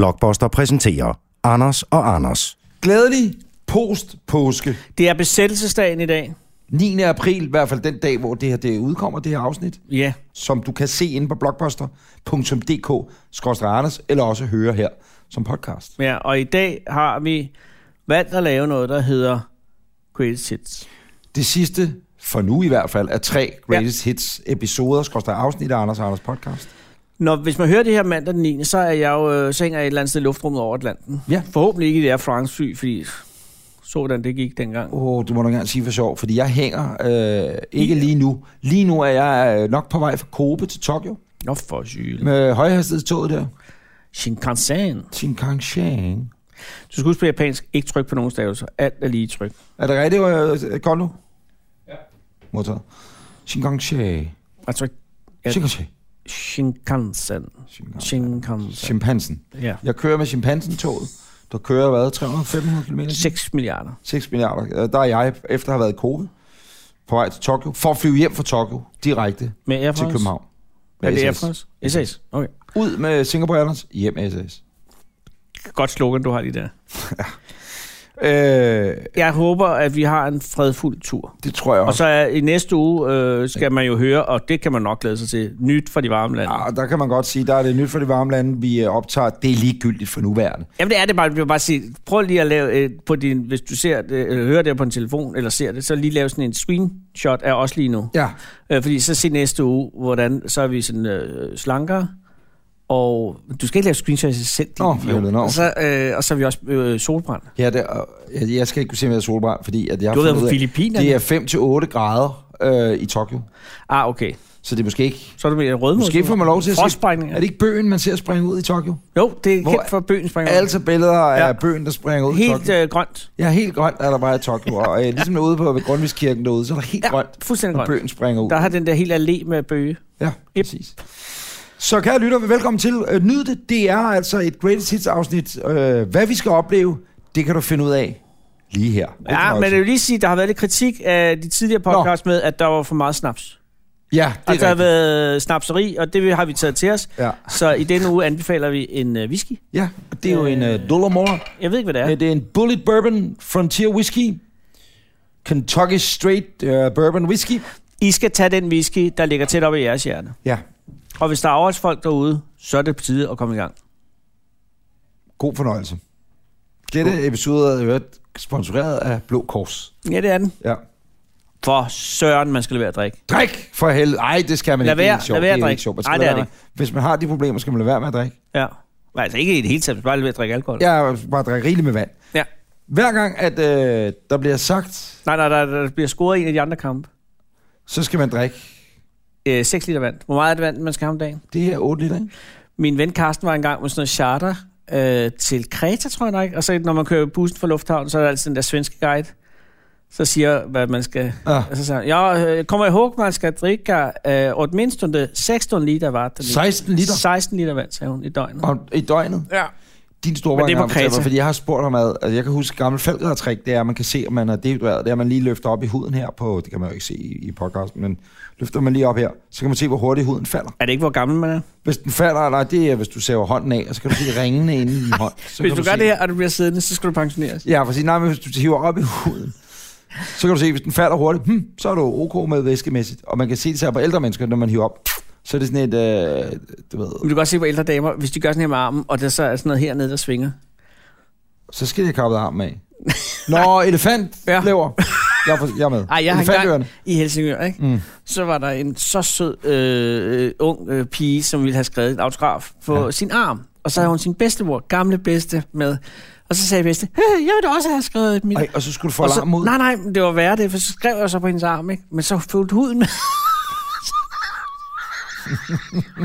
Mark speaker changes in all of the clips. Speaker 1: Blockbuster præsenterer Anders og Anders.
Speaker 2: Glædelig post-påske.
Speaker 3: Det er besættelsesdagen i dag.
Speaker 2: 9. april, i hvert fald den dag, hvor det her det udkommer, det her afsnit,
Speaker 3: Ja,
Speaker 2: som du kan se inde på blockbuster.dk-anders, eller også høre her som podcast.
Speaker 3: ja, og i dag har vi valgt at lave noget, der hedder Greatest Hits.
Speaker 2: Det sidste, for nu i hvert fald, er tre Greatest Hits episoder, skorstræk afsnit af Anders og Anders podcast.
Speaker 3: Når, hvis man hører det her mandag den 9., så, er jeg jo, øh, så hænger jeg et eller andet sted i luftrummet over Atlanten.
Speaker 2: Ja.
Speaker 3: Forhåbentlig ikke i det her Frankrig, fordi sådan det gik dengang.
Speaker 2: Åh, oh, du må nok gerne sige for sjov, fordi jeg hænger øh, ikke lige nu. Lige nu er jeg øh, nok på vej fra Kobe til Tokyo
Speaker 3: Nå for syge.
Speaker 2: med højhastighedstoget der.
Speaker 3: Shinkansen.
Speaker 2: Shinkansen.
Speaker 3: Du skal huske på japansk, ikke tryk på nogen stavelser. Alt er lige tryk.
Speaker 2: Er det rigtigt, øh, Kondo? Ja. Modtaget. Shinkansen.
Speaker 3: Og tryk Ja.
Speaker 2: Shinkansen.
Speaker 3: Shinkansen. Shinkansen.
Speaker 2: Chimpansen.
Speaker 3: Ja.
Speaker 2: Jeg kører med chimpansen-toget. Der kører hvad? 300-500 km?
Speaker 3: 6 milliarder.
Speaker 2: 6 milliarder. Øh, Der er jeg, efter at have været i Kobe, på vej til Tokyo, for at flyve hjem fra Tokyo direkte
Speaker 3: Med Air
Speaker 2: til
Speaker 3: France?
Speaker 2: København.
Speaker 3: Er det Air
Speaker 2: SAS.
Speaker 3: France? SAS. Okay.
Speaker 2: Ud med Singapore Airlines, hjem med SAS.
Speaker 3: Godt slogan, du har lige der.
Speaker 2: Øh,
Speaker 3: Jeg håber, at vi har en fredfuld tur.
Speaker 2: det tror jeg
Speaker 3: Og
Speaker 2: også.
Speaker 3: så er, i næste uge øh, skal man jo høre, og det kan man nok glæde sig til, nyt fra de varme lande.
Speaker 2: Ja, der kan man godt sige, der er det nyt for de varme lande, vi øh, optager. Det er ligegyldigt for nuværende.
Speaker 3: Jamen det er det bare, jeg vil bare sige, prøv lige at lave, øh, på din, hvis du ser det, eller hører det på en telefon, eller ser det, så lige lave sådan en screenshot af os lige nu.
Speaker 2: Ja,
Speaker 3: Øh, fordi så se næste uge, hvordan, så er vi sådan øh, slankere, og du skal ikke lave screenshots af selv, din
Speaker 2: Nå,
Speaker 3: idiot.
Speaker 2: for helvede, nå.
Speaker 3: Og så, øh, og så er vi også øh, solbrændt.
Speaker 2: ja det, er- jeg, jeg skal ikke kunne se mere solbrand, fordi at jeg har
Speaker 3: Du har været
Speaker 2: fundet
Speaker 3: på
Speaker 2: ud af,
Speaker 3: Filippinerne.
Speaker 2: Det er 5 til 8 grader øh, i Tokyo,
Speaker 3: Ah, okay.
Speaker 2: så det er måske ikke
Speaker 3: Så er du med rødmod.
Speaker 2: Måske får man lov til at se-
Speaker 3: Frostsprængninger.
Speaker 2: Er det ikke bøen, man ser springe ud i Tokyo?
Speaker 3: Jo, det er
Speaker 2: Hvor-
Speaker 3: kendt for bøgen springer.
Speaker 2: Altså billeder af
Speaker 3: Ja.
Speaker 2: bøen, der springer ud i
Speaker 3: Helt
Speaker 2: Tokyo.
Speaker 3: øh, grønt.
Speaker 2: Ja, helt grønt er der bare i Tokyo. Og øh, ligesom ude på ved Grundtvigskirken derude, så er der helt
Speaker 3: Ja,
Speaker 2: grønt,
Speaker 3: fuldstændig
Speaker 2: når
Speaker 3: grønt.
Speaker 2: bøen springer ud.
Speaker 3: Der har den der helt allé med bøge.
Speaker 2: Ja, præcis. Så kære lytter, velkommen til. Øh, Nyd det. Det er altså et Greatest Hits afsnit. Øh, hvad vi skal opleve, det kan du finde ud af lige her. God
Speaker 3: Ja, men
Speaker 2: fornøjelse.
Speaker 3: jeg vil lige sige, at der har været lidt kritik af de tidligere podcast med, at der var for meget snaps.
Speaker 2: Ja,
Speaker 3: Og
Speaker 2: det er
Speaker 3: der Altså, har
Speaker 2: rigtigt.
Speaker 3: været snapseri, og det har vi taget til os.
Speaker 2: Ja.
Speaker 3: Så i denne uge anbefaler vi en øh, whisky.
Speaker 2: Ja, og det er jo en øh, dollarmore.
Speaker 3: Jeg ved ikke, hvad det
Speaker 2: Ja.
Speaker 3: er.
Speaker 2: Det er en Bullet Bourbon Frontier Whiskey. Kentucky Straight øh, Bourbon Whiskey.
Speaker 3: I skal tage den whisky, der ligger tæt op i jeres hjerte.
Speaker 2: Ja,
Speaker 3: Og hvis der er avlsfolk derude, så er det på tide at komme i gang.
Speaker 2: god fornøjelse. Dette episode er i øvrigt sponsoreret af Blå Kors.
Speaker 3: Ja, det er den.
Speaker 2: Ja.
Speaker 3: For søren, man skal lade være at drikke.
Speaker 2: Drik for helvede. Ej, det skal man
Speaker 3: Lad
Speaker 2: ikke. Det er
Speaker 3: være-
Speaker 2: ikke sjovt.
Speaker 3: lad være
Speaker 2: det er ikke
Speaker 3: at drikke.
Speaker 2: sjovt. Man skal
Speaker 3: Nej,
Speaker 2: lade
Speaker 3: det er
Speaker 2: være med- Hvis man har de problemer, skal man lade være med at drikke.
Speaker 3: Ja. Nej, altså ikke i det hele taget, bare lade være at drikke alkohol.
Speaker 2: Jeg bare drikke rigeligt med vand.
Speaker 3: ja.
Speaker 2: Hver gang, at øh, der bliver sagt,
Speaker 3: Nej, nej, der, der bliver scoret i en af de andre kampe.
Speaker 2: så skal man drikke.
Speaker 3: Øh, 6 liter vand. Hvor meget er det vand, man skal have om dagen?
Speaker 2: Det her 8 liter, ikke?
Speaker 3: Min ven Carsten var engang med sådan noget charter øh, til Kreta, tror jeg nok. Og så når man kører bussen fra Lufthavn, så er der altid den der svenske guide, så siger, hvad man skal...
Speaker 2: Ah.
Speaker 3: Og så siger han, ja, øh, kommer ihåg, man skal drikke øh, åtminstone 16 liter vatten.
Speaker 2: 16 liter
Speaker 3: 16 liter vand, sagde hun, i døgnet.
Speaker 2: om, i døgnet.
Speaker 3: Ja.
Speaker 2: Din store
Speaker 3: Men det er på
Speaker 2: fortæller mig,
Speaker 3: Kreta.
Speaker 2: fordi jeg har spurgt om ad, altså jeg kan huske gammel feltræk, det er, at man kan se, om man er dehydreret. Det er, at man lige løfter op i huden her på, det kan man jo ikke se i, i podcasten, men løfter man lige op her, så kan man se, hvor hurtigt huden falder.
Speaker 3: Er det ikke, hvor gammel man er?
Speaker 2: Hvis den falder, nej, det er, hvis du sæver hånden af, og så kan du se ringene inde i din hånd. Så
Speaker 3: Hvis
Speaker 2: kan
Speaker 3: du gør
Speaker 2: se-
Speaker 3: det her, og du bliver siddende, så skal du pensioneres.
Speaker 2: Ja, for at sige, nej, men hvis du hiver op i huden, så kan du se, hvis den falder hurtigt, hmm, så er du ok med væskemæssigt. Og man kan se det især på ældre mennesker, når man hiver op. Så er det sådan et, øh, du
Speaker 3: Men
Speaker 2: ved,
Speaker 3: du kan godt se på ældre damer, hvis de gør sådan her med armen, og der så er sådan noget hernede, der svinger.
Speaker 2: så skal jeg kappe armen af. Nå, elefant ja.
Speaker 3: Ja.
Speaker 2: lever. Jeg er, for, jeg er med.
Speaker 3: Ej, jeg har engang
Speaker 2: Elefantørerne.
Speaker 3: i Helsingør, ikke? Mm. så var der en så sød øh, øh, ung øh, pige, som ville have skrevet en autograf på
Speaker 2: Ja.
Speaker 3: ja. sin arm. Og så havde hun sin bedstemor, gamle bedste, med. Og så sagde bedste, "Øh, jeg vil da også have skrevet mit...
Speaker 2: Ej, og så skulle du få
Speaker 3: og så,
Speaker 2: alarm ud.
Speaker 3: Nej, nej, men det var værre det, for så skrev jeg så på hendes arm, ikke? Men så fulgte huden med.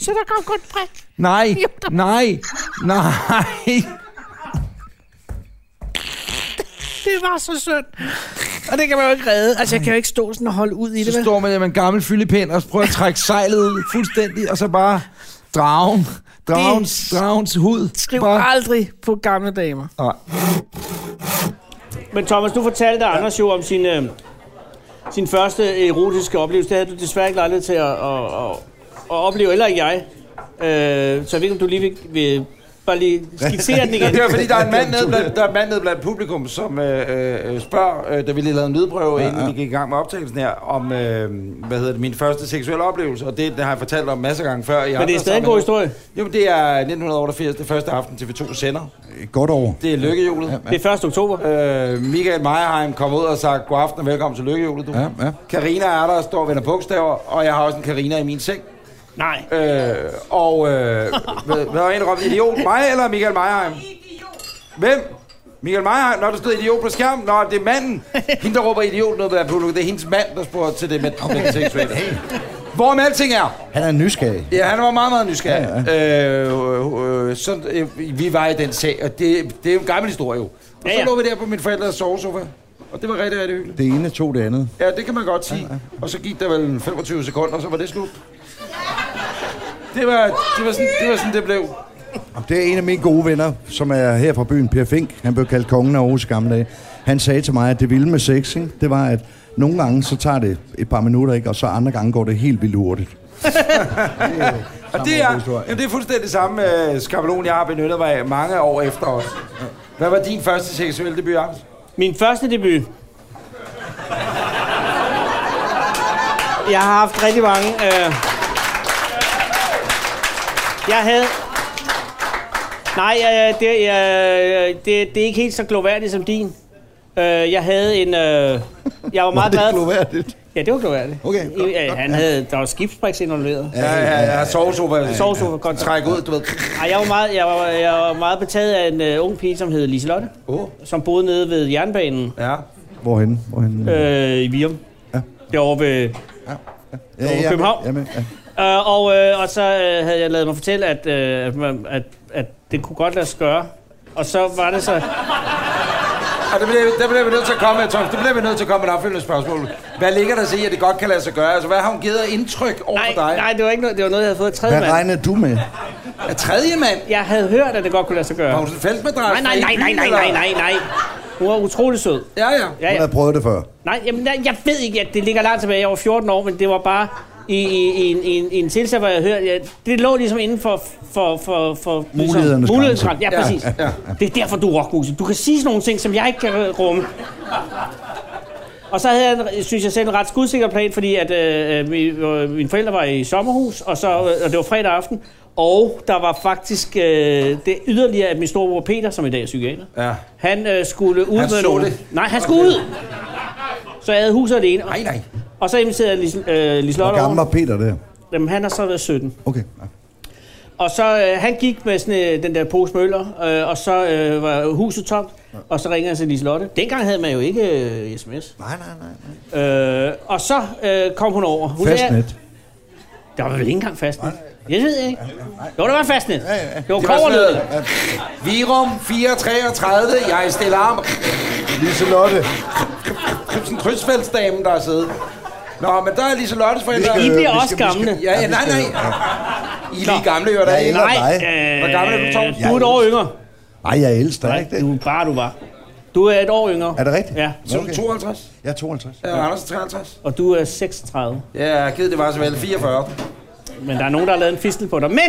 Speaker 3: så der kom kun prik.
Speaker 2: Nej, nej, nej.
Speaker 3: Det var så sødt. Og det kan man jo ikke redde. Altså, jeg kan jo ikke stå sådan og holde ud i det,
Speaker 2: Så
Speaker 3: vel?
Speaker 2: står man der med en gammel fyldepind og prøver at trække sejlet ud fuldstændig, og så bare dragen, dragens, dragens hud.
Speaker 3: Skriv
Speaker 2: bare,
Speaker 3: aldrig på gamle damer.
Speaker 2: nej.
Speaker 3: Men Thomas, du fortalte Anders jo om sin, øh, sin første erotiske oplevelse. Det havde du desværre ikke lejlighed til at, at, at, at opleve, eller ikke jeg. Øh, så jeg ved ikke, om du lige vil, vil bare lige skitsere den igen.
Speaker 2: Det er fordi, der er en mand nede blandt, der er en mand nede blandt publikum, som øh, øh, spørger, øh, da vi lige lavede en lydprøve, ja, ja. inden vi gik i gang med optagelsen her, om, øh, hvad hedder det, min første seksuelle oplevelse, og det, det har jeg fortalt om masser af gange før. I
Speaker 3: Men det er stadig en god historie.
Speaker 2: Jo, men det er 1988, det første aften TV2 sender.
Speaker 4: Et godt år.
Speaker 2: Det er lykkehjulet. Ja,
Speaker 3: Det er 1. oktober.
Speaker 2: Øh, Michael Meierheim kom ud og sagde, god aften og velkommen til lykkehjulet, du.
Speaker 4: Ja, ja.
Speaker 2: Karina er der og står og vender bogstaver, og jeg har også en Karina i min seng.
Speaker 3: Nej.
Speaker 2: Øh, og øh, hvad, hvad var en, der råbte idiot? Mig eller Michael Meierheim? Hvem? Michael Meierheim? Når der stod idiot på skærmen? Nå, det er manden. Hende, der råber idiot noget, der er på- det er hendes mand, der spurgte til det med okay. den seksuelle. Hvorom alting er.
Speaker 4: Han er nysgerrig.
Speaker 2: Ja, han var meget, meget nysgerrig. Ja, ja. Øh, øh, så, øh, vi var i den sag, og det, det er jo en gammel historie jo. Og ja,
Speaker 3: Ja,
Speaker 2: ja.
Speaker 3: ja.
Speaker 2: så lå vi der på min forældres sovesofa, og det var rigtig, rigtig hyggeligt.
Speaker 4: Det ene tog det andet.
Speaker 2: Ja, det kan man godt sige. Og så gik der vel 25 sekunder, og så var det slut. Det var, det var, sådan, det var sådan, det blev.
Speaker 4: Jamen, Det er en af mine gode venner, som er her fra byen, Per Fink. Han blev kaldt kongen af Aarhus i gamle dage. Han sagde til mig, at det vilde med sex, ikke? det var, at nogle gange så tager det et par minutter, ikke? og så andre gange går det helt vildt hurtigt.
Speaker 2: Og det er, jamen, det er fuldstændig det samme øh, skabelon, jeg har benyttet mig af mange år efter os. Hvad var din første seksuelle debut, Anders?
Speaker 3: Min første debut. Jeg har haft rigtig mange. Øh... Jeg havde... Nej, øh, det, øh, det, det er ikke helt så gloværdigt som din. Øh, jeg havde en... Øh... Jeg var meget
Speaker 4: det
Speaker 3: glad...
Speaker 4: er gloværdigt.
Speaker 3: Ja, det var gloværdigt.
Speaker 4: Okay, godt,
Speaker 3: I, øh, han havde... Der var skibsbriks involveret. Ja.
Speaker 2: Ja, ja, ja, sovesofa.
Speaker 3: Sovesofa, godt.
Speaker 2: Træk ud, du ved.
Speaker 3: Ej, jeg var meget, jeg var, jeg var meget betaget af en øh, ung pige, som hed Liselotte,
Speaker 2: Åh,
Speaker 3: som boede nede ved jernbanen.
Speaker 2: ja.
Speaker 4: Hvorhen? Hvorhen?
Speaker 3: øh, i Virum.
Speaker 4: Mm. Ja.
Speaker 3: Ja. Derovre ved...
Speaker 4: ja,
Speaker 3: over
Speaker 4: ja,
Speaker 3: København.
Speaker 4: Ja, ja.
Speaker 3: Øh, og, øh, og så øh, havde jeg lavet mig fortælle, at, øh, at, man- at, at det kunne godt lade sig gøre. Og så var det så...
Speaker 2: Og det bliver, det bliver vi nødt til at komme med, Tom. Det bliver vi nødt til at komme med et opfølgende spørgsmål. Hvad ligger der sig i, at det godt kan lade sig gøre? Altså, hvad har hun givet af indtryk over
Speaker 3: Nej,
Speaker 2: for dig?
Speaker 3: nej, det var ikke noget, det var noget, jeg havde fået af tredje
Speaker 4: Hvad
Speaker 3: mand.
Speaker 4: regner du med?
Speaker 2: Er tredje mand?
Speaker 3: Jeg havde hørt, at det godt kunne lade sig gøre.
Speaker 2: Har hun sådan en feltmadras?
Speaker 3: Nej, nej, nej, nej, nej, nej, nej, nej. Hun var utrolig sød.
Speaker 2: Ja, ja.
Speaker 3: Ja,
Speaker 4: Hun
Speaker 3: ja.
Speaker 4: har prøvet det før.
Speaker 3: Nej, jamen, jeg, jeg ved ikke, at det ligger langt tilbage. Jeg var 14 år, men det var bare i, i, i, en, i, en, i en tilstand, hvor jeg hørte... Jeg, det lå ligesom inden for... for, for, for
Speaker 4: Mulighedernes
Speaker 3: mulighedernes
Speaker 4: grænse.
Speaker 3: grænse. Ja, præcis.
Speaker 2: Ja, ja.
Speaker 3: Det er derfor, du er rockmusiker. Du kan sige sådan nogle ting, som jeg ikke kan øh, rumme. Og så havde jeg, en- synes jeg selv, en ret skudsikker plan, fordi at, øh, øh, mi- øh, mine forældre var i sommerhus, og, så, øh, og det var fredag aften. Og der var faktisk øh, det yderligere, at min storebror Peter, som i dag er psykiater,
Speaker 2: Ja.
Speaker 3: han øh, skulle ud
Speaker 2: Han
Speaker 3: med
Speaker 2: så
Speaker 3: nogen.
Speaker 2: det.
Speaker 3: Nej, han skulle ud! Så jeg havde huset alene.
Speaker 2: Nej, nej.
Speaker 3: Og så inviterede jeg Lis- øh, Liselotte
Speaker 4: Hvor gammel
Speaker 3: over.
Speaker 4: var Peter der?
Speaker 3: Jamen, han har så været 17.
Speaker 4: Okay. ja.
Speaker 3: Og så øh, han gik med sådan, øh, den der pose møller, øh, og så øh, var huset tomt, og så ringede jeg til Liselotte. Dengang havde man jo ikke øh, sms.
Speaker 4: Nej, nej, nej. nej.
Speaker 3: Øh, og så øh, kom hun over. Hun sagde-
Speaker 4: Fastnet.
Speaker 3: Der var vel ikke engang fastnet. Jeg ved ikke. Jo, der var fastnet.
Speaker 4: ja.
Speaker 3: Det var
Speaker 2: Det var sådan
Speaker 3: koverlyd.
Speaker 2: noget. Virum 433, jeg stiller arm.
Speaker 4: Liselotte.
Speaker 2: Sådan en krydsfældsdame, der er siddet. Nå, men der er Liselottes forældre.
Speaker 3: I
Speaker 4: vi
Speaker 3: bliver
Speaker 4: skal-
Speaker 3: også
Speaker 4: vi skal-
Speaker 3: gamle.
Speaker 2: Ja, ja, nej, nej. I er lige gamle, jo, der
Speaker 4: Ja, eller-
Speaker 2: er
Speaker 4: dig.
Speaker 3: øh,
Speaker 2: Hvor gammel er du, Torben?
Speaker 3: Du er et år yngre.
Speaker 4: Nej, jeg er ældst, er jeg
Speaker 3: Nej,
Speaker 4: ikke det?
Speaker 3: du er bare du var. Du er et år yngre.
Speaker 4: Er det rigtigt?
Speaker 3: Ja.
Speaker 2: Så er du
Speaker 4: Okay.
Speaker 2: 52.
Speaker 4: Jeg er 52.
Speaker 2: Ja, Anders er 53.
Speaker 3: Og du er 36.
Speaker 2: Ja, givet det var så vel 44.
Speaker 3: Men der er nogen, der har lavet en fistel på dig. Men!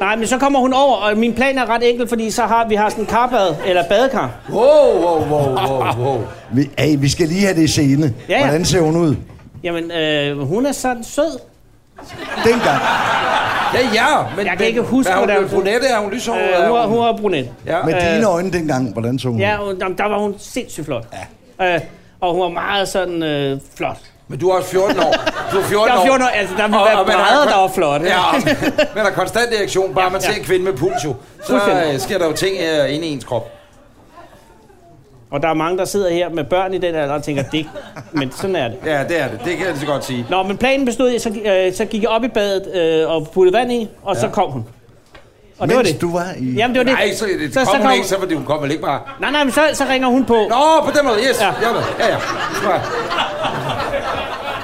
Speaker 3: Nej, men så kommer hun over, og min plan er ret enkel, fordi så har vi har sådan en karbad, eller badekar.
Speaker 2: Wow, wow, wow, wow, wow.
Speaker 4: Vi, hey, vi skal lige have det i scene.
Speaker 3: ja.
Speaker 4: Hvordan ser hun ud?
Speaker 3: Jamen, øh, hun er sådan sød.
Speaker 4: Dengang.
Speaker 2: Ja, ja. Men,
Speaker 3: Jeg kan ikke
Speaker 2: men-
Speaker 3: huske,
Speaker 2: er hun. Er
Speaker 3: hvordan
Speaker 2: hun
Speaker 3: hun-
Speaker 2: brunette? Er hun lyshåret?
Speaker 3: Øh,
Speaker 2: Er
Speaker 3: hun, er, hun er brunet.
Speaker 2: Ja.
Speaker 4: Med
Speaker 2: Men,
Speaker 4: dine øjne dengang, hvordan så hun ud?
Speaker 3: Øh. Ja, og, jamen, der var hun sindssygt flot. Ja. Øh, og hun var meget sådan øh, flot.
Speaker 2: men du er også 14 år. Du er 14
Speaker 3: Jeg
Speaker 2: år.
Speaker 3: var 14 år, altså der ville
Speaker 2: Og-
Speaker 3: være
Speaker 2: og man har-
Speaker 3: brædder, der var flotte.
Speaker 2: Ja, men der er konstant reaktion. Bare man
Speaker 3: Ja,
Speaker 2: ser
Speaker 3: ja.
Speaker 2: en kvinde med puls, jo. Så
Speaker 3: Fuldstændig.
Speaker 2: øh, sker der jo ting øh, inde i ens krop.
Speaker 3: Og der er mange, der sidder her med børn i den alder og tænker, det, men sådan er det.
Speaker 2: Ja, det er det. Det kan jeg lige så godt sige.
Speaker 3: Nå, men planen bestod, i, så, øh, så gik jeg op i badet øh, og puttede vand i, og ja. så kom hun. Og det var
Speaker 4: Mens
Speaker 3: det.
Speaker 4: du var i...
Speaker 3: Jamen, det var det.
Speaker 2: Nej, så, det så, kom hun ikke, så fordi hun kom vel ikke bare...
Speaker 3: Nej, nej, men så, så ringer hun på.
Speaker 2: Nå, på den måde, yes. Ja,
Speaker 3: Ja.
Speaker 2: ja, ja. ja. Så bare-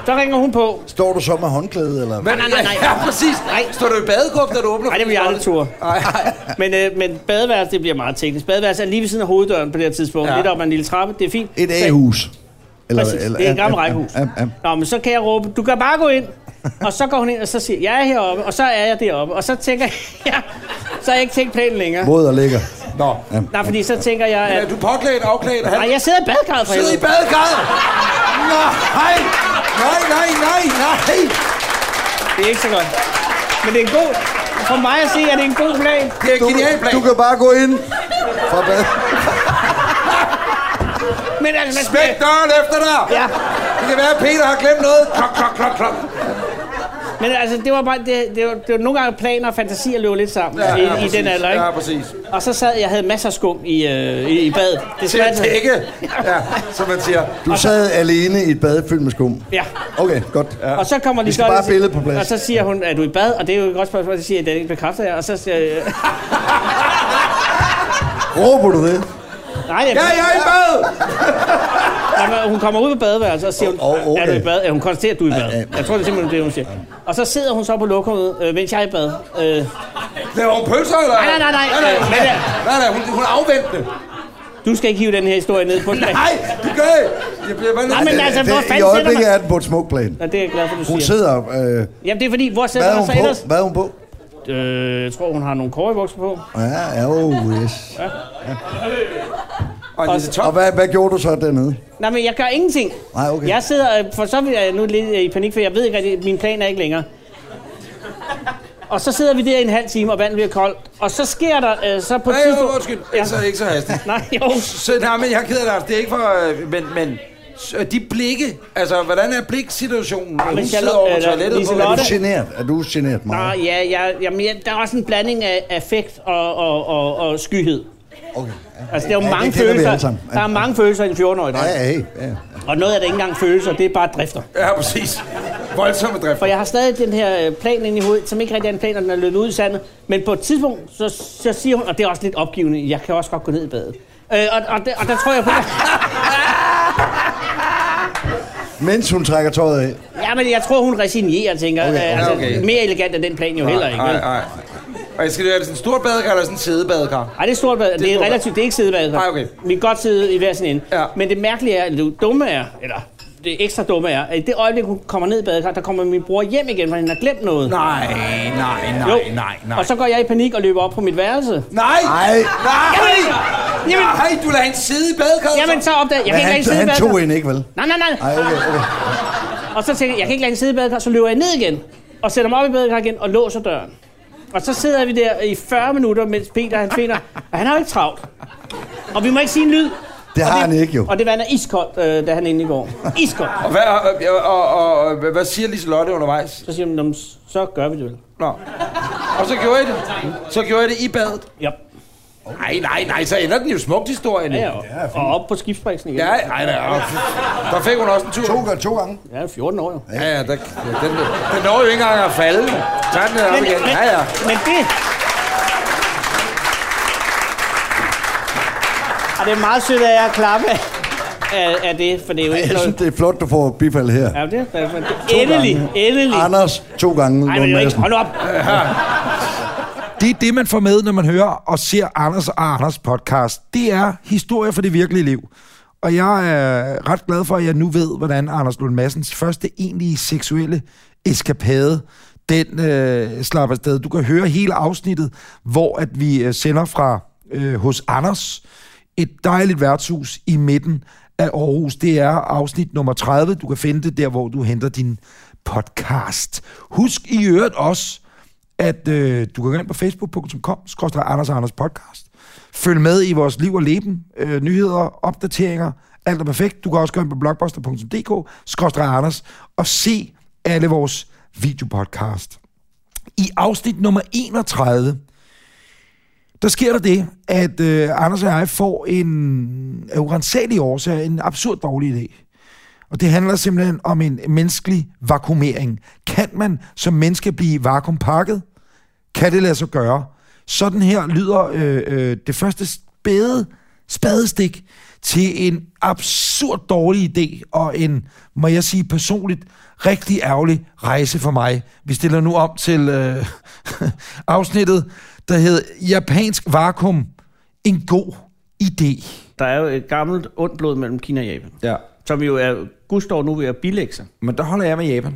Speaker 3: Så ringer hun på.
Speaker 4: Står du så med håndklæde, eller?
Speaker 2: Men,
Speaker 3: nej, nej, nej.
Speaker 2: Ja, præcis.
Speaker 3: Nej.
Speaker 2: Står du i badegruppen, da du åbner?
Speaker 3: Nej, det vil jeg aldrig ture.
Speaker 2: Nej,
Speaker 3: Men, øh, men badeværelset, det bliver meget teknisk. Badeværelset er lige ved siden af hoveddøren på det her tidspunkt.
Speaker 2: Ja.
Speaker 3: Ja. Lidt op ad en lille trappe, det er fint.
Speaker 4: Et
Speaker 3: Så-
Speaker 4: A-hus. Eller-
Speaker 3: præcis.
Speaker 4: eller-
Speaker 3: det er et
Speaker 4: ja,
Speaker 3: gammelt
Speaker 4: ja,
Speaker 3: rækkehus.
Speaker 4: ja, ja.
Speaker 3: Nå, men så kan jeg råbe, du kan bare gå ind. Og så går hun ind, og så siger, jeg er heroppe, og så er jeg deroppe. Og så tænker jeg, så har jeg ikke tænkt planen længere.
Speaker 4: Våd og lækker.
Speaker 2: Nå.
Speaker 3: Nej, fordi så tænker jeg, at...
Speaker 2: Er du påklædt, afklædt? Han
Speaker 3: Nej, jeg sidder i badekarret for
Speaker 2: sidder i
Speaker 3: helvede.
Speaker 2: badekarret. Nej. Nej, nej, nej, nej.
Speaker 3: Det er ikke så godt. Men det er en god... For mig at se, at det er en god plan.
Speaker 2: Det er en genial plan.
Speaker 4: Du kan bare gå ind fra bad.
Speaker 3: Men altså, man
Speaker 2: Smæk døren efter dig.
Speaker 3: Ja,
Speaker 2: Det kan være, at Peter har glemt noget. Klok, klok, klok, klok.
Speaker 3: men altså, det var bare... Det, det, var, det var nogle gange planer og fantasier løb lidt sammen
Speaker 2: Ja,
Speaker 3: ja, i,
Speaker 2: ja,
Speaker 3: ja, i
Speaker 2: præcis.
Speaker 3: den alder, ikke?
Speaker 2: Ja, præcis.
Speaker 3: Og så sad jeg havde masser af skum i, øh, i, i badet. Det
Speaker 2: Til at
Speaker 3: skvattede.
Speaker 2: tække. Ja, som man siger.
Speaker 4: Du sad alene i et bad fyldt med skum.
Speaker 3: Ja.
Speaker 4: Okay, godt.
Speaker 3: Og så Altså- kommer de
Speaker 4: Vi skal bare have billedet på plads.
Speaker 3: Og så siger hun, er du i bad? Og det er jo et godt spørgsmål, så siger jeg, det ikke bekræfter jeg. Og så siger jeg, øh,
Speaker 4: Råber du det?
Speaker 3: nej, jeg,
Speaker 2: Ja, jeg er i bad.
Speaker 3: Jamen, hun kommer ud på badeværelset og siger, hun,
Speaker 4: Åh, åh, okay.
Speaker 3: er du i bad? Ja, hun konstaterer, at du er i
Speaker 4: Ej,
Speaker 3: bad.
Speaker 4: ej.
Speaker 3: Jeg tror, det er simpelthen det, hun siger. Og så sidder hun så på lokummet, øh, mens jeg er i bad. Øh,
Speaker 2: Laver hun pølser, eller?
Speaker 3: Nej, nej, nej, nej.
Speaker 2: Nej,
Speaker 3: Øh,
Speaker 2: nej,
Speaker 3: men det-
Speaker 2: nej, nej, hun, hun er afventende.
Speaker 3: du skal ikke hive den her historie ned på den.
Speaker 2: Nej, du gør ikke. Jeg bliver bare
Speaker 3: Nej, men
Speaker 2: lidt-
Speaker 3: altså,
Speaker 4: Det,
Speaker 3: hvor
Speaker 4: I
Speaker 3: fanden sætter
Speaker 4: øjeblikket
Speaker 3: man...
Speaker 4: er den på et smukt plan.
Speaker 3: Nå, det er jeg glad for, du
Speaker 4: Hun
Speaker 3: siger.
Speaker 4: sidder... Øh,
Speaker 3: Jamen, det er fordi, hvor
Speaker 4: hvad
Speaker 3: sætter
Speaker 4: er
Speaker 3: man
Speaker 4: hun
Speaker 3: sig
Speaker 4: på?
Speaker 3: ellers?
Speaker 4: Hvad er hun på?
Speaker 3: Øh, jeg tror, hun har nogle korrebukser på.
Speaker 4: Ja, ja, oh yes.
Speaker 2: Og en lille
Speaker 4: Og
Speaker 2: top.
Speaker 4: hvad, hvad gjorde du så dernede?
Speaker 3: Nej, men jeg gør ingenting.
Speaker 4: Nej, okay.
Speaker 3: Jeg sidder, øh, for så er jeg nu lidt øh, i panik, for jeg ved ikke, at min plan er ikke længere. Og så sidder vi der i en halv time, og vandet bliver koldt. Og så sker der, øh, så på et
Speaker 2: Nej, jo,
Speaker 3: tidspunkt...
Speaker 2: undskyld. Ikke
Speaker 3: Altså-
Speaker 2: så, ikke så hastigt.
Speaker 3: Nej, jo.
Speaker 2: Så, nej, men jeg er ked af det, Lars. Det er ikke for... øh, Men, men så de blikke, altså, hvordan er bliksituationen? når Hun
Speaker 3: hvis jeg
Speaker 2: sidder
Speaker 3: lo-
Speaker 2: over på
Speaker 3: eller
Speaker 2: toilettet på...
Speaker 4: Er
Speaker 3: Liselotte?
Speaker 4: du generet? Er du generet
Speaker 3: Nå,
Speaker 4: meget?
Speaker 3: ja, ja, jamen, ja, der er også en blanding af affekt og, og, og, og skyhed.
Speaker 4: Okay. ja.
Speaker 3: Altså, der er jo
Speaker 4: Ja, det
Speaker 3: mange
Speaker 4: kender vi alle
Speaker 3: følelser.
Speaker 4: sammen. Ja.
Speaker 3: Der er mange følelser i en 14-årig dreng.
Speaker 4: Ja, ja, ja.
Speaker 3: Og noget af det er ikke engang følelser, det er bare drifter.
Speaker 2: Ja, præcis. Voldsomme drift.
Speaker 3: For jeg har stadig den her øh, plan inde i hovedet, som ikke rigtig er en plan, og den er løbet ud i sandet. Men på et tidspunkt, så, så siger hun, og det er også lidt opgivende, jeg kan også godt gå ned i badet. Øh, og, og, der, og der tror jeg på
Speaker 4: Mens hun trækker tøjet af.
Speaker 3: Ja, men jeg tror, hun resignerer, tænker.
Speaker 4: Okay,
Speaker 3: Okay,
Speaker 4: okay.
Speaker 3: altså,
Speaker 2: Okay.
Speaker 3: Mere elegant er den plan jo heller ikke.
Speaker 2: Nej,
Speaker 3: vel?
Speaker 2: nej. Og jeg skal det være sådan en stor badekar eller sådan en sædebadekar?
Speaker 3: Ej, det er stort bad. Det
Speaker 2: stort
Speaker 3: er
Speaker 2: bad.
Speaker 3: relativt, det er ikke sidebad. altså.
Speaker 2: Nej, okay.
Speaker 3: Vi kan godt sidde i hver sin ende.
Speaker 2: Ja.
Speaker 3: Men det mærkelige er, eller det dumme er, eller det ekstra dumme er, at i det øjeblik, hun kommer ned i badekarret, der kommer min bror hjem igen, for han har glemt noget.
Speaker 2: Nej, nej, nej,
Speaker 3: Jo.
Speaker 2: nej, nej.
Speaker 3: Og så går jeg i panik og løber op på mit værelse.
Speaker 2: Nej!
Speaker 4: Ej.
Speaker 2: Nej!
Speaker 3: Jamen-
Speaker 2: Nej, du lader hende sidde i badekarret.
Speaker 3: Jamen, så opdager jeg, jeg
Speaker 4: Men
Speaker 3: kan ikke
Speaker 4: han,
Speaker 3: lade sidde i
Speaker 4: han
Speaker 3: badekarret.
Speaker 4: tog en ikke, vel?
Speaker 3: Nej, nej, nej.
Speaker 4: Ej, okay, okay.
Speaker 3: Ah. Og så tænker jeg, jeg kan ikke lade hende sidde i badekarret, så løber jeg ned igen. Og sætter mig op i badekarret igen og låser døren. Og så sidder vi der i 40 minutter, mens Peter han finder, at han har jo ikke travlt. Og vi må ikke sige en lyd.
Speaker 4: Det har han ikke, jo.
Speaker 3: Og det vand er iskoldt, øh, da han er inde i går. Iskoldt.
Speaker 2: Og hvad, og, og, og, og, hvad siger Liselotte undervejs?
Speaker 3: Så siger hun, "Nå, men så gør vi det vel.
Speaker 2: Nå. Og så gjorde I det. Så gjorde I det i badet.
Speaker 3: Ja.
Speaker 2: Nej, nej, nej, så ender den jo smukt historien.
Speaker 3: ja og, og op på skibsbriksen igen.
Speaker 2: Ja, nej, nej. og- Der fik hun også en tur.
Speaker 4: To, gange- to gange.
Speaker 3: Jeg er 14 år jo.
Speaker 2: Ja, ja, der, ja, den, den når jo ikke engang at falde. Tag den op igen. Ja, ja.
Speaker 3: men det... Og det er meget sødt af jer at klappe af, af, af det, for det er jo ikke
Speaker 4: Jeg synes,
Speaker 3: noget...
Speaker 4: det er flot, du får bifald her.
Speaker 3: Ja, det er, men det endelig, endelig.
Speaker 4: Anders, to gange.
Speaker 3: Nej, men det er jo ikke... Hold nu op.
Speaker 5: Det er det, man får med, når man hører og ser Anders og Anders podcast. Det er historier fra det virkelige liv. Og jeg er ret glad for, at jeg nu ved, hvordan Anders Lund Massens første egentlige seksuelle eskapade, den øh, slapper afsted. Du kan høre hele afsnittet, hvor at vi øh, sender fra øh, hos Anders et dejligt værtshus i midten af Aarhus. Det er afsnit nummer 30. Du kan finde det der, hvor du henter din podcast. Husk i øvrigt også, at øh, du kan gå ind på facebook.com, skorstræk Anders og Anders podcast. Følg med i vores liv og leben, øh, nyheder, opdateringer, alt er perfekt. Du kan også gå ind på blogbuster.dk, skorstræk Anders, og se alle vores videopodcast. I afsnit nummer 31, der sker der det, at øh, Anders og jeg får en af urensagelige årsager, en absurd dårlig idé. Og det handler simpelthen om en menneskelig vakuumering. Kan man som menneske blive vakuumpakket? Kan det lade sig gøre? Sådan her lyder øh, øh, det første spæde, spadestik til en absurd dårlig idé og en, må jeg sige personligt, rigtig ærgerlig rejse for mig. Vi stiller nu om til øh, afsnittet, der hedder Japansk vakuum. En god idé.
Speaker 3: Der er jo et gammelt ondt blod mellem Kina og Japan.
Speaker 2: ja.
Speaker 3: som jo er Gustav nu ved at bilægge sig.
Speaker 2: Men der holder jeg med Japan.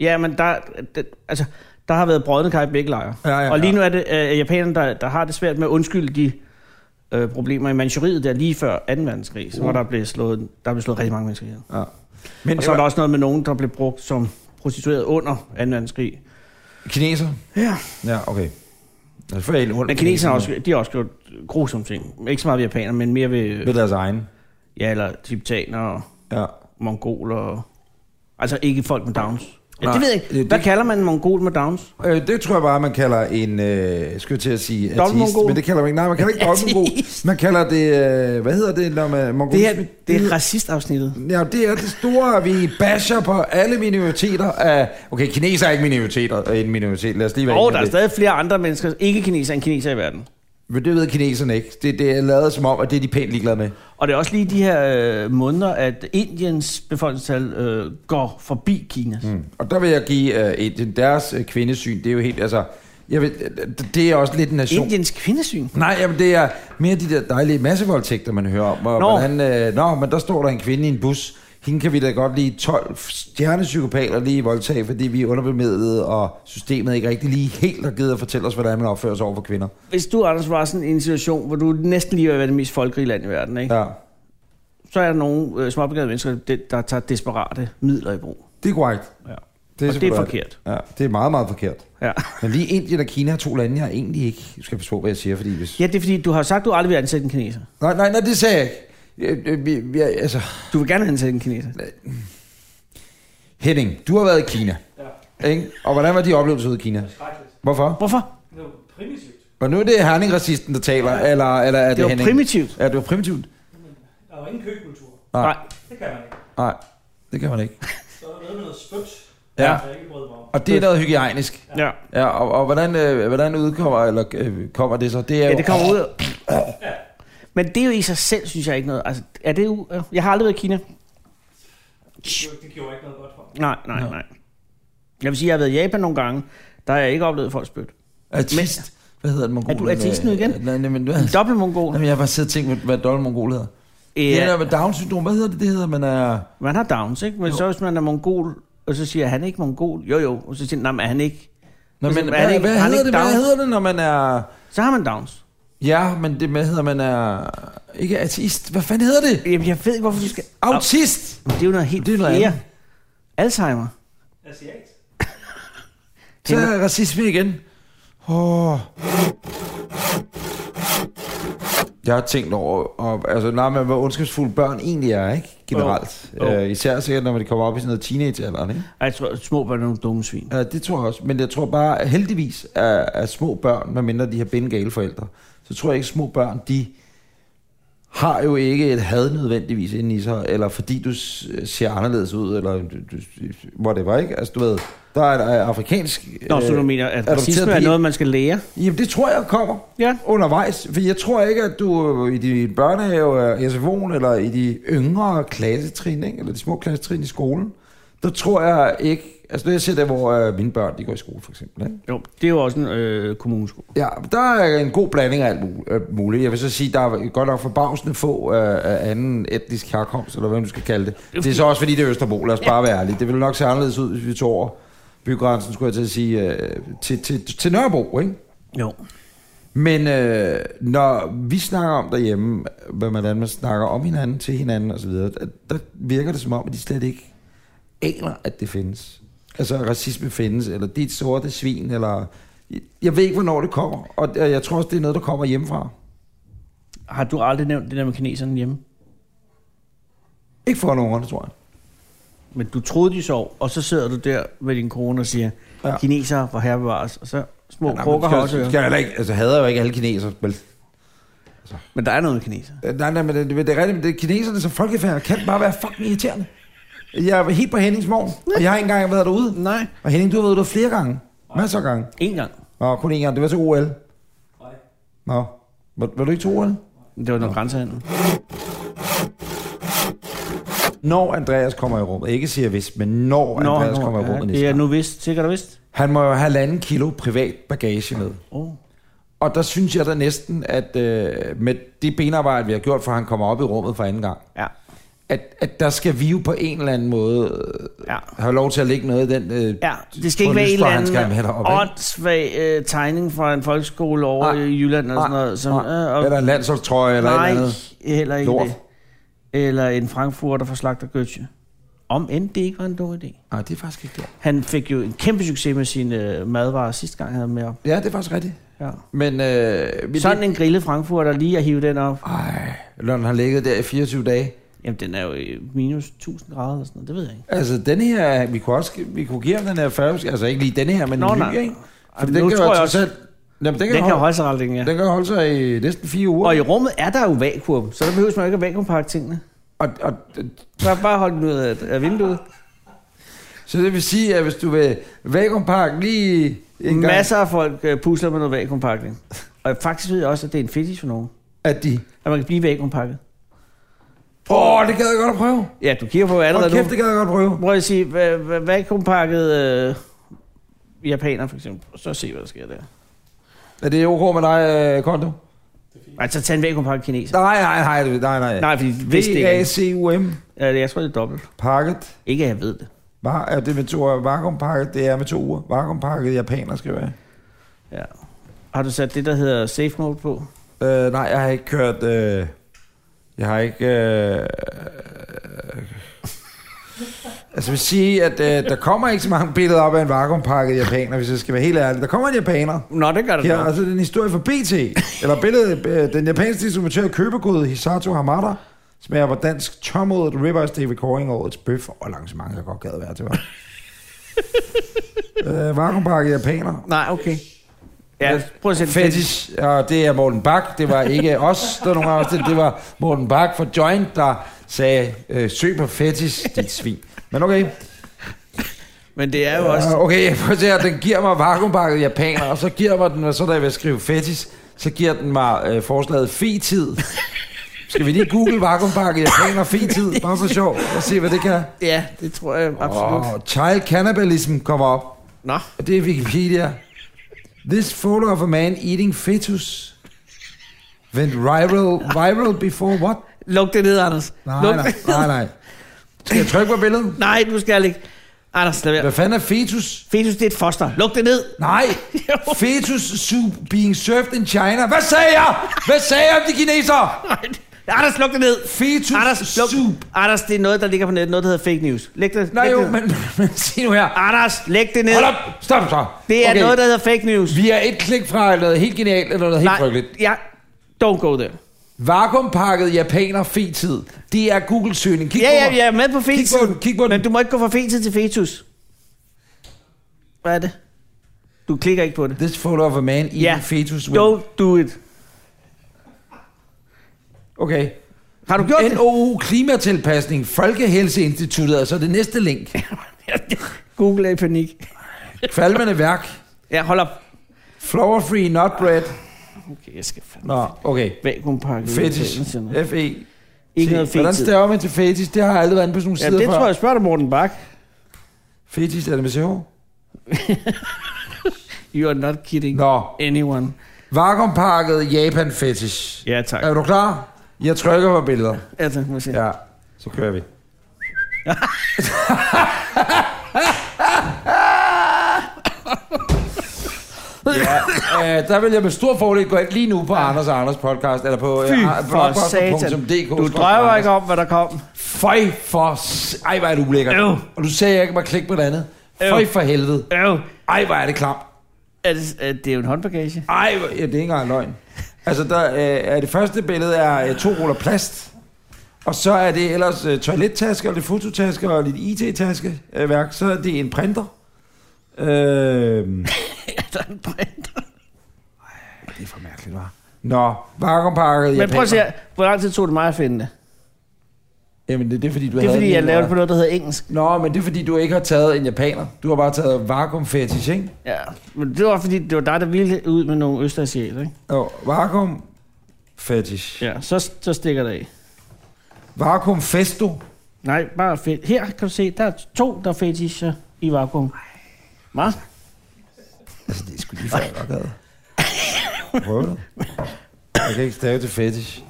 Speaker 3: Ja, men der, det, altså, der har været brødende kar i begge lejre.
Speaker 2: Ja, ja,
Speaker 3: og lige
Speaker 2: ja.
Speaker 3: nu er det øh, japanerne, der, der har det svært med at undskylde de øh, problemer i Manchuriet, der lige før 2. verdenskrig, uh. hvor der blev, slået, der blev slået rigtig mange mennesker ihjel.
Speaker 2: Ja. Men
Speaker 3: Og så er der også noget med nogen, der blev brugt som prostitueret under 2. verdenskrig.
Speaker 2: kineser?
Speaker 3: Ja.
Speaker 2: Ja, okay. Altså, for helt ondt.
Speaker 3: Men kineserne har også, de har også gjort grusomme ting. Ikke så meget ved japanere, men mere ved,
Speaker 2: Ved deres egen.
Speaker 3: ja, eller tibetanere og
Speaker 2: Ja.
Speaker 3: mongoler. og- Altså ikke folk med downs. Ja,
Speaker 2: Nej,
Speaker 3: det ved jeg ikke.
Speaker 2: det-
Speaker 3: Hvad
Speaker 2: det-
Speaker 3: kalder man en mongol med downs?
Speaker 2: Øh, det tror jeg bare, man kalder en, øh, skal jeg til at sige, artist,
Speaker 3: Dobbeltmongol?
Speaker 2: men det kalder man ikke, nej, man kalder ikke dobbeltmongol.
Speaker 3: Ateist.
Speaker 2: Man kalder det, øh, hvad hedder det, når man, mongol?
Speaker 3: Det her det er racistafsnittet.
Speaker 2: Ja, det er det store, vi basher på alle minoriteter af... Okay, kineser er ikke minoriteter, er en minoritet, lad os lige være
Speaker 3: Og
Speaker 2: enige
Speaker 3: der
Speaker 2: om
Speaker 3: er
Speaker 2: det.
Speaker 3: stadig flere andre mennesker, ikke kineser end kineser i verden.
Speaker 2: Men det ved kineserne ikke. Det, det er lavet som om, at det er de pænt ligeglade med.
Speaker 3: Og det er også lige de her øh, måneder, at Indiens befolkningstal øh, går forbi Kinas. Mm.
Speaker 2: Og der vil jeg give øh, Indien deres øh, kvindesyn, det er jo helt, altså... Jeg ved, det- det er også lidt en nation.
Speaker 3: Indiens kvindesyn.
Speaker 2: Nej, jamen det er mere de der dejlige massevoldtægter, man hører om. Og
Speaker 3: Nå.
Speaker 2: nå. Hvordan, øh, nå, men der står der en kvinde i en bus. Hende kan vi da godt lige 12 stjernepsykopater lige voldtage, fordi vi er underbemidlet, og systemet ikke rigtig lige helt har givet at fortælle os, hvordan man opfører sig over for kvinder.
Speaker 3: Hvis du, Anders, var sådan i en situation, hvor du næsten lige var ved det mest folkerige land i verden, ikke? Ja.
Speaker 2: Ja,
Speaker 3: så er der nogle øh, småbegavede mennesker, der, der tager desperate midler i brug.
Speaker 2: det er korrekt.
Speaker 3: Ja.
Speaker 2: Det
Speaker 3: Og det er
Speaker 2: selvfølgelig
Speaker 3: forkert.
Speaker 2: Ja, det er meget, meget forkert.
Speaker 3: Ja.
Speaker 2: Men lige Indien og Kina er to lande, jeg egentlig ikke jeg skal passe på, hvad jeg siger, fordi hvis...
Speaker 3: ja, det er fordi, du har sagt, du aldrig vil ansætte en kineser.
Speaker 2: Nej, nej, nej, det sagde jeg ikke. Øh, øh, vi- vi er- altså,
Speaker 3: Du vil gerne ansætte en kineser.
Speaker 2: Henning, du har været i Kina. Ja. Ikke? Og hvordan var de oplevelser ude i Kina? Hvorfor?
Speaker 3: Hvorfor?
Speaker 6: primitivt.
Speaker 2: Og nu er det herning-racisten, der taler, eller, eller er det,
Speaker 3: Det var
Speaker 2: Henning?
Speaker 3: primitivt.
Speaker 2: Ja, det var primitivt.
Speaker 6: Der var ingen køkultur.
Speaker 2: Nej.
Speaker 3: Nej.
Speaker 2: Nej, det
Speaker 6: Det kan man ikke.
Speaker 2: kan man ikke.
Speaker 6: Så er der noget med noget spyt,
Speaker 2: Ja.
Speaker 6: jeg ikke brød mig om.
Speaker 2: Og det er noget hygiejnisk.
Speaker 3: Ja.
Speaker 2: Ja, og, og hvordan, øh, hvordan udkommer eller, øh, kommer det så? Det er
Speaker 3: ja,
Speaker 2: jo,
Speaker 3: det kommer ud. af- Men det er jo i sig selv, synes jeg ikke noget. Altså, er det jo... Jeg har aldrig været i Kina.
Speaker 6: Det- Det gjorde ikke noget godt for mig.
Speaker 3: Nej, nej, nej. Jeg vil sige, jeg har været i Japan nogle gange. Der har jeg ikke oplevet folk spytte.
Speaker 2: artist. Hvad hedder den mongol?
Speaker 3: Er du artist nu igen?
Speaker 2: Nej, nej, men du
Speaker 3: En
Speaker 2: er...
Speaker 3: dobbelt mongol.
Speaker 2: Jamen, jeg har bare siddet og tænkt, hvad- hvad dobbelt mongol hedder. Ja. Det er
Speaker 3: Ja,
Speaker 2: med Down-syndrom. Hvad hedder det? Det hedder, man er...
Speaker 3: man har downs, ikke? Men så hvis man er mongol, og så siger jeg, han er ikke mongol. Jo, jo. Og så siger han, nej, men er han ikke.
Speaker 2: Nå,
Speaker 3: Altså,
Speaker 2: men,
Speaker 3: er det
Speaker 2: hvad,
Speaker 3: ikke-
Speaker 2: hvad,
Speaker 3: har han
Speaker 2: hedder
Speaker 3: ikke
Speaker 2: det, hvad
Speaker 3: Down?
Speaker 2: hedder det, når man er...
Speaker 3: Så har man downs.
Speaker 2: Ja, men det, hvad hedder man er... Ikke ateist. Hvad fanden hedder det?
Speaker 3: Jamen, jeg ved ikke, hvorfor du skal...
Speaker 2: Autist!
Speaker 3: Men Det er jo noget helt
Speaker 2: Det er noget
Speaker 3: fjerde.
Speaker 2: andet.
Speaker 3: Alzheimer.
Speaker 6: Asiat.
Speaker 2: Så er racisme igen. Åh. Jeg har tænkt over, og, altså, nej, men hvor ondskabsfulde børn egentlig er, ikke? Generelt.
Speaker 3: Jo. Jo.
Speaker 2: Øh, især sikkert, når de kommer op i sådan noget teenagealderen, ikke?
Speaker 3: Ej, Jeg tror, små børn er nogle dumme svin.
Speaker 2: Ja, det tror jeg også. Men jeg tror bare, at heldigvis er, er små børn, medmindre de har bindegale forældre, så tror jeg ikke, at små børn, de har jo ikke et had nødvendigvis inde i sig, eller fordi du s- ser anderledes ud, eller du, du, whatever, ikke? Altså, du ved, der er et øh, afrikansk...
Speaker 3: Nå, så
Speaker 2: øh,
Speaker 3: du mener, at
Speaker 2: adopteret
Speaker 3: racisme er
Speaker 2: pige.
Speaker 3: noget, man skal lære?
Speaker 2: Jamen, det tror jeg kommer
Speaker 3: Ja.
Speaker 2: undervejs. For jeg tror ikke, at du øh, i din børnehave, øh, SFO'en, eller i de yngre klassetrin, ikke? eller de små klassetrin i skolen, der tror jeg ikke... Altså, når jeg ser det, hvor øh, mine børn de går i skole, for eksempel. Ikke?
Speaker 3: Jo, det er jo også en øh, kommuneskole.
Speaker 2: Ja, der er en god blanding af alt mul- øh, muligt. Jeg vil så sige, der er godt nok forbavsende få øh, af anden etnisk herkomst, eller hvad man skal kalde det. Det er så også fordi, det er Østerbro, lad os bare være ærlige. Det ville nok se anderledes ud, hvis vi tog over bygrænsen, skulle jeg til at sige, øh, til, til, til Nørrebro, ikke?
Speaker 3: Jo.
Speaker 2: Men øh, når vi snakker om derhjemme, hvad- hvordan man snakker om hinanden, til hinanden osv., der, der virker det som om, at de slet ikke aner, at det findes. Altså, at racisme findes, eller det er et sorte svin, eller... Jeg ved ikke, hvornår det kommer, og og jeg tror også, det er noget, der kommer hjemmefra.
Speaker 3: Har du aldrig nævnt det der med kineserne hjemme?
Speaker 2: Ikke for nogen, tror jeg.
Speaker 3: Men du troede, de sov, og så sidder du der med din kone og siger, ja.
Speaker 2: Ja.
Speaker 3: kinesere for herbevares, og så små ja,
Speaker 2: men
Speaker 3: krukker har også
Speaker 2: skal,
Speaker 3: ører.
Speaker 2: skal jeg heller ikke, altså, hader jeg jo ikke alle kineser. Men,
Speaker 3: Men der er noget med kineser.
Speaker 2: Øh, nej, nej, men det, det er rigtigt, men det, kineserne som folkefærd kan bare være fucking irriterende. Jeg er helt på Hennings morgen, og jeg har ikke engang været derude.
Speaker 3: Nej.
Speaker 2: Og Henning, du har været derude flere gange. Masser af gange.
Speaker 3: En gang.
Speaker 2: Nå, kun én gang. Det var til OL.
Speaker 6: Nej.
Speaker 2: Nå. Var, var du ikke til OL?
Speaker 3: Det var noget grænsehandel.
Speaker 2: Når Andreas kommer i rummet, ikke siger hvis, men når Nå, Andreas kommer i rummet
Speaker 3: det
Speaker 2: næste
Speaker 3: er
Speaker 2: gang.
Speaker 3: nu vist, sikkert og vist.
Speaker 2: Han må jo have halvanden kilo privat bagage med.
Speaker 3: Oh.
Speaker 2: Og der synes jeg da næsten, at øh, med det benarbejde, vi har gjort, for han kommer op i rummet for anden gang,
Speaker 3: Ja.
Speaker 5: at, at der skal vi jo på en eller anden måde
Speaker 3: Ja.
Speaker 5: ja. have lov til at lægge noget i den... Øh,
Speaker 3: Ja, det skal ikke
Speaker 5: på
Speaker 3: være en eller
Speaker 5: lysstrøm, han skal have
Speaker 3: anden
Speaker 5: deroppe, ikke?
Speaker 3: åndssvag øh, tegning fra en folkeskole over
Speaker 5: Nej.
Speaker 3: i Jylland eller sådan
Speaker 5: Nej,
Speaker 3: noget. Som,
Speaker 5: nej.
Speaker 3: øh, og,
Speaker 5: ah, Eller en landsholdstrøje eller et
Speaker 3: nej,
Speaker 5: eller andet.
Speaker 3: heller ikke
Speaker 5: Lort.
Speaker 3: det. Eller en frankfurter fra Slagtergøtje. Om end det ikke var en dårlig idé.
Speaker 5: Nej, det er faktisk ikke det.
Speaker 3: Han fik jo en kæmpe succes med sine øh, madvarer sidste gang, han havde med op.
Speaker 5: Ja, det er faktisk rigtigt.
Speaker 3: Ja.
Speaker 5: Men, øh, men
Speaker 3: Sådan
Speaker 5: det,
Speaker 3: en grillet frankfurter lige at hive den op.
Speaker 5: Ej, når den har ligget der i 24 dage.
Speaker 3: Jamen, den er jo øh, minus 1000 grader eller sådan noget. Det ved jeg ikke.
Speaker 5: Altså, den her, vi kunne også vi kunne give ham den her 40, altså ikke lige den her, men
Speaker 3: Nå,
Speaker 5: en ny,
Speaker 3: nej.
Speaker 5: ikke? Fordi
Speaker 3: Jamen, nu
Speaker 5: den kan
Speaker 3: tror
Speaker 5: jo
Speaker 3: jeg
Speaker 5: trods
Speaker 3: også-
Speaker 5: alt, jamen, den kan,
Speaker 3: Den kan jo
Speaker 5: holde,
Speaker 3: holde sig ret længe, ja.
Speaker 5: den kan holde sig i næsten fire uger.
Speaker 3: Og i rummet er der jo vakuum, så der behøver man jo ikke at vakuumpakke tingene.
Speaker 5: Og, og,
Speaker 3: Så bare hold den ud af, af vinduet.
Speaker 5: så det vil sige, at hvis du vil vakuumpakke lige en gang,
Speaker 3: Masser af folk øh, pusler med noget vakuumpakning. Og faktisk ved jeg også, at det er en fetish for nogen.
Speaker 5: at de...
Speaker 3: At man kan blive vakuumpakket.
Speaker 5: Åh, oh, det gad jeg godt at prøve.
Speaker 3: Ja, du kigger på
Speaker 5: Hold
Speaker 3: allerede
Speaker 5: kæft,
Speaker 3: nu.
Speaker 5: det gad jeg godt at prøve.
Speaker 3: Prøv at sige, va- va- vakuumpakket øh, japaner for eksempel. Så se, hvad der sker der.
Speaker 5: Er det ok med dig, øh, Kondo?
Speaker 3: Altså, tag en vakuumpakket kineser.
Speaker 5: Nej, nej, nej, det- nej, nej.
Speaker 3: Nej, fordi hvis det ikke er-
Speaker 5: V-A-C-U-M,
Speaker 3: Ja, jeg tror, det er dobbelt.
Speaker 5: pakket.
Speaker 3: Ikke, at jeg ved det.
Speaker 5: Var, er det med to vakuumpakket? Det er med to uger. Vakuumpakket japaner, skriver jeg.
Speaker 3: Ja. Har du sat det, der hedder safe mode på?
Speaker 5: Øh, nej, jeg har ikke kørt... Øh, jeg har ikke... Øh, altså, jeg vil sige, at øh, der kommer ikke så mange billeder op af en vakuumpakket japaner, hvis jeg skal være helt ærlig. Der kommer en japaner.
Speaker 3: Nå, det gør det
Speaker 5: Ja,
Speaker 3: ja,
Speaker 5: altså, det er en historie fra BT. Eller billedet, øh, den japanske distributør af købegod Hisato Hamada, smager på dansk tomodet Ribeyes Day Recording årets bøf og lancement, der godt gad være til, var. øh, vakuumpakket japaner.
Speaker 3: Nej, okay. Ja, prøv at sætte
Speaker 5: Fetish, og det er Morten Bak. Det var ikke os, der var nogen af os, det det var Morten Bak fra Joint, der sagde, øh, søg på fetish, dit svin. Men okay,
Speaker 3: Men det er jo også...
Speaker 5: øh, okay, prøv at se her, den giver mig vakuumpakket japaner, og så giver mig den, og så da jeg vil skrive fetish, så giver den mig øh, forslaget fetid. Skal vi lige google vakuumpakket japaner fetid, bare for sjov, og se, hvad det kan.
Speaker 3: Ja, det tror jeg absolut.
Speaker 5: Og child cannibalism kommer op.
Speaker 3: Nå.
Speaker 5: Og det er Wikipedia. This photo of a man eating fetus went viral, viral before what?
Speaker 3: Luk det ned, Anders.
Speaker 5: Nej,
Speaker 3: Luk
Speaker 5: nej,
Speaker 3: det ned.
Speaker 5: nej, nej. Skal jeg trykke på billedet?
Speaker 3: Nej, du skal ikke. Anders, lad være.
Speaker 5: Hvad fanden er fetus?
Speaker 3: Fetus, det er et foster. Luk det ned.
Speaker 5: Nej. Fetus soup being served in China. Hvad sagde jeg? Hvad sagde jeg om de kinesere?
Speaker 3: Nej. Anders, luk det ned.
Speaker 5: Fetus
Speaker 3: Anders, luk.
Speaker 5: soup.
Speaker 3: Anders, det er noget, der ligger på nettet. Noget, der hedder fake news. Læg det,
Speaker 5: Nej
Speaker 3: læg
Speaker 5: jo,
Speaker 3: det. ned.
Speaker 5: men, men sig nu her.
Speaker 3: Anders, læg det ned.
Speaker 5: Hold op. Stop så.
Speaker 3: Det er okay. noget, der hedder fake news.
Speaker 5: Vi er et klik fra noget helt genialt eller noget helt frygteligt.
Speaker 3: ja. Don't go there.
Speaker 5: Vakuumpakket japaner fetid. Det er Google-søgning. Kig
Speaker 3: Ja,
Speaker 5: på
Speaker 3: ja,
Speaker 5: mig.
Speaker 3: jeg er med på
Speaker 5: Kig
Speaker 3: fetus.
Speaker 5: på den, kig på den.
Speaker 3: Men du må ikke gå fra fetus til fetus. Hvad er det? Du klikker ikke på det.
Speaker 5: This photo of a man eating
Speaker 3: Ja.
Speaker 5: fetus with...
Speaker 3: Don't do it.
Speaker 5: Okay.
Speaker 3: Har du gjort det?
Speaker 5: NOU Klimatilpasning, Folkehelseinstituttet, altså det næste link.
Speaker 3: Google er i panik.
Speaker 5: Kvalmende værk.
Speaker 3: Ja, hold op.
Speaker 5: Flour free not bread.
Speaker 3: Okay, jeg skal fandme
Speaker 5: Nå, okay.
Speaker 3: vakuumpakke.
Speaker 5: Fetish. E.
Speaker 3: Ikke noget
Speaker 5: F-E.
Speaker 3: fetish.
Speaker 5: Hvordan staver man til fetish? Det har jeg aldrig været inde på sådan nogle
Speaker 3: Ja,
Speaker 5: sider
Speaker 3: det
Speaker 5: før.
Speaker 3: tror jeg, spørger dig Morten Bak.
Speaker 5: Fetish, er det med CH?
Speaker 3: You are not kidding no.
Speaker 5: Nå.
Speaker 3: anyone.
Speaker 5: Vakuumpakket Japan fetish.
Speaker 3: Ja, tak.
Speaker 5: Er du klar? Jeg trykker på billeder.
Speaker 3: Ja, tak. Må jeg se.
Speaker 5: Ja, så kører vi. ja, øh, der vil jeg med stor fordel gå ind lige nu på Anders og Anders podcast, eller på
Speaker 3: Fy for satan.
Speaker 5: blogposter.dk.
Speaker 3: Du drømmer ikke om, hvad der kom.
Speaker 5: Føj for... s- Ej, hvor er du ulækker.
Speaker 3: Øv.
Speaker 5: Og du sagde, jeg ikke må klikke på det andet.
Speaker 3: Øv.
Speaker 5: Føj for helvede.
Speaker 3: Øv.
Speaker 5: Ej, hvor er det klamt.
Speaker 3: Er det, er det er jo en håndbagage.
Speaker 5: Ej, hvor- ja, det er ikke engang løgn. Altså, der, øh, er det første billede er øh, to ruller plast, og så er det ellers øh, toilettasker, og lidt fototasker og lidt IT-taskeværk. Øh, værk. så er det en printer. Øh, det
Speaker 3: Ja, der er en printer.
Speaker 5: er for mærkeligt, var. Nå, vakuumpakket
Speaker 3: Men prøv at se, her. hvor lang tid tog det mig at finde det?
Speaker 5: Jamen, det er det, fordi du
Speaker 3: Det er
Speaker 5: havde
Speaker 3: fordi,
Speaker 5: den
Speaker 3: jeg
Speaker 5: ene
Speaker 3: lavede det
Speaker 5: vare.
Speaker 3: på noget, der hedder engelsk.
Speaker 5: Nå, men det er fordi, du ikke har taget en japaner. Du har bare taget vakuumfetish, ikke?
Speaker 3: Ja, men det var fordi, det var dig, der ville ud med nogle østasiater, ikke?
Speaker 5: Jo, vakuumfetish.
Speaker 3: Ja, så, så stikker det af.
Speaker 5: Vakuumfesto.
Speaker 3: Nej, bare fedt. Her kan du se, der er to, der er fetisher i vakuum. Hvad?
Speaker 5: Altså, det er sgu lige før, jeg godt havde. Prøv det. Jeg kan ikke stave til fetish.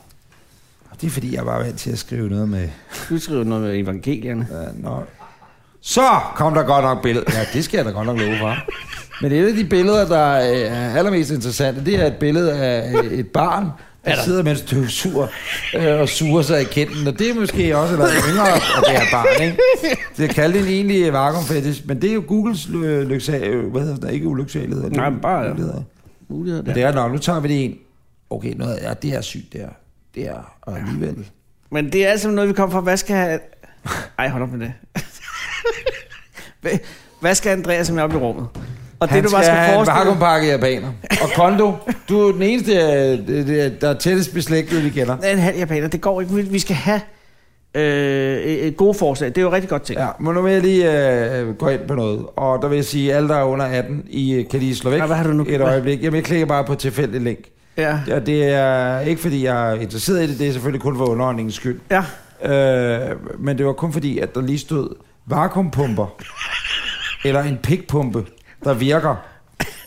Speaker 5: Det er fordi, jeg var vant til at skrive noget med...
Speaker 3: Du skriver noget med evangelierne.
Speaker 5: Uh, no. Så kom der godt nok billede. Ja, det skal jeg da godt nok love for. Men et af de billeder, der øh, er allermest interessante, det er et billede af øh, et barn, der sidder med en støvsuger øh, og suger sig i kinden. Og det er måske også noget yngre at være barn, ikke? Det er kaldt en egentlig vakuum fetish, men det er jo Googles øh, lyksa- øh, hvad hedder det, ikke ulyksalighed. det er
Speaker 3: Nej, men bare-
Speaker 5: muligheder.
Speaker 3: Muligheder
Speaker 5: Men
Speaker 3: der.
Speaker 5: det er nok, nu tager vi det en. Okay, noget, ja, det er sygt, det er. Det er, og alligevel.
Speaker 3: Men det er altså noget, vi kommer fra. Hvad skal... Ej, hold op med det. Hvad- Hvad skal Andreas med op i rummet? Og det, du bare skal,
Speaker 5: have en
Speaker 3: forestille...
Speaker 5: vakuumpakke japaner. Og Kondo, du er den eneste, øh, det- det- der er tættest beslægtet, vi kender.
Speaker 3: En halv japaner, det går ikke. Vi- Vi skal have øh, et gode forslag. Det er jo rigtig godt ting.
Speaker 5: Ja, men nu vil jeg lige øh, gå ind på noget. Og der vil jeg sige, at alle, der er under 18, I øh, kan lige slå væk
Speaker 3: Nå, hvad har du nu-
Speaker 5: et
Speaker 3: hvad?
Speaker 5: øjeblik. Jamen, jeg klikker bare på tilfældig link.
Speaker 3: Ja.
Speaker 5: Og det er ikke, fordi jeg er interesseret i det. Det er selvfølgelig kun for underholdningens skyld.
Speaker 3: ja.
Speaker 5: Øh, men det var kun fordi, at der lige stod vakuumpumper. eller en pikpumpe, der virker.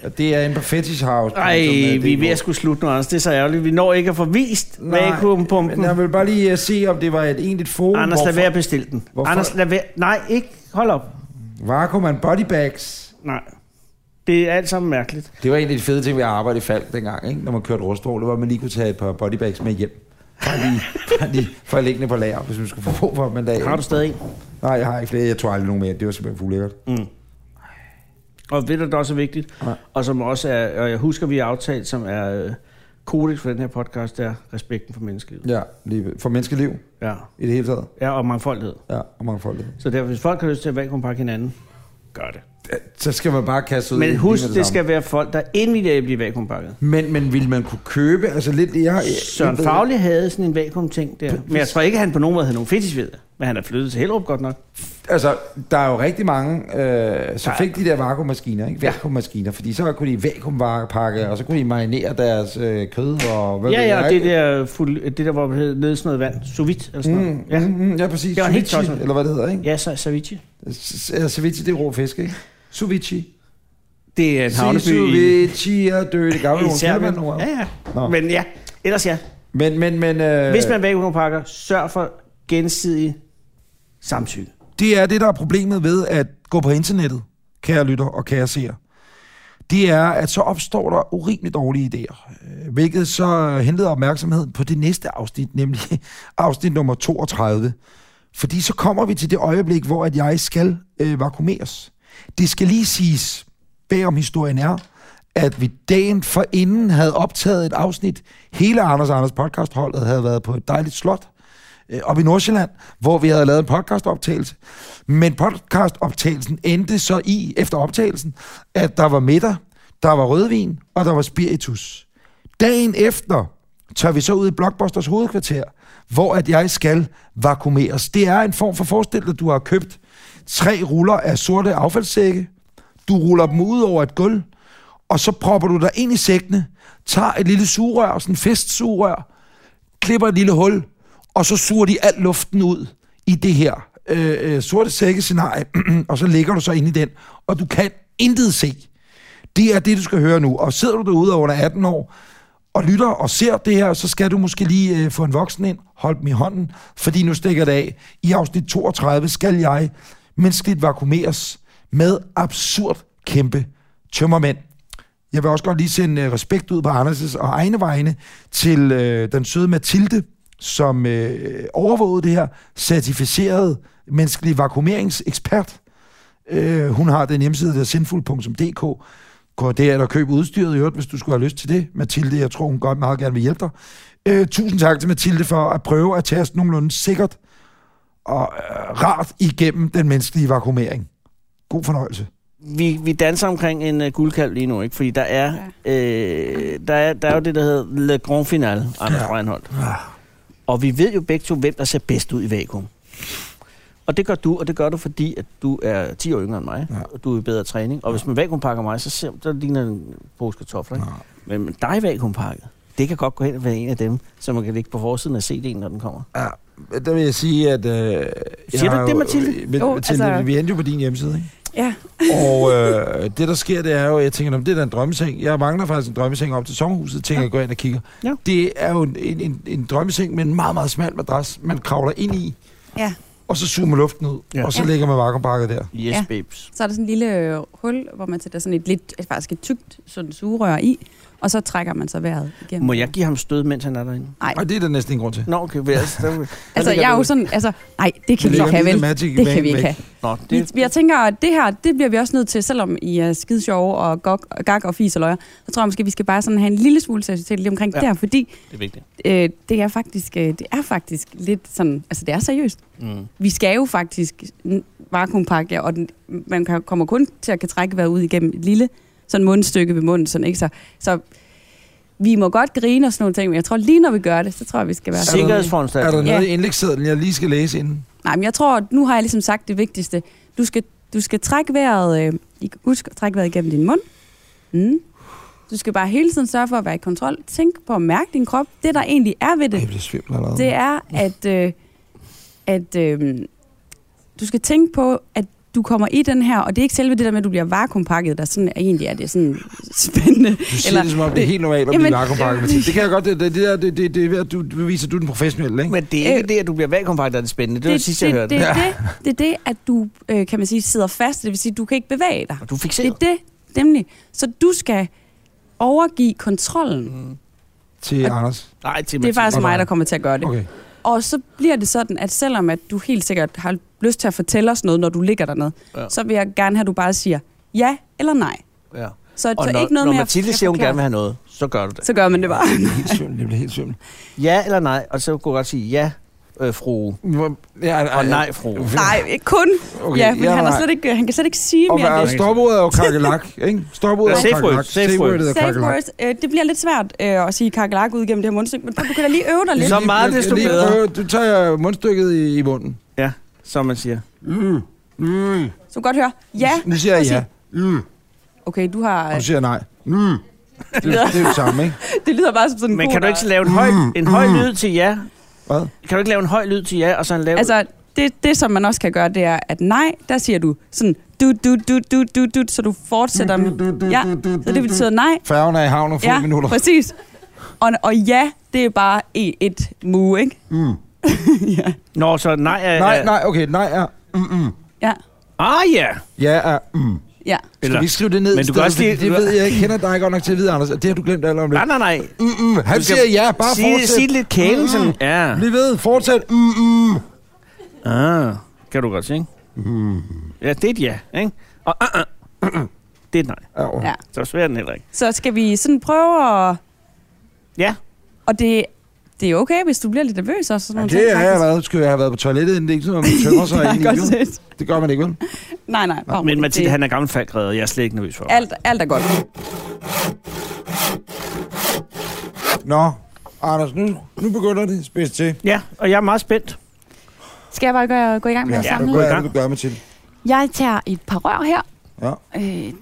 Speaker 5: Og det er inde på Fetish House.
Speaker 3: Ej, vi er ved at skulle slutte nu, Anders. Det er så ærgerligt. Vi når ikke at få vist
Speaker 5: Men jeg
Speaker 3: vakuumpumpen.
Speaker 5: vil bare lige øh, se, om det var et egentligt forum.
Speaker 3: Anders, lad
Speaker 5: hvorfor-
Speaker 3: være at bestille den.
Speaker 5: Hvorfor?
Speaker 3: Anders, lad være... Nej, ikke. Hold op.
Speaker 5: Vakuum and bodybags.
Speaker 3: Nej. Det er alt sammen mærkeligt.
Speaker 5: Det var en af de fede ting, vi arbejdede i Falk dengang, ikke? når man kørte rustvogn. Det var, at man lige kunne tage et par bodybags med hjem. Bare lige, bare lige for at lægge ned på lager, hvis man skulle få brug for dem en dag.
Speaker 3: Har du stadig en?
Speaker 5: Nej, jeg har ikke flere. Jeg tror aldrig nogen mere. Det var simpelthen for ulækkert.
Speaker 3: Mm. Og ved du, der også er vigtigt,
Speaker 5: Nej.
Speaker 3: og som også er, og jeg husker, vi har aftalt, som er øh, kodex for den her podcast, det er respekten for menneskelivet.
Speaker 5: Ja, lige for menneskeliv
Speaker 3: Ja.
Speaker 5: i det hele taget.
Speaker 3: Ja, og mangfoldighed.
Speaker 5: Ja, og mangfoldighed.
Speaker 3: Så derfor, hvis folk har lyst til at vakuumpakke hinanden, gør det.
Speaker 5: Ja, Så skal man bare kaste ud i
Speaker 3: Men
Speaker 5: lige med
Speaker 3: husk, det
Speaker 5: samme.
Speaker 3: skal være folk, der endelig er blive vakuumpakket.
Speaker 5: Men, men vil man kunne købe, altså lidt... Jeg, jeg,
Speaker 3: Søren
Speaker 5: jeg-
Speaker 3: Fagli havde sådan en vakuumting der. Men jeg tror ikke, han på nogen måde havde nogen fetish ved det. Men han er flyttet til Hellerup godt nok.
Speaker 5: Altså, der er jo rigtig mange, øh, som
Speaker 3: Der er-
Speaker 5: fik de der vakuummaskiner, ikke? Vakuummaskiner, fordi så kunne de vakuumpakke, og så kunne de marinere deres øh, kød og hvad
Speaker 3: Ja,
Speaker 5: ved
Speaker 3: ja,
Speaker 5: jeg,
Speaker 3: og det
Speaker 5: ikke?
Speaker 3: der, fuld, det der hvor det hed, nede sådan noget vand. Sous vide, eller sådan noget.
Speaker 5: Mm, ja. Mm, mm, ja, præcis.
Speaker 3: Det var helt
Speaker 5: Ceviche,
Speaker 3: tosset.
Speaker 5: eller hvad det hedder, ikke?
Speaker 3: Ja, så ceviche.
Speaker 5: S- s- Ceviche, det er rå fisk, ikke? Ceviche.
Speaker 3: Det er en havneby i,
Speaker 5: Ceviche og døde det gamle
Speaker 3: i
Speaker 5: ord. Kender
Speaker 3: Serbien.
Speaker 5: man ordet?
Speaker 3: Ja, ja.
Speaker 5: Nå.
Speaker 3: Men ja, ellers ja.
Speaker 5: Men, men, men... Øh,
Speaker 3: Hvis man vakuumpakker, sørg for gensidig samtykke.
Speaker 5: Det er det, der er problemet ved at gå på internettet, kære lytter og kære seer. Det er, at så opstår der urimeligt dårlige idéer, øh, hvilket så henleder opmærksomheden på det næste afsnit, nemlig afsnit nummer 32. Fordi så kommer vi til det øjeblik, hvor at jeg skal øh, vakuumeres. Det skal lige siges, bagom historien er, at vi dagen for inden havde optaget et afsnit. Hele Anders og Anders podcastholdet havde været på et dejligt slot øh, op i Nordsjælland, hvor vi havde lavet en podcastoptagelse. Men podcastoptagelsen endte så i, efter optagelsen, at der var middag, der var rødvin, og der var spiritus. Dagen efter tager vi så ud i Blockbusters hovedkvarter, hvor at jeg skal vakuumeres. Det er en form for forestil dig, du har købt tre ruller af sorte affaldssække, du ruller dem ud over et gulv, og så propper du dig ind i sækkene, tager et lille sugerør, sådan en festsugerør, klipper et lille hul, og så suger de al luften ud i det her øh, øh, sorte sækkescenarie, og så ligger du så inde i den, og du kan intet se. Det er det, du skal høre nu. Og sidder du derude og er under 18 år, og lytter og ser det her, så skal du måske lige øh, få en voksen ind, hold dem i hånden, fordi nu stikker det af. I afsnit 32 skal jeg menneskeligt vakuumeres med absurd kæmpe tømmermænd. Jeg vil også godt lige sende øh, respekt ud på Anders' og egne vegne til øh, den søde Mathilde, som øh, overvågede det her certificerede menneskelig vakuumeringsekspert. Øh, hun har den hjemmeside, der er sinful.dk. Gå der eller køb udstyret i øvrigt, hvis du skulle have lyst til det. Mathilde, jeg tror, hun godt meget gerne vil hjælpe dig. Øh, tusind tak til Mathilde for at prøve at tage os nogenlunde sikkert og øh, rart igennem den menneskelige vakuumering. God fornøjelse.
Speaker 3: Vi, vi danser omkring en uh, guldkalv lige nu, ikke? Fordi der er, øh, der, er, der er jo det, der hedder Le Grand Finale, Anders ja. Ah. Reinholdt. Og vi ved jo begge to, hvem der ser bedst ud i vakuum. Og det gør du, og det gør du, fordi at du er 10 år yngre end mig, ja. og du er i bedre træning. Og ja. hvis man vakuumpakker mig, så, ser, så ligner det en pose kartofler. Ikke? Ja. Men dig vakuumpakket, det kan godt gå hen og være en af dem, som man kan ligge på forsiden af CD'en, når den kommer.
Speaker 5: Ja, der vil jeg sige, at... Øh,
Speaker 3: Siger
Speaker 5: jeg
Speaker 3: du
Speaker 5: har
Speaker 3: det,
Speaker 5: jo-
Speaker 3: Mathilde?
Speaker 5: Men,
Speaker 2: Jo,
Speaker 5: Mathilde, altså...
Speaker 2: altså-
Speaker 5: vi endte jo på din hjemmeside, ikke?
Speaker 7: Ja.
Speaker 2: Og øh, det, der sker, det er jo, jeg tænker, "Nå, men det er da en drømmeseng. Jeg mangler faktisk en drømmeseng op til sommerhuset, tænker jeg, går ind og kigger.
Speaker 3: Ja.
Speaker 2: Det er jo en, en, en, en drømmeseng med en meget, meget smal madras, man kravler ind i,
Speaker 7: ja.
Speaker 2: og så suger man luften ud,
Speaker 3: Ja.
Speaker 2: ja. og så
Speaker 7: Ja.
Speaker 2: ligger man vakuumpakket der.
Speaker 3: Yes,
Speaker 7: Ja.
Speaker 3: babes.
Speaker 7: Så er der sådan en lille øh, hul, hvor man sætter sådan et lidt, eh, faktisk et tykt sådan sugerør i, og så trækker man så vejret igennem.
Speaker 3: Må jeg give ham stød, mens han er derinde?
Speaker 7: Nej,
Speaker 2: Og det er der næsten ingen grund til.
Speaker 3: Nå, okay. vel, Altså, der, der
Speaker 7: altså
Speaker 3: ligger
Speaker 7: jeg er jo
Speaker 3: noget-
Speaker 7: sådan, altså, nej, det kan
Speaker 2: Det
Speaker 7: vi
Speaker 2: ligger
Speaker 7: ikke have,
Speaker 2: en lille
Speaker 7: vel?
Speaker 2: magic
Speaker 7: Det
Speaker 2: van
Speaker 7: kan vi ikke
Speaker 2: væk.
Speaker 7: have.
Speaker 3: Nå,
Speaker 7: Vi,
Speaker 3: det,
Speaker 7: jeg tænker, at det her, det bliver vi også nødt til, selvom I er skide sjove og gok, gak og fis og løjer. Så tror jeg måske, vi skal bare sådan have en lille smule seriøsitet lige omkring
Speaker 3: Ja.
Speaker 7: ja. der, fordi
Speaker 3: det er vigtigt.
Speaker 7: øh, det, er faktisk, øh, det er faktisk lidt sådan, altså det er seriøst.
Speaker 3: Mm.
Speaker 7: Vi skal jo faktisk n- vakuumpakke, og den, man kan, kommer kun til at kan trække vejret ud igennem et lille sådan mundstykke ved munden. Sådan, ikke? Så, så vi må godt grine og sådan nogle ting, men jeg tror lige når vi gør det, så tror jeg, vi skal være...
Speaker 2: Er der
Speaker 3: Sikkerhedsforanstaltning.
Speaker 2: noget
Speaker 7: Ja.
Speaker 2: i indlægssedlen, jeg lige skal læse inden?
Speaker 7: Nej, men jeg tror, at nu har jeg ligesom sagt det vigtigste. Du skal, du skal trække vejret, øh, i- husk at trække vejret igennem din mund. Mm. Du skal bare hele tiden sørge for at være i kontrol. Tænk på at mærke din krop. Det, der egentlig er ved
Speaker 2: Jeg
Speaker 7: det,
Speaker 2: bliver svimmel allerede.
Speaker 7: det er, at, øh, at øh, du skal tænke på, at du kommer i den her, og det er ikke selve det der med, at du bliver vakuumpakket, der sådan, egentlig er det sådan spændende.
Speaker 2: Du siger eller, det, som om det er helt normalt at blive
Speaker 7: Jamen,
Speaker 2: vakuumpakket.
Speaker 7: jamen,
Speaker 2: Det kan jeg godt, det, det, det, der, det, det, det er ved at du, du viser, at du er den professionelle, ikke?
Speaker 3: Men det er ikke det, at du bliver valgkompakt, der er det spændende. Det var det sidste, jeg
Speaker 7: Øh, det,
Speaker 3: hørte.
Speaker 7: det, er det, det er det, at du, øh, kan man sige, sidder fast. Det vil sige, at du kan ikke bevæge dig.
Speaker 3: Og du fik
Speaker 7: Det er det, nemlig. Så du skal overgive kontrollen. Mm.
Speaker 2: Til
Speaker 7: Og-
Speaker 2: Anders.
Speaker 3: Nej, til
Speaker 7: Det er faktisk
Speaker 2: Martin.
Speaker 7: mig, der kommer til at gøre det. Okay.
Speaker 2: Okay.
Speaker 7: Og så bliver det sådan, at selvom at du helt sikkert har lyst til at fortælle os noget, når du ligger dernede,
Speaker 3: Ja.
Speaker 7: ja. så vil jeg gerne have, at du bare siger ja eller nej.
Speaker 3: Ja.
Speaker 7: Så,
Speaker 3: Og
Speaker 7: så
Speaker 3: når,
Speaker 7: ikke noget
Speaker 3: når
Speaker 7: med at-
Speaker 3: Mathilde
Speaker 7: at
Speaker 3: siger, hun
Speaker 7: forklare.
Speaker 3: gerne vil have noget, så gør du det.
Speaker 7: Så gør man det bare.
Speaker 2: Helt svimmel, jeg bliver helt svimmel.
Speaker 3: Ja eller nej, og så kunne jeg godt sige ja, øh, fru,
Speaker 2: Hvor- Ja,
Speaker 3: og nej, fru.
Speaker 7: Nej, ikke kun. Okay, ja, men
Speaker 2: ja,
Speaker 7: ja, han, er
Speaker 2: nej.
Speaker 7: slet ikke, han kan slet ikke sige
Speaker 2: Og
Speaker 7: mere
Speaker 2: hvad er
Speaker 7: end det.
Speaker 2: stopordet er jo kakkelak, ikke? Stopordet
Speaker 3: Ja,
Speaker 2: er
Speaker 3: safe word,
Speaker 2: kakkelak.
Speaker 3: safe
Speaker 2: Safe
Speaker 3: word.
Speaker 2: word er
Speaker 7: Safe
Speaker 2: kakkelak.
Speaker 7: words. Øh, det bliver lidt svært øh, at sige kakelak ud gennem det her mundstykke, men du kan da lige øve dig lidt.
Speaker 3: Så meget
Speaker 2: Jeg- jeg-
Speaker 3: desto
Speaker 2: lige
Speaker 3: bedre.
Speaker 2: prøver- Du tager mundstykket i, i munden.
Speaker 3: Ja, som man siger.
Speaker 7: Så du kan godt høre. Ja.
Speaker 2: Nu siger jeg ja,
Speaker 7: Okay, du har...
Speaker 2: og du siger jeg nej. Mm. Det, er jo- det er jo det samme, ikke?
Speaker 7: Det lyder bare som sådan en
Speaker 3: Men
Speaker 7: god
Speaker 3: kan du
Speaker 7: der-
Speaker 3: ikke så lave en høj,
Speaker 2: Mm.
Speaker 3: en høj lyd til ja?
Speaker 2: Hvad?
Speaker 3: Kan du ikke lave en høj lyd til ja, og så en lav...
Speaker 7: Altså, det, det som man også kan gøre, det er, at nej, der siger du sådan du du du du du du, så du fortsætter med... Ja, så det betyder nej.
Speaker 2: Færgen er i havn om få
Speaker 7: Ja,
Speaker 2: minutter.
Speaker 7: præcis. Og, og ja, det er bare e- et mu, ikke?
Speaker 2: Mm.
Speaker 7: ja.
Speaker 3: Nå, så nej er...
Speaker 2: Nej, nej, okay, nej er...
Speaker 7: ja,
Speaker 3: Ah ja!
Speaker 2: Ja er... Mm.
Speaker 7: ja.
Speaker 2: Skal vi ikke skrive det ned?
Speaker 3: Men
Speaker 2: i
Speaker 3: du kan
Speaker 2: stedet?
Speaker 3: også lige-
Speaker 2: Fordi Det ved jeg ikke. kender dig godt nok til at vide, Anders. og Det har du glemt allerede om lidt.
Speaker 3: Nej, nej, nej.
Speaker 2: Mm, mm. Han
Speaker 3: Du skal
Speaker 2: siger ja, bare
Speaker 3: Sig,
Speaker 2: fortsæt. Mm.
Speaker 3: sig lidt kælen, sådan. Ja.
Speaker 2: Bliv ved, fortsæt. Mm, mm.
Speaker 3: Ah, kan du godt se, ikke? Ja, det er et ja, ikke? Og ah, ah, det er et nej.
Speaker 2: Au.
Speaker 7: Ja.
Speaker 3: Så svær er den heller ikke.
Speaker 7: Så skal vi sådan prøve at...
Speaker 3: Ja.
Speaker 7: Og det, det er okay, hvis du bliver lidt nervøs og sådan
Speaker 2: Ja,
Speaker 7: nogle
Speaker 2: det
Speaker 7: ting.
Speaker 2: er jeg været. Skulle jeg have været på toilettet, inden det er ikke sådan, at man tømmer sig ind i
Speaker 7: godt
Speaker 2: det.
Speaker 7: set.
Speaker 2: Det gør man ikke, vel?
Speaker 7: Nej, nej. Bare
Speaker 3: Men
Speaker 7: rolig.
Speaker 3: Mathilde,
Speaker 7: Det-
Speaker 3: han er gammel faldgræder, og jeg er slet ikke nervøs for ham.
Speaker 7: Alt, alt er godt.
Speaker 2: Nå, Anders, nu, nu begynder det spids til.
Speaker 3: Ja, og jeg er meget spændt.
Speaker 7: Skal jeg bare gå, gå i gang med at
Speaker 2: Ja,
Speaker 7: samle?
Speaker 2: du gør, du gør med til.
Speaker 7: Jeg tager et par rør her.
Speaker 2: Ja.
Speaker 7: Øh, kan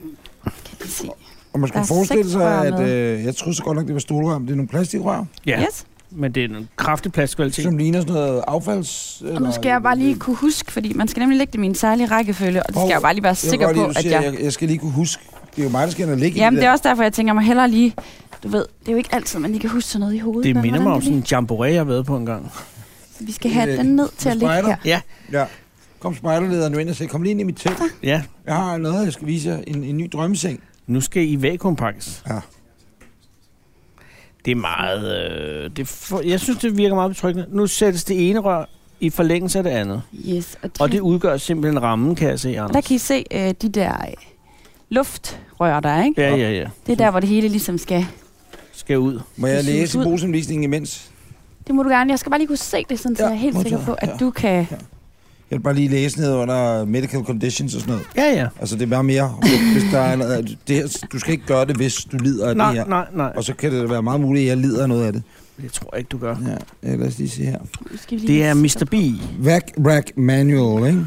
Speaker 7: vi se?
Speaker 2: Og man
Speaker 7: Der
Speaker 2: skulle
Speaker 7: er
Speaker 2: forestille
Speaker 7: seks
Speaker 2: sig,
Speaker 7: rør
Speaker 2: at
Speaker 7: med.
Speaker 2: øh, jeg troede så godt nok, det var stolrør, men det er nogle plastikrør,
Speaker 3: Ja,
Speaker 7: Yes.
Speaker 3: men det er en kraftig plastkvalitet.
Speaker 2: som ligner sådan noget affalds... Eller,
Speaker 7: Og nu skal jeg bare lige kunne huske, fordi man skal nemlig lægge dem i en særlig rækkefølge, og det skal jeg jo bare lige være
Speaker 2: Jeg, kan
Speaker 7: sikker
Speaker 2: godt lide,
Speaker 7: på,
Speaker 2: du
Speaker 7: at
Speaker 2: siger,
Speaker 7: jeg...
Speaker 2: jeg... jeg skal lige kunne huske. Det er jo mig, der skal ind og ligge i
Speaker 7: Jamen, det
Speaker 2: der.
Speaker 7: er også derfor, jeg tænker mig hellere lige... Du ved, det er jo ikke altid, man lige kan huske sådan noget i hovedet.
Speaker 3: Det
Speaker 7: men
Speaker 3: minder mig
Speaker 7: hvordan
Speaker 3: om
Speaker 7: det
Speaker 3: sådan en jamboree, jeg har været på en gang.
Speaker 7: lige- Vi skal have den ned til at ligge
Speaker 2: spejder.
Speaker 7: her.
Speaker 3: Ja,
Speaker 2: Ja. Kom spejderlederen nu ind og sagde, kom lige ind i mit telt.
Speaker 3: ja.
Speaker 2: Jeg har noget, jeg skal vise jer. En, en ny drømmeseng.
Speaker 3: Nu skal I vakuumpakkes.
Speaker 2: Ja.
Speaker 3: Det er meget... Øh, det er for, jeg synes, det virker meget betryggende. Nu sættes det ene rør i forlængelse af det andet.
Speaker 7: Yes, og, de,
Speaker 3: Og det udgør simpelthen rammen, kan jeg se,
Speaker 7: og der
Speaker 3: Anders.
Speaker 7: kan I se øh, de der øh, luftrør, der er, ikke?
Speaker 3: Ja, ja, ja.
Speaker 7: Det er der, hvor det hele ligesom skal...
Speaker 3: Skal ud.
Speaker 2: Må jeg
Speaker 7: Det synes
Speaker 2: læse
Speaker 7: ud.
Speaker 2: brugsanvisningen imens?
Speaker 7: Det må du gerne. Jeg skal bare lige kunne se det, sådan, så
Speaker 2: Ja,
Speaker 7: jeg er helt sikker på,
Speaker 2: modtaget.
Speaker 7: at
Speaker 2: Ja.
Speaker 7: du kan...
Speaker 2: Jeg vil bare lige læse ned under medical conditions og sådan noget.
Speaker 3: Ja, ja.
Speaker 2: Altså, det er bare mere, hvis der er noget, det her, du skal ikke gøre det, hvis du lider af
Speaker 3: Nej,
Speaker 2: det her.
Speaker 3: nej, nej.
Speaker 2: Og så kan det være meget muligt, at jeg lider af noget af det.
Speaker 3: Det tror jeg ikke, du gør.
Speaker 2: Ja, øh, lad os lige se her.
Speaker 7: Nu skal vi lige
Speaker 3: Det er Mr. B.
Speaker 2: Vac Rack Manual, ikke?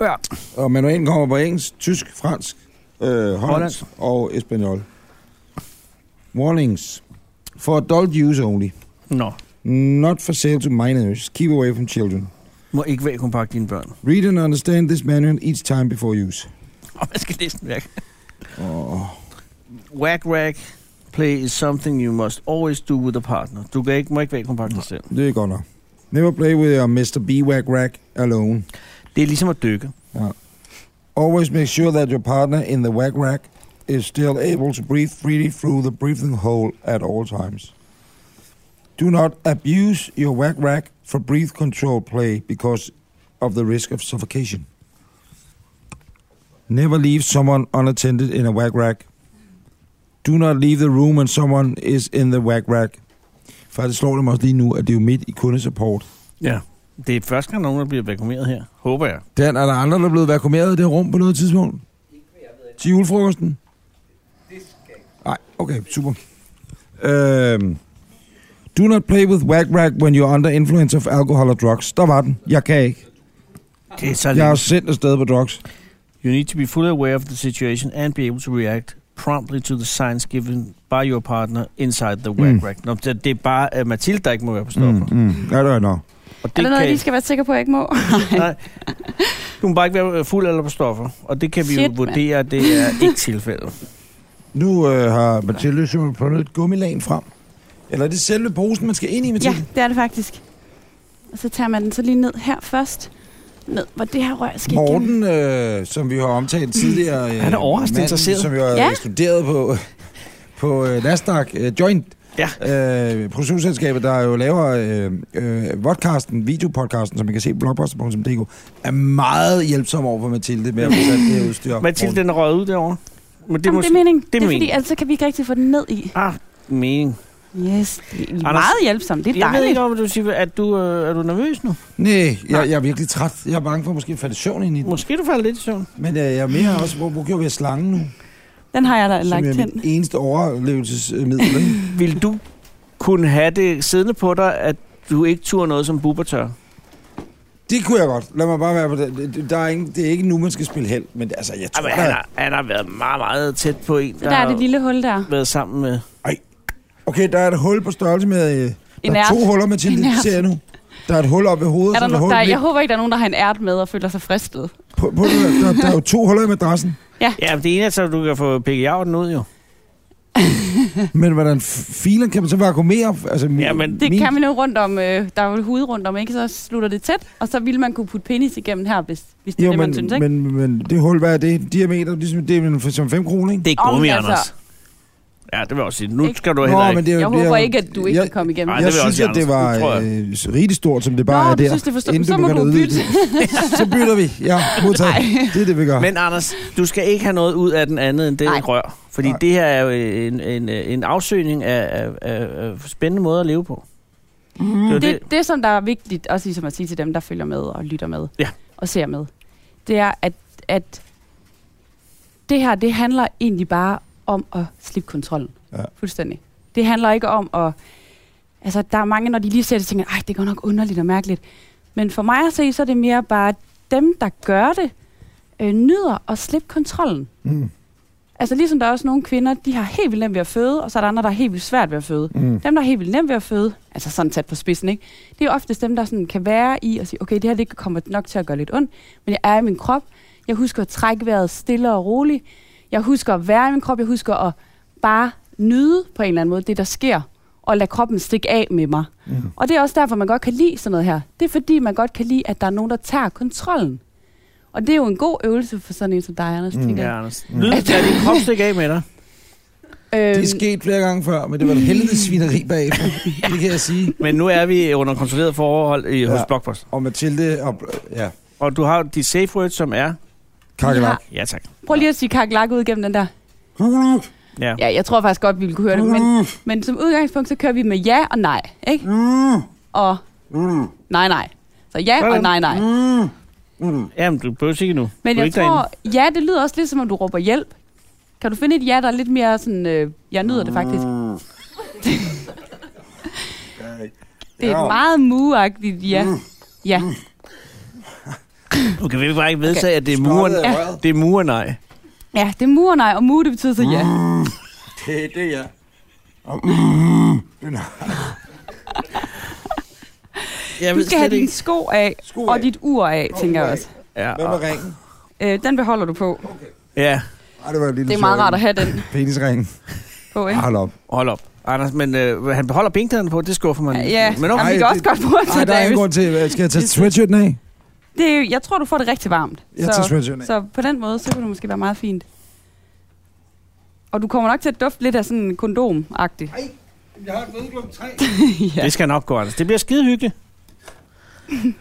Speaker 3: Ja.
Speaker 2: Og manualen kommer på engelsk, tysk, fransk, øh, hollandsk og espanol. Warnings. For adult use only.
Speaker 3: Nå.
Speaker 2: Not for sale to minors. Keep away from children.
Speaker 3: må ikke vakuumpakke dine børn.
Speaker 2: Read and understand this manual each time before use.
Speaker 3: Og man skal læse den værk.
Speaker 2: Oh.
Speaker 3: Whack rack play is something you must always do with a partner. Du kan ikke, må ikke vakuumpakke dig selv.
Speaker 2: Det er godt nok. Never play with your Mr. B-Wack Rack alone.
Speaker 3: Det er ligesom at dykke.
Speaker 2: Always make sure that your partner in the whack rack is still able to breathe freely through the breathing hole at all times. Do not abuse your whack rack for breath control play because of the risk of suffocation. Never leave someone unattended in a whack rack. Do not leave the room when someone is in the whack rack. Faktisk slår det mig også lige nu, at det er jo midt i kundesupport.
Speaker 3: Ja. Det er første gang, nogen der bliver vakuumeret her. Håber jeg.
Speaker 2: Dan, er der andre, der er blevet vakuumeret i det rum på noget tidspunkt? Til julefrokosten? Nej, okay, super. Øhm, do not play with whack rack when you're under influence of alcohol or drugs. Der var den. Jeg kan ikke.
Speaker 3: Det er så
Speaker 2: Jeg er
Speaker 3: lidt.
Speaker 2: sendt afsted på drugs.
Speaker 3: You need to be fully aware of the situation and be able to react promptly to the signs given by your partner inside the whack
Speaker 2: Mm.
Speaker 3: rack. Nå, det, det er bare uh, Mathilde, der ikke må være på stoffer.
Speaker 2: Mm, mm. Ja, det er nok.
Speaker 3: Og det
Speaker 7: Er der noget, jeg lige skal være sikker på, at jeg ikke må?
Speaker 3: Nej. Du må bare ikke være øh, fuld eller på stoffer. Og det kan vi jo
Speaker 7: Shit,
Speaker 3: vurdere, at det er ikke tilfældet.
Speaker 2: Nu øh, har Mathilde simpelthen fundet et gummilagen frem. Eller er det selve posen, man skal ind i,
Speaker 7: Ja,
Speaker 2: Mathilde?
Speaker 7: det er det faktisk. Og så tager man den så lige ned her først. Ned, hvor det her rør skal igennem.
Speaker 2: Morten, øh, som vi har omtalt tidligere. Øh,
Speaker 3: Mm. Han er overraskende interesseret.
Speaker 2: Som jo har ja.
Speaker 7: Ja.
Speaker 2: studeret på, på øh, Nasdaq øh, Joint.
Speaker 3: Ja.
Speaker 2: Øh, produktionsselskabet, der jo laver øh, øh, vodcasten, videopodcasten, som man kan se på blogposter.dk, er meget hjælpsom over for Mathilde med at få sat det her udstyr. op.
Speaker 3: Mathilde, den er røget ud derovre. Men det,
Speaker 7: Jamen, det er meningen. Det er,
Speaker 3: meningen.
Speaker 7: fordi, ellers så kan vi ikke rigtig få den ned i.
Speaker 3: Ah, mening.
Speaker 7: Yes, det er meget hjælpsomt. Det er
Speaker 3: Jeg ved
Speaker 7: dejligt.
Speaker 3: ikke, om du siger, at du øh, er du nervøs nu.
Speaker 2: Nej, jeg, jeg er virkelig træt. Jeg er bange for måske at falde i søvn ind i den.
Speaker 3: Måske du falder lidt i søvn.
Speaker 2: Men øh, jeg er mere også, hvor, hvor gjorde vi af slangen nu?
Speaker 7: Den har jeg da lagt
Speaker 2: som er
Speaker 7: hen.
Speaker 2: mit eneste overlevelsesmiddel. ikke?
Speaker 3: Vil du kunne have det siddende på dig, at du ikke turde noget som buber tør?
Speaker 2: Det kunne jeg godt. Lad mig bare være på det. Der er ingen, det er ikke nu, man skal spille held, men altså, jeg tror,
Speaker 3: Jamen,
Speaker 2: der
Speaker 3: han,
Speaker 2: er-
Speaker 3: har, han har været meget, meget tæt på en,
Speaker 7: Så der er det lille hul der.
Speaker 3: har været sammen med...
Speaker 2: Okay, der er et hul på størrelse med... Øh, der er
Speaker 7: ært.
Speaker 2: to huller med til
Speaker 7: En
Speaker 2: det,
Speaker 7: ært.
Speaker 2: ser jeg nu. Der er et hul op ved hovedet, så
Speaker 7: Er der
Speaker 2: er der,
Speaker 7: no-
Speaker 2: hul
Speaker 7: der, jeg
Speaker 2: midt
Speaker 7: håber ikke, der er nogen, der har en ært med og føler sig fristet.
Speaker 2: på, på, det der, der er jo to huller i madrassen.
Speaker 3: Ja, men det ene er så, at du kan få pikket jauten ud, jo.
Speaker 2: Men hvordan f- filen kan man så vakuumere? Altså, min,
Speaker 3: Jamen,
Speaker 7: Det
Speaker 2: min,
Speaker 7: kan man jo rundt om. Øh, der er jo hud rundt om, ikke? Så slutter det tæt, og så ville man kunne putte penis igennem her, hvis, hvis det er
Speaker 2: jo,
Speaker 7: det,
Speaker 2: men,
Speaker 7: man synes, ikke?
Speaker 2: men, men, det hul, hvad er det? Diameter, ligesom, det er vel som 5 kroner, ikke?
Speaker 3: Det er
Speaker 7: Om,
Speaker 3: gummi,
Speaker 7: altså.
Speaker 3: Anders. Ja, det vil jeg også sige. Nu
Speaker 7: Ikke?
Speaker 3: skal du heller ikke.
Speaker 2: det er
Speaker 7: Jeg
Speaker 2: jo- det er
Speaker 7: håber
Speaker 2: jo-
Speaker 7: ikke, at du ikke
Speaker 2: jeg,
Speaker 7: kan komme igennem.
Speaker 3: Nej,
Speaker 2: Jeg,
Speaker 3: det
Speaker 2: jeg
Speaker 3: vil jeg
Speaker 2: synes,
Speaker 3: også
Speaker 2: at det
Speaker 3: sige,
Speaker 2: var
Speaker 3: Anders. Det tror
Speaker 2: øh, rigtig stort, som det bare
Speaker 7: Nå,
Speaker 2: er
Speaker 7: du
Speaker 2: der.
Speaker 7: synes, det er for stort.
Speaker 2: Inden
Speaker 7: Så
Speaker 2: du
Speaker 7: må
Speaker 2: begynder
Speaker 7: du
Speaker 2: at udvide
Speaker 7: bytte.
Speaker 2: det. så bytter vi. Ja, modtaget. Det er det, vi gør.
Speaker 3: Men Anders, du skal ikke have noget ud af den andet end det
Speaker 7: Nej.
Speaker 3: rør. Fordi
Speaker 2: Nej.
Speaker 3: det her er jo en, en, en afsøgning af, af, af, af spændende måder at leve på. Mm. Det, det,
Speaker 7: Mhm. det, det, som der er vigtigt, også ligesom at sige til dem, der følger med og lytter med
Speaker 3: Ja.
Speaker 7: og ser med, det er, at, at det her, det handler egentlig bare om at slippe kontrollen.
Speaker 2: Ja.
Speaker 7: Fuldstændig. Det handler ikke om at... Altså, der er mange, når de lige ser det, tænker, ej, det går nok underligt og mærkeligt. Men for mig at se, så er det mere bare dem, der gør det, øh, nyder at slippe kontrollen.
Speaker 2: Mm.
Speaker 7: Altså ligesom der er også nogle kvinder, de har helt vildt nemt ved at føde, og så er der andre, der har helt vildt svært ved at føde.
Speaker 2: Mm.
Speaker 7: Dem, der er helt vildt nemt ved at føde, altså sådan sat på spidsen, ikke? det er jo oftest dem, der sådan kan være i og sige, okay, det her det kommer nok til at gøre lidt ondt, men jeg er i min krop. Jeg husker at trække vejret stille og roligt. Jeg husker at være i min krop. Jeg husker at bare nyde på en eller anden måde det, der sker, og lade kroppen stikke af med mig. Mm. Og det er også derfor, man godt kan lide sådan noget her. Det er fordi, man godt kan lide, at der er nogen, der tager kontrollen. Og det er jo en god øvelse for sådan en som dig, Anders, mm. tænker jeg.
Speaker 3: ja, Anders. Lyd, lad din krop stikke af med dig.
Speaker 7: Øhm,
Speaker 2: Det er sket flere gange før, men det var et helvedes svineri bagefter. Det kan jeg sige.
Speaker 3: Men nu er vi under kontrolleret forhold i, ja. hos
Speaker 2: Ja.
Speaker 3: Blockbuster.
Speaker 2: Og Mathilde og... Ja.
Speaker 3: Og du har de safe words, som er...
Speaker 2: Kakkelak.
Speaker 3: Ja, tak.
Speaker 7: Prøv lige at sige kakelak ud gennem den der.
Speaker 2: Kakkelak.
Speaker 3: Ja.
Speaker 7: Ja, jeg tror faktisk godt, vi ville kunne høre det. Men, men som udgangspunkt, så kører vi med ja og nej. Ikke? Og nej, nej. Så ja og nej, nej.
Speaker 3: Jamen, du behøver ikke nu.
Speaker 7: Men
Speaker 3: du er
Speaker 7: jeg
Speaker 3: ikke derinde.
Speaker 7: tror, ja, det lyder også lidt som om, du råber hjælp. Kan du finde et ja, der er lidt mere sådan, øh, jeg nyder det faktisk. Det er et meget muagtigt ja. Ja,
Speaker 3: Okay, vi vil bare ikke vedtage, at det er muren.
Speaker 2: Stoppet af
Speaker 3: Ja.
Speaker 2: røret.
Speaker 3: Det er muren, nej.
Speaker 7: ja det er mur og nej, og mu det betyder så ja.
Speaker 2: Det, det er jeg.
Speaker 3: Jeg
Speaker 7: Du
Speaker 3: ved
Speaker 7: skal
Speaker 3: slet
Speaker 7: have dine
Speaker 3: ikke.
Speaker 7: sko af,
Speaker 2: Sko af.
Speaker 7: og dit ur af, tænker jeg også.
Speaker 3: Ja,
Speaker 2: Hvem
Speaker 3: og,
Speaker 2: er ringen?
Speaker 7: Øh, den beholder du på.
Speaker 3: ja,
Speaker 2: Ej, det var lige
Speaker 7: Det er meget rart at have den
Speaker 2: Penisringen.
Speaker 7: på, ikke?
Speaker 2: Hold op.
Speaker 3: hold op. Anders, men øh, han beholder binkderne på, det skuffer mig. en lille
Speaker 7: Ja,
Speaker 3: smule. Men okay.
Speaker 7: Jamen, vi kan
Speaker 2: Ej,
Speaker 7: også godt bruge den
Speaker 2: Ej,
Speaker 7: til
Speaker 2: Ah, der er ingen grund
Speaker 7: Davis.
Speaker 2: til, øh, skal jeg tage sweatshirten af?
Speaker 7: Det er, jo- jeg tror, du får det rigtig varmt.
Speaker 2: Jeg tager sweatshirten af.
Speaker 7: så på den måde, så kunne det måske være meget fint. Og du kommer nok til at dufte lidt af sådan en kondom-agtig.
Speaker 2: Jeg har et møde klokken tre.
Speaker 3: Ja. Det skal nok gå, Anders. Det bliver skide hyggeligt.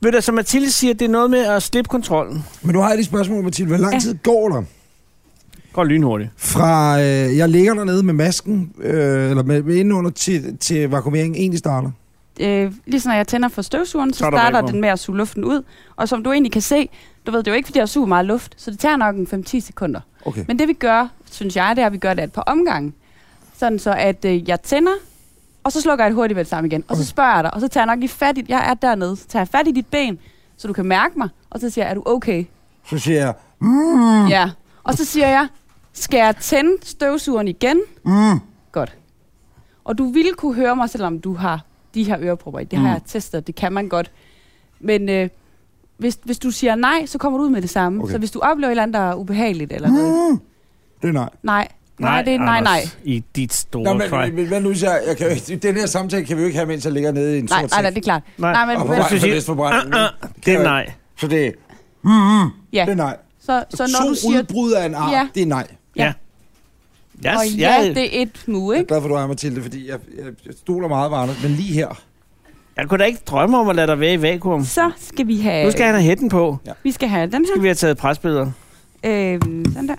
Speaker 3: Ved du, som Mathilde siger, det er noget med at slippe kontrollen.
Speaker 2: Men nu har jeg lige et spørgsmål, Mathilde. Hvor lang
Speaker 7: Ja.
Speaker 2: tid går der?
Speaker 3: Går lynhurtigt.
Speaker 2: Fra øh, jeg ligger dernede med masken, øh, eller med, med indenunder, til, til vakuumeringen egentlig starter.
Speaker 7: øh, lige sådan, når jeg tænder for støvsugeren, så,
Speaker 3: Så er der
Speaker 7: starter
Speaker 3: vakuum.
Speaker 7: den med at suge luften ud. Og som du egentlig kan se, du ved, det er jo ikke, fordi jeg suger meget luft, så det tager nok en 5-10 sekunder.
Speaker 2: Okay.
Speaker 7: Men det vi gør, synes jeg, det er, at vi gør det et par omgange. Sådan så, at øh, jeg tænder, og så slukker jeg det hurtigt med det samme igen. Og så spørger jeg dig, og så tager jeg nok lige fat i, jeg er dernede, så tager jeg fat i dit ben, så du kan mærke mig, og så siger jeg, er du okay?
Speaker 2: Så siger jeg,
Speaker 7: Mm. Ja. Og så siger jeg, skal jeg tænde støvsugeren igen? Mm. Godt. Og du ville kunne høre mig, selvom du har de her ørepropper i. Det har jeg testet, det kan man godt. Men øh, hvis, hvis du siger nej, så kommer du ud med det samme. Okay. Mm. Så hvis du oplever et eller andet, der er ubehageligt eller noget.
Speaker 2: det er nej.
Speaker 7: Nej, nej, nej det er nej, nej.
Speaker 3: Anders, I dit store
Speaker 2: Nå,
Speaker 3: Nå,
Speaker 2: men, men, men hvad nu siger jeg, jeg kan, jo ikke- den her samtale kan vi jo ikke have, mens jeg ligger nede i en
Speaker 7: Nej,
Speaker 2: sort
Speaker 7: nej, nej,
Speaker 2: sæk.
Speaker 7: det er klart.
Speaker 3: Nej.
Speaker 7: Nej, men,
Speaker 2: Og på
Speaker 7: men
Speaker 2: vej til
Speaker 3: Præcis.
Speaker 2: lystforbrænding.
Speaker 3: Ah, ah, det er nej.
Speaker 2: Så det er,
Speaker 7: ja.
Speaker 2: det er nej.
Speaker 7: Så, så når
Speaker 2: to
Speaker 7: du siger,
Speaker 2: udbrud af en art,
Speaker 7: Ja.
Speaker 2: det er nej. Jeg
Speaker 3: Ja. Yes,
Speaker 7: og ja, det er et move,
Speaker 2: er
Speaker 7: ikke?
Speaker 2: glad for, du er, Mathilde, fordi jeg, jeg, jeg stoler meget på Anders, men lige her.
Speaker 3: Jeg kunne da ikke drømme om at lade dig være i vakuum.
Speaker 7: Så skal vi have,
Speaker 3: Nu skal han have hætten på.
Speaker 7: vi skal have den
Speaker 3: Nu
Speaker 7: her.
Speaker 3: skal vi have taget presbilleder.
Speaker 7: Øhm, den der.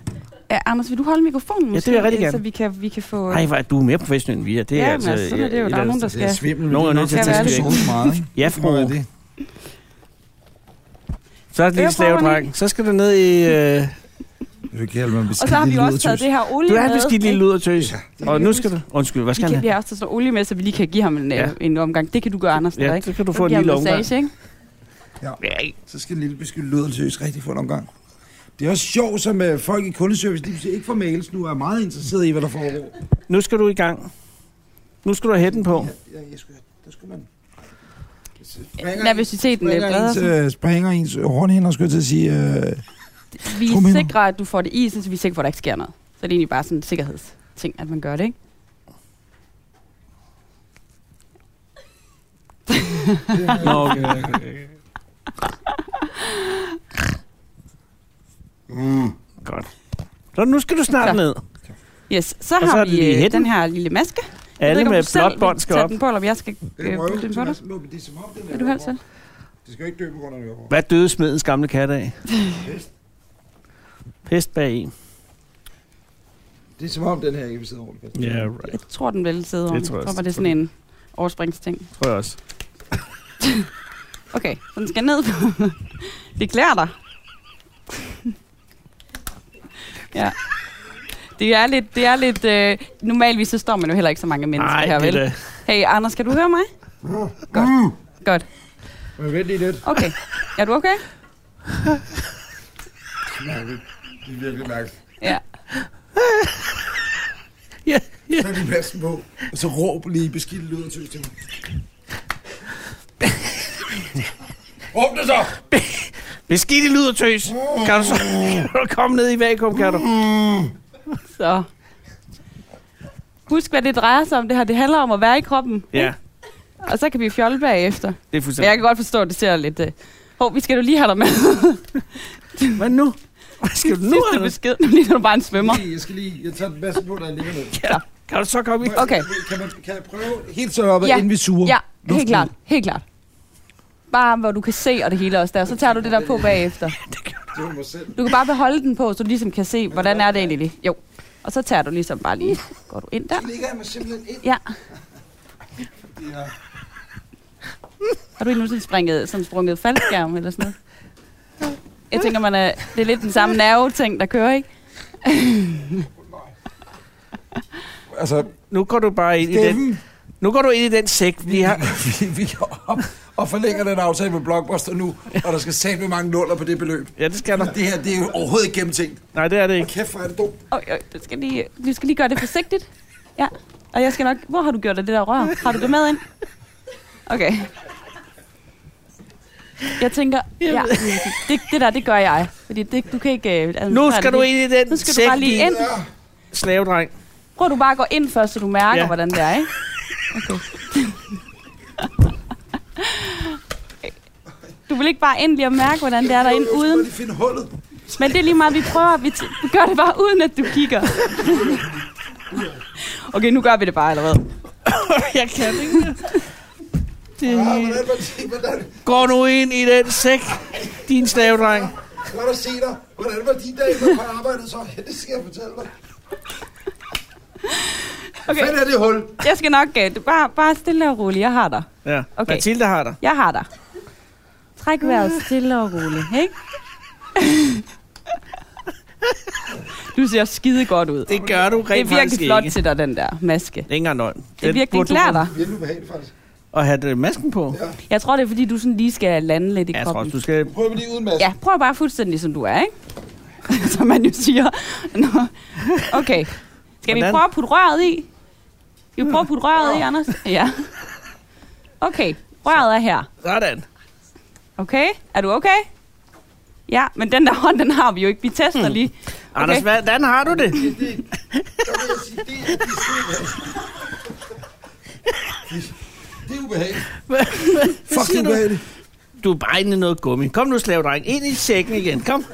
Speaker 7: Ja, Anders, vil du holde mikrofonen?
Speaker 3: Ja,
Speaker 7: måske,
Speaker 3: det vil jeg rigtig
Speaker 7: øh,
Speaker 3: gerne.
Speaker 7: Så vi kan, vi kan få...
Speaker 3: Nej, hvor er du mere professionel end vi er. Det er
Speaker 7: ja,
Speaker 3: altså,
Speaker 7: men altså, sådan er det jo.
Speaker 3: et
Speaker 7: Der er
Speaker 3: eller
Speaker 7: nogen, der
Speaker 3: andet-
Speaker 2: Det er
Speaker 7: skal...
Speaker 2: svimmel.
Speaker 3: Nogen er nødt til at
Speaker 7: Kan
Speaker 3: tage
Speaker 7: være
Speaker 3: skæg.
Speaker 7: det.
Speaker 2: så meget, ikke?
Speaker 3: Ja,
Speaker 2: Det må være
Speaker 3: fru.
Speaker 2: det.
Speaker 3: Så er det lille
Speaker 7: Ørepropperne.
Speaker 3: slavedreng. Så skal du ned i... Øh...
Speaker 2: Jeg vil kalde mig en
Speaker 7: Og så
Speaker 2: beskidt
Speaker 7: har vi
Speaker 2: lille
Speaker 7: også taget det
Speaker 2: ludertøs.
Speaker 7: her olie
Speaker 3: Du er
Speaker 7: med,
Speaker 3: beskidt lille
Speaker 7: ikke?
Speaker 3: luder tøs. Og nu skal du... Undskyld, hvad
Speaker 7: Vi,
Speaker 3: skal han
Speaker 7: kan, vi
Speaker 3: have?
Speaker 7: har også taget sådan noget olie med, så vi lige kan give ham en,
Speaker 3: Ja.
Speaker 7: ja. en omgang. Det kan du gøre, Anders, der,
Speaker 3: Ja,
Speaker 7: ikke?
Speaker 3: så kan du
Speaker 7: Så
Speaker 3: få en
Speaker 7: giver
Speaker 3: lille
Speaker 7: ham
Speaker 3: omgang.
Speaker 7: massage, ikke?
Speaker 2: Så skal en lille beskidt ludertøs rigtig få en omgang. Det er også sjovt, som øh, folk i kundeservice, de siger ikke får mails nu, og er meget interesseret i, hvad der foregår.
Speaker 3: Nu skal du i gang. Nu skal du have hætten på.
Speaker 2: Ja, jeg skulle, der skulle man...
Speaker 7: Nervøsiteten er
Speaker 2: springer
Speaker 7: bedre.
Speaker 2: ens, øh, springer ens hornhænder, skulle jeg til at sige. Øh,
Speaker 7: Vi
Speaker 2: Kom ind.
Speaker 7: sikrer, at du får det i, så vi er sikre på, at der ikke sker noget. Så det er egentlig bare sådan en sikkerhedsting, at man gør det, ikke?
Speaker 3: Nå, okay. Godt. Så nu skal du snart
Speaker 7: Så.
Speaker 3: ned.
Speaker 7: Yes, så
Speaker 3: Og så
Speaker 7: har
Speaker 3: er det lige
Speaker 7: vi øh,
Speaker 3: hætten.
Speaker 7: den her lille maske. Jeg ved
Speaker 3: Alle
Speaker 7: ikke, om
Speaker 3: med
Speaker 7: du selv
Speaker 3: blåt bånd
Speaker 7: vil
Speaker 3: skal
Speaker 7: tage
Speaker 3: op.
Speaker 7: den på, eller om jeg skal øh, putte den på dig.
Speaker 2: det er som om, den
Speaker 7: Vil du helst selv?
Speaker 2: Det skal jo ikke dø på grund af det.
Speaker 3: Hvad døde smedens gamle kat af? Pest bag en.
Speaker 2: Det er som om, den her ikke vil sidde ordentligt.
Speaker 3: Ja, yeah, right.
Speaker 7: Jeg tror, den vil sidde ordentligt.
Speaker 3: tror jeg
Speaker 7: Jeg tror, bare,
Speaker 3: også.
Speaker 7: det er sådan en overspringsting.
Speaker 3: Tror jeg også.
Speaker 7: Okay, så den skal ned på. Det klæder dig. ja. Det er lidt... Det er lidt øh, normalvis så står man jo heller ikke så mange mennesker
Speaker 3: Nej,
Speaker 7: her,
Speaker 3: det er
Speaker 7: vel?
Speaker 3: da-
Speaker 7: Hey, Anders, kan du høre mig? Godt.
Speaker 2: Mm.
Speaker 7: Godt.
Speaker 2: Men vent lige lidt.
Speaker 7: Okay. Er du okay?
Speaker 2: Det er virkelig mærkeligt.
Speaker 7: Ja.
Speaker 3: Ja, ja.
Speaker 2: Tag lige masken på, og så råb lige beskidt lyd og tøs til mig. Råb det så!
Speaker 3: Beskidte lyder tøs. Kan du så kan du komme ned i vakuum, kan du?
Speaker 7: Mm. Så. Husk, hvad det drejer sig om det her. Det handler om at være i kroppen.
Speaker 3: Ja,
Speaker 7: Og så kan vi fjolle bagefter.
Speaker 3: det er
Speaker 7: Men jeg
Speaker 3: fuldstændig.
Speaker 7: kan godt forstå, at det ser lidt... Øh... Hov, vi skal jo lige have dig med.
Speaker 3: Hvad nu? Hvad skal du nu,
Speaker 7: Sidste
Speaker 3: Anders?
Speaker 7: besked. Nu ligner du bare en svømmer.
Speaker 2: Lige, Jeg skal lige, jeg tager masken på, der er lige ned.
Speaker 3: Ja. Kan du så komme i?
Speaker 7: Okay.
Speaker 2: Kan, man, kan jeg prøve helt sådan op,
Speaker 7: Ja.
Speaker 2: inden vi suger?
Speaker 7: Ja,
Speaker 2: Luften
Speaker 7: helt klart.
Speaker 2: ud.
Speaker 7: Helt klart. Bare hvor du kan se, og det hele også der. Så tager du det der på bagefter.
Speaker 2: Det var mig selv.
Speaker 7: Du kan bare beholde den på, så du ligesom kan se, hvordan er det egentlig. lige. Jo. Og så tager du ligesom bare lige... Går du ind der?
Speaker 2: Ligger jeg mig simpelthen ind?
Speaker 7: Ja.
Speaker 2: Ja.
Speaker 7: Har du ikke nogensinde springet, sådan sprunget faldskærm eller sådan noget? Jeg tænker, man er, det er lidt den samme nerve-ting, der kører, ikke?
Speaker 2: Altså,
Speaker 3: Nu går du bare ind i den.
Speaker 2: Steffen,
Speaker 3: Nu går du ind i den sæk, vi har.
Speaker 2: vi, vi går op og forlænger den aftale med Blockbuster nu, og der skal sætte med mange nuller på det beløb.
Speaker 3: Ja, det skal der.
Speaker 2: Det her, det er jo overhovedet ikke gennemtænkt.
Speaker 3: Nej, det er det ikke.
Speaker 2: Kæft, hvor er det dumt.
Speaker 7: Øj, øj, du skal lige, du skal lige gøre det forsigtigt. Ja. Og jeg skal nok... Hvor har du gjort af det der rør? Har du det med ind? Okay. Jeg tænker, ja, det, det der, det gør jeg. Fordi det, du kan ikke... øh, Altså,
Speaker 3: Nu
Speaker 7: sådan er
Speaker 3: skal
Speaker 7: det
Speaker 3: du
Speaker 7: lige.
Speaker 3: ind i den
Speaker 7: Nu skal du bare lige ind.
Speaker 3: Slavedreng.
Speaker 7: Prøv at du bare at gå ind først, så du
Speaker 3: Ja.
Speaker 7: mærker, ja. hvordan det er, ikke? Okay. Du vil ikke bare ind lige at mærke, hvordan det er derinde uden.
Speaker 2: Find hullet. Ah,
Speaker 7: Men det er lige meget, vi prøver. Vi, t- vi gør det bare uden, at du kigger. Okay, nu gør vi det bare, eller hvad?
Speaker 3: Jeg kan ikke. Det... Gå nu ind i den sæk, din slavedreng.
Speaker 2: Lad os se dig. Hvordan var de dage, man på arbejde så? Det skal jeg fortælle dig.
Speaker 7: Okay,
Speaker 2: Hvad er det hul?
Speaker 7: jeg skal nok... øh, Bare, bare stille og roligt. Jeg har dig.
Speaker 3: Ja, okay.
Speaker 7: Okay.
Speaker 3: Mathilde har dig.
Speaker 7: Jeg har dig. Træk vejret stille og roligt, ikke? Du ser skide godt ud.
Speaker 3: Det gør du
Speaker 7: Det
Speaker 3: rent
Speaker 7: er virkelig
Speaker 3: faktisk
Speaker 7: flot
Speaker 3: ikke.
Speaker 7: til dig, den der maske.
Speaker 3: Det er ikke engang løgn.
Speaker 7: Det er
Speaker 3: Den
Speaker 7: virkelig
Speaker 3: burde du
Speaker 7: klæder dig.
Speaker 2: Virkelig ubehageligt, faktisk.
Speaker 3: At have øh, masken på. Ja,
Speaker 7: Jeg tror, det er, fordi du sådan lige skal lande lidt i
Speaker 3: jeg tror
Speaker 7: kroppen.
Speaker 3: også, du skal...
Speaker 2: Prøv lige uden masse.
Speaker 7: Ja, prøv bare fuldstændig, som du er, ikke? som man jo siger. Nå. Okay. Skal vi
Speaker 3: Hvordan?
Speaker 7: prøve at putte røret i? Skal vi prøve at putte røret i, Anders? Ja. Okay, røret er her.
Speaker 3: Sådan.
Speaker 7: Okay, er du okay? Ja, men den der hånd, den har vi jo ikke. Vi
Speaker 3: Hmm.
Speaker 7: tester lige.
Speaker 3: Okay. Anders, hvordan har du det?
Speaker 2: Det er ubehageligt.
Speaker 3: Hvad
Speaker 2: Fuck, det
Speaker 3: siger
Speaker 2: er
Speaker 3: du?
Speaker 2: ubehageligt.
Speaker 3: Du er bare inde i noget gummi. Kom nu, slavedreng. Ind i sækken igen. Kom.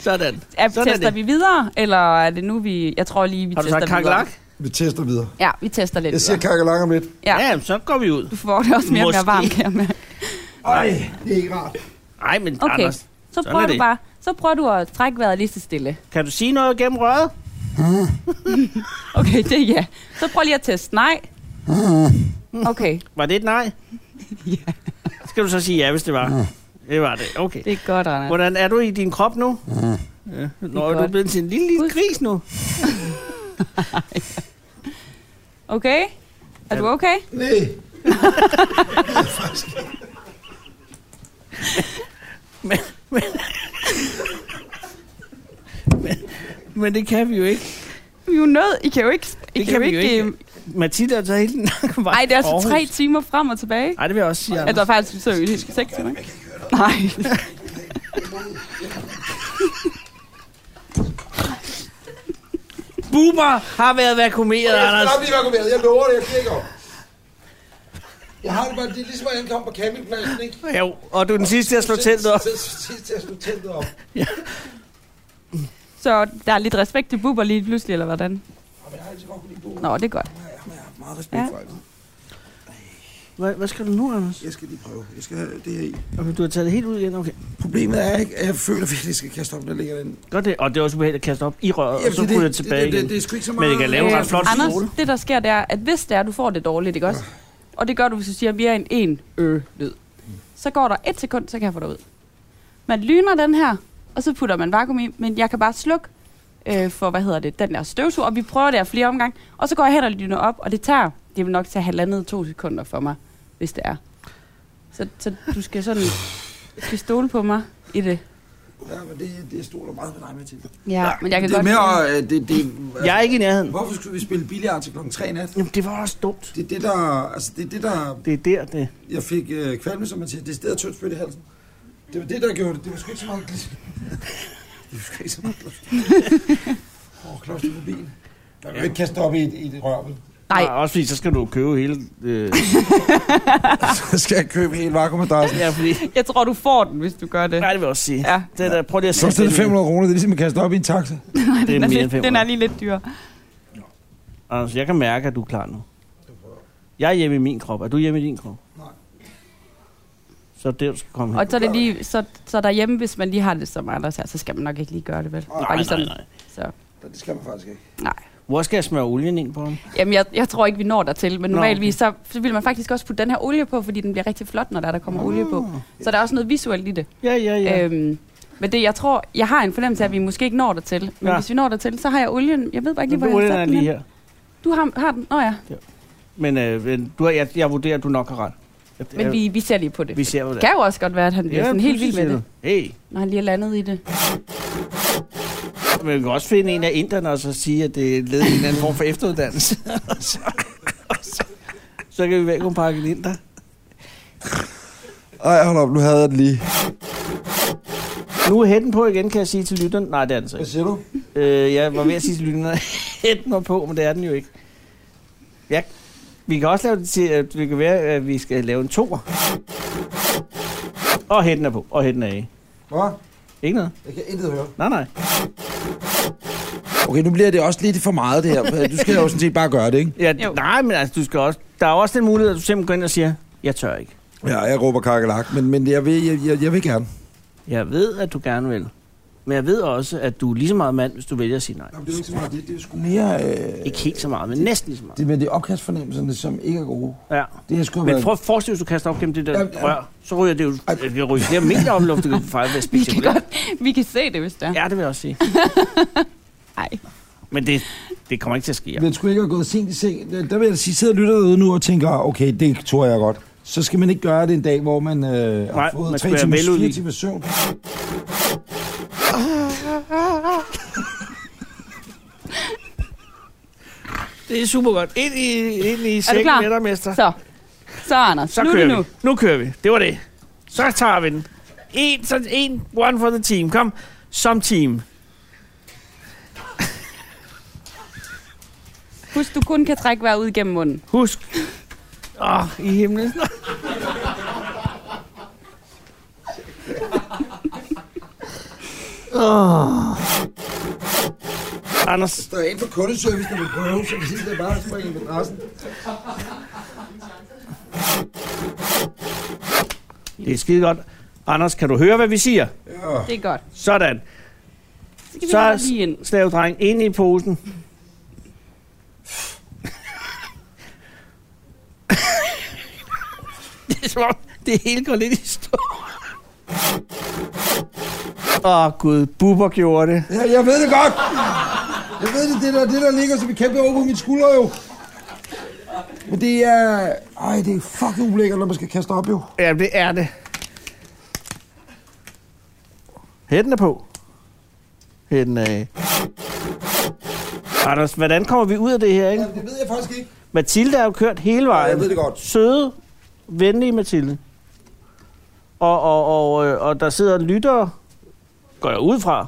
Speaker 3: Sådan.
Speaker 7: Er,
Speaker 3: Sådan
Speaker 7: tester vi videre, eller er det nu, vi... Jeg tror lige, vi
Speaker 3: Har du
Speaker 7: tester
Speaker 3: sagt kakelak?
Speaker 2: Vi tester videre.
Speaker 7: Ja, vi tester lidt
Speaker 2: Jeg siger
Speaker 7: videre.
Speaker 2: kakkelang om lidt.
Speaker 7: Ja.
Speaker 3: Ja, jamen, så går vi ud.
Speaker 7: Du får det også mere og mere
Speaker 3: Måske.
Speaker 7: varmt, kan jeg mærke.
Speaker 2: Ej, det er ikke rart.
Speaker 3: Nej, men okay.
Speaker 7: Okay,
Speaker 3: Anders,
Speaker 7: så
Speaker 3: Sådan er
Speaker 7: prøver, du
Speaker 3: det.
Speaker 7: bare, så prøver du at trække vejret lige så stille.
Speaker 3: kan du sige noget gennem røret?
Speaker 7: Okay, det er ja. Så prøv lige at teste nej. Okay,
Speaker 3: Var det et nej?
Speaker 7: Ja.
Speaker 3: Skal du så sige ja, hvis det
Speaker 2: Mm.
Speaker 3: var? Det var det. Okay.
Speaker 7: det er godt, Anders.
Speaker 3: Hvordan er du i din krop nu? Ja. Nå, er du
Speaker 7: Mm. godt.
Speaker 3: blevet til en lille, lille
Speaker 7: Husk-
Speaker 3: gris nu.
Speaker 7: Okay? Er du okay?
Speaker 2: Nej.
Speaker 3: Men, men, men, men det kan vi jo ikke.
Speaker 7: Vi er jo nødt. I kan jo ikke... I
Speaker 3: Det kan vi jo ikke.
Speaker 7: øhm,
Speaker 3: Mathilde har taget hele den lange vej
Speaker 7: Ej, det er
Speaker 3: fra
Speaker 7: altså tre
Speaker 3: Aarhus.
Speaker 7: timer frem og tilbage.
Speaker 3: Ej, det vil jeg også sige,
Speaker 7: Ja, der
Speaker 3: Anders.
Speaker 7: er faktisk seriøst seks timer. ikke? Nej.
Speaker 3: Buber har været vakuumeret, Anders.
Speaker 2: Jeg bliver vakuumeret. Jeg lover det. Jeg bliver ikke op. Jeg har det bare, det er ligesom at ankomme på campingpladsen, ikke?
Speaker 3: Jo, og du er den sidste til at slå teltet op.
Speaker 2: Sidst jeg slog teltet op.
Speaker 7: Så der er lidt respekt til Bubber lige pludselig, eller hvordan?
Speaker 2: Jamen, jeg har altid godt kunne lide Bo.
Speaker 7: Nå, det er godt.
Speaker 2: Jeg har meget respekt
Speaker 7: Ja.
Speaker 2: for ham.
Speaker 3: Hvad, hvad skal du nu, Anders?
Speaker 2: Jeg skal lige prøve. Jeg skal have det her i.
Speaker 3: Okay, du har taget det helt ud igen, okay.
Speaker 2: Problemet er ikke, at jeg føler virkelig, at jeg skal kaste op, når jeg ligger den.
Speaker 3: Godt det. Og det er også ubehageligt at kaste op i røret, og så ryger det tilbage
Speaker 2: det, det,
Speaker 3: igen.
Speaker 2: det, det, er sgu ikke så
Speaker 3: Men det
Speaker 2: meget.
Speaker 3: kan lave en ret flot skole.
Speaker 7: Øh, Anders, det der sker, det er, at hvis det er, du får det dårligt, ikke også? Og det gør du, hvis du siger mere end en ø-lyd. Så går der et sekund, så kan jeg få dig ud. Man lyner den her, og så putter man vakuum i, men jeg kan bare slukke øh, for, hvad hedder det, den der støvsug, og vi prøver det her flere omgange, og så går jeg hen og lyner op, og det tager, det vil nok tage halvandet to sekunder for mig, hvis det er. Så, så du skal sådan, du skal stole på mig i det.
Speaker 2: Ja, men det, det stoler meget med dig, Mathilde.
Speaker 7: Ja, men jeg kan
Speaker 2: det er
Speaker 7: godt...
Speaker 2: mere, øh, det, det, altså,
Speaker 3: Jeg er ikke i nærheden.
Speaker 2: Hvorfor skulle vi spille billigere til klokken 3 i nat?
Speaker 3: Jamen, det var også dumt.
Speaker 2: Det er det, der, altså, det er det, der
Speaker 3: Det er der, det...
Speaker 2: jeg fik øh, kvalme, som man siger. Det er stedet tyndt spyt i halsen. Det var det, der gjorde det. Det var sgu ikke så meget glis. det var sgu ikke så meget glis. Åh, oh, klaustrofobien. Man kan jo ikke kaste op i et, i et rør, vel?
Speaker 7: Nej.
Speaker 3: Og også fordi, så skal du købe hele... Øh...
Speaker 2: Så skal jeg købe hele vakuumadressen.
Speaker 3: ja, fordi...
Speaker 7: Jeg tror, du får den, hvis du gør det.
Speaker 3: Nej, det vil jeg også sige.
Speaker 7: Ja.
Speaker 3: Det der, prøv lige at
Speaker 2: Så
Speaker 3: sætte
Speaker 2: er det
Speaker 3: den i.
Speaker 2: 500 kroner. Det er ligesom at kaste op i en taxa.
Speaker 3: Det er
Speaker 7: den,
Speaker 3: mere end
Speaker 7: lidt, den er
Speaker 3: 500.
Speaker 7: lige lidt dyr.
Speaker 3: Anders, jeg kan mærke, at du er klar nu. Jeg er hjemme i min krop. Er du hjemme i din krop? Nej. Så er det, du skal komme
Speaker 7: Og
Speaker 3: hen.
Speaker 7: så er det lige, så, så derhjemme, hvis man lige har det som Anders her, så skal man nok ikke lige gøre det, vel?
Speaker 3: Nej,
Speaker 7: lige
Speaker 3: nej, nej.
Speaker 7: Så,
Speaker 2: Det skal man faktisk ikke.
Speaker 7: nej.
Speaker 3: Hvor skal jeg smøre olien ind på ham?
Speaker 7: Jamen, jeg, jeg tror ikke, vi når dertil, men
Speaker 3: Nå,
Speaker 7: normalvis, så, så vil man faktisk også putte den her olie på, fordi den bliver rigtig flot, når der, er, der kommer olie på. Så der er også noget visuelt i det.
Speaker 3: Ja, ja, ja. Øh,
Speaker 7: Øhm, men det, jeg tror, jeg har en fornemmelse af, at vi måske ikke når dertil. Men
Speaker 3: Ja.
Speaker 7: ja. hvis vi når dertil, så har jeg olien. Jeg ved bare ikke lige,
Speaker 3: nu
Speaker 7: hvor
Speaker 3: er olien
Speaker 7: jeg har
Speaker 3: er
Speaker 7: sat den
Speaker 3: lige
Speaker 7: hen.
Speaker 3: her.
Speaker 7: Du har, har den? Nå ja,
Speaker 3: Men øh, men du har, jeg, jeg vurderer, at du nok har ret. Jeg-
Speaker 7: men
Speaker 3: jeg-
Speaker 7: vi, vi ser lige på det.
Speaker 3: vi ser, hvad
Speaker 7: det
Speaker 3: det er.
Speaker 7: kan jo også godt være, at han bliver ja, sådan helt vild med det,
Speaker 3: Hey,
Speaker 7: når han lige er landet i det.
Speaker 3: men vi kan også finde en af inderne og så sige, at det er led i en eller anden form for efteruddannelse. så, så, så kan vi væk kunne pakke en inder.
Speaker 2: Ej, hold op, nu havde jeg det lige.
Speaker 3: Nu er hætten på igen, kan jeg sige til lytteren. Nej, det er den så
Speaker 2: Hvad
Speaker 3: ikke.
Speaker 2: siger du?
Speaker 3: Øh, jeg var ved at sige til lytteren, at hætten var på, men det er den jo ikke. Ja, vi kan også lave det til, at vi kan være, at vi skal lave en toer. Og hætten er på, og hætten er af.
Speaker 2: Hvad?
Speaker 3: Ikke noget?
Speaker 2: Jeg kan intet høre.
Speaker 3: Nej, nej.
Speaker 8: Okay, nu bliver det også lidt for meget, det her. Du skal jo sådan set bare gøre det, ikke?
Speaker 3: Ja,
Speaker 7: Jo.
Speaker 3: nej, men altså, du skal også... Der er også den mulighed, at du simpelthen går ind og siger, jeg tør ikke.
Speaker 2: Ja, jeg råber kakelak, men, men jeg, vil, jeg, jeg, jeg vil gerne.
Speaker 3: Jeg ved, at du gerne vil. Men jeg ved også, at du er lige så meget mand, hvis du vælger at sige nej.
Speaker 2: Jamen, det er jo ikke så meget. Det, det er sgu...
Speaker 8: Mere, øh,
Speaker 3: Ikke helt så meget, men næsten lige så meget.
Speaker 8: det, men det er opkastfornemmelserne, som ikke er gode.
Speaker 3: Ja.
Speaker 8: Det har sgu
Speaker 3: Men
Speaker 8: været...
Speaker 3: prøv at forestille dig, hvis du kaster op gennem det der
Speaker 8: Jamen, ja.
Speaker 3: rør. Så ryger det jo... øh, Det kan ryge flere meter op i luften, det kan faktisk være
Speaker 7: Vi kan
Speaker 3: spektakulært.
Speaker 7: godt, vi kan se det, hvis det er.
Speaker 3: Ja, det vil jeg også sige.
Speaker 7: Ej.
Speaker 3: Men det, det kommer ikke til at ske.
Speaker 2: Men skulle ikke have gået sent i seng. Der vil jeg da sige, sidder og lytter derude nu og tænker, okay, det tror jeg godt. Så skal man ikke gøre det en dag, hvor man øh, har
Speaker 3: Nej,
Speaker 2: fået
Speaker 3: man skal
Speaker 2: 3
Speaker 3: være
Speaker 2: timers, 4
Speaker 3: veludhvilet.
Speaker 2: timers søvn.
Speaker 3: Det er super godt. Ind i, ind i
Speaker 7: Er du
Speaker 3: sækken
Speaker 7: klar?
Speaker 3: med dig, mester.
Speaker 7: Så. Så, Anders.
Speaker 3: Så
Speaker 7: nu er det
Speaker 3: kører
Speaker 7: nu.
Speaker 3: vi. Nu kører vi. Det var det. Så tager vi den. En, så en, one for the team. Kom. Som team.
Speaker 7: Husk, du kun kan trække vejret ud igennem munden.
Speaker 3: Husk. Åh, oh, i himlen. oh. Anders,
Speaker 2: Der er en for kundeservice, der vil prøve, så kan det bare springe med resten.
Speaker 3: det er skide godt. Anders, kan du høre, hvad vi siger?
Speaker 7: Det er godt.
Speaker 3: Sådan.
Speaker 7: Så skal vi
Speaker 3: Så
Speaker 7: så...
Speaker 3: er
Speaker 7: lige ind.
Speaker 3: slavedreng ind i posen. det er som om, det hele går lidt i stå. Åh oh, gud, Bubber gjorde det.
Speaker 2: Ja, jeg ved det godt. Jeg ved det, det der, det der ligger som et kæmpe over på mit skulder jo. Men det er... Ej, det er fucking ulækkert, når man skal kaste op jo.
Speaker 3: Ja, det er det. Hætten er på. Hætten er af. Anders, hvordan kommer vi ud af det her, ikke?
Speaker 2: Jamen, det ved jeg faktisk ikke.
Speaker 3: Mathilde har jo kørt hele vejen.
Speaker 2: jeg ved det godt.
Speaker 3: Søde, venlige Mathilde. Og, og, og, øh, og der sidder lyttere, går jeg ud fra,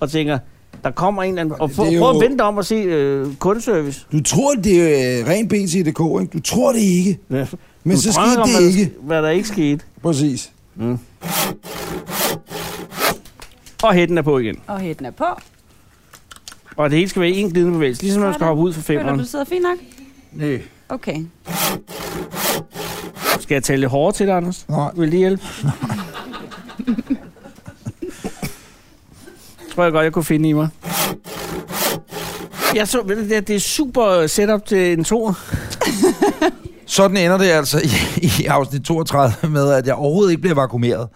Speaker 3: og tænker, der kommer en eller anden... Og
Speaker 8: det-
Speaker 3: få-
Speaker 8: det er
Speaker 3: prøv
Speaker 8: jo-
Speaker 3: at vente om og se øh, kundeservice.
Speaker 8: Du tror, det er øh, rent BT.dk, ikke? Du tror det ikke.
Speaker 3: Men
Speaker 8: Men så skete det ikke.
Speaker 3: Hvad der ikke skete.
Speaker 8: Præcis.
Speaker 3: Og hætten er på igen.
Speaker 7: Og hætten er på.
Speaker 3: Og det hele skal være en glidende bevægelse, ligesom når man skal
Speaker 7: Sådan.
Speaker 3: hoppe ud fra
Speaker 7: Føler du,
Speaker 3: femmeren.
Speaker 7: du sidder fint nok?
Speaker 2: Nej.
Speaker 7: Okay.
Speaker 3: Skal jeg tale lidt hårdere til dig, Anders?
Speaker 2: Nej.
Speaker 3: Vil det hjælpe? tror jeg godt, jeg kunne finde i mig. Jeg så, ved du, det, det er super setup til en toer.
Speaker 2: Sådan ender det altså i, i afsnit 32 med, at jeg overhovedet ikke bliver vakuumeret.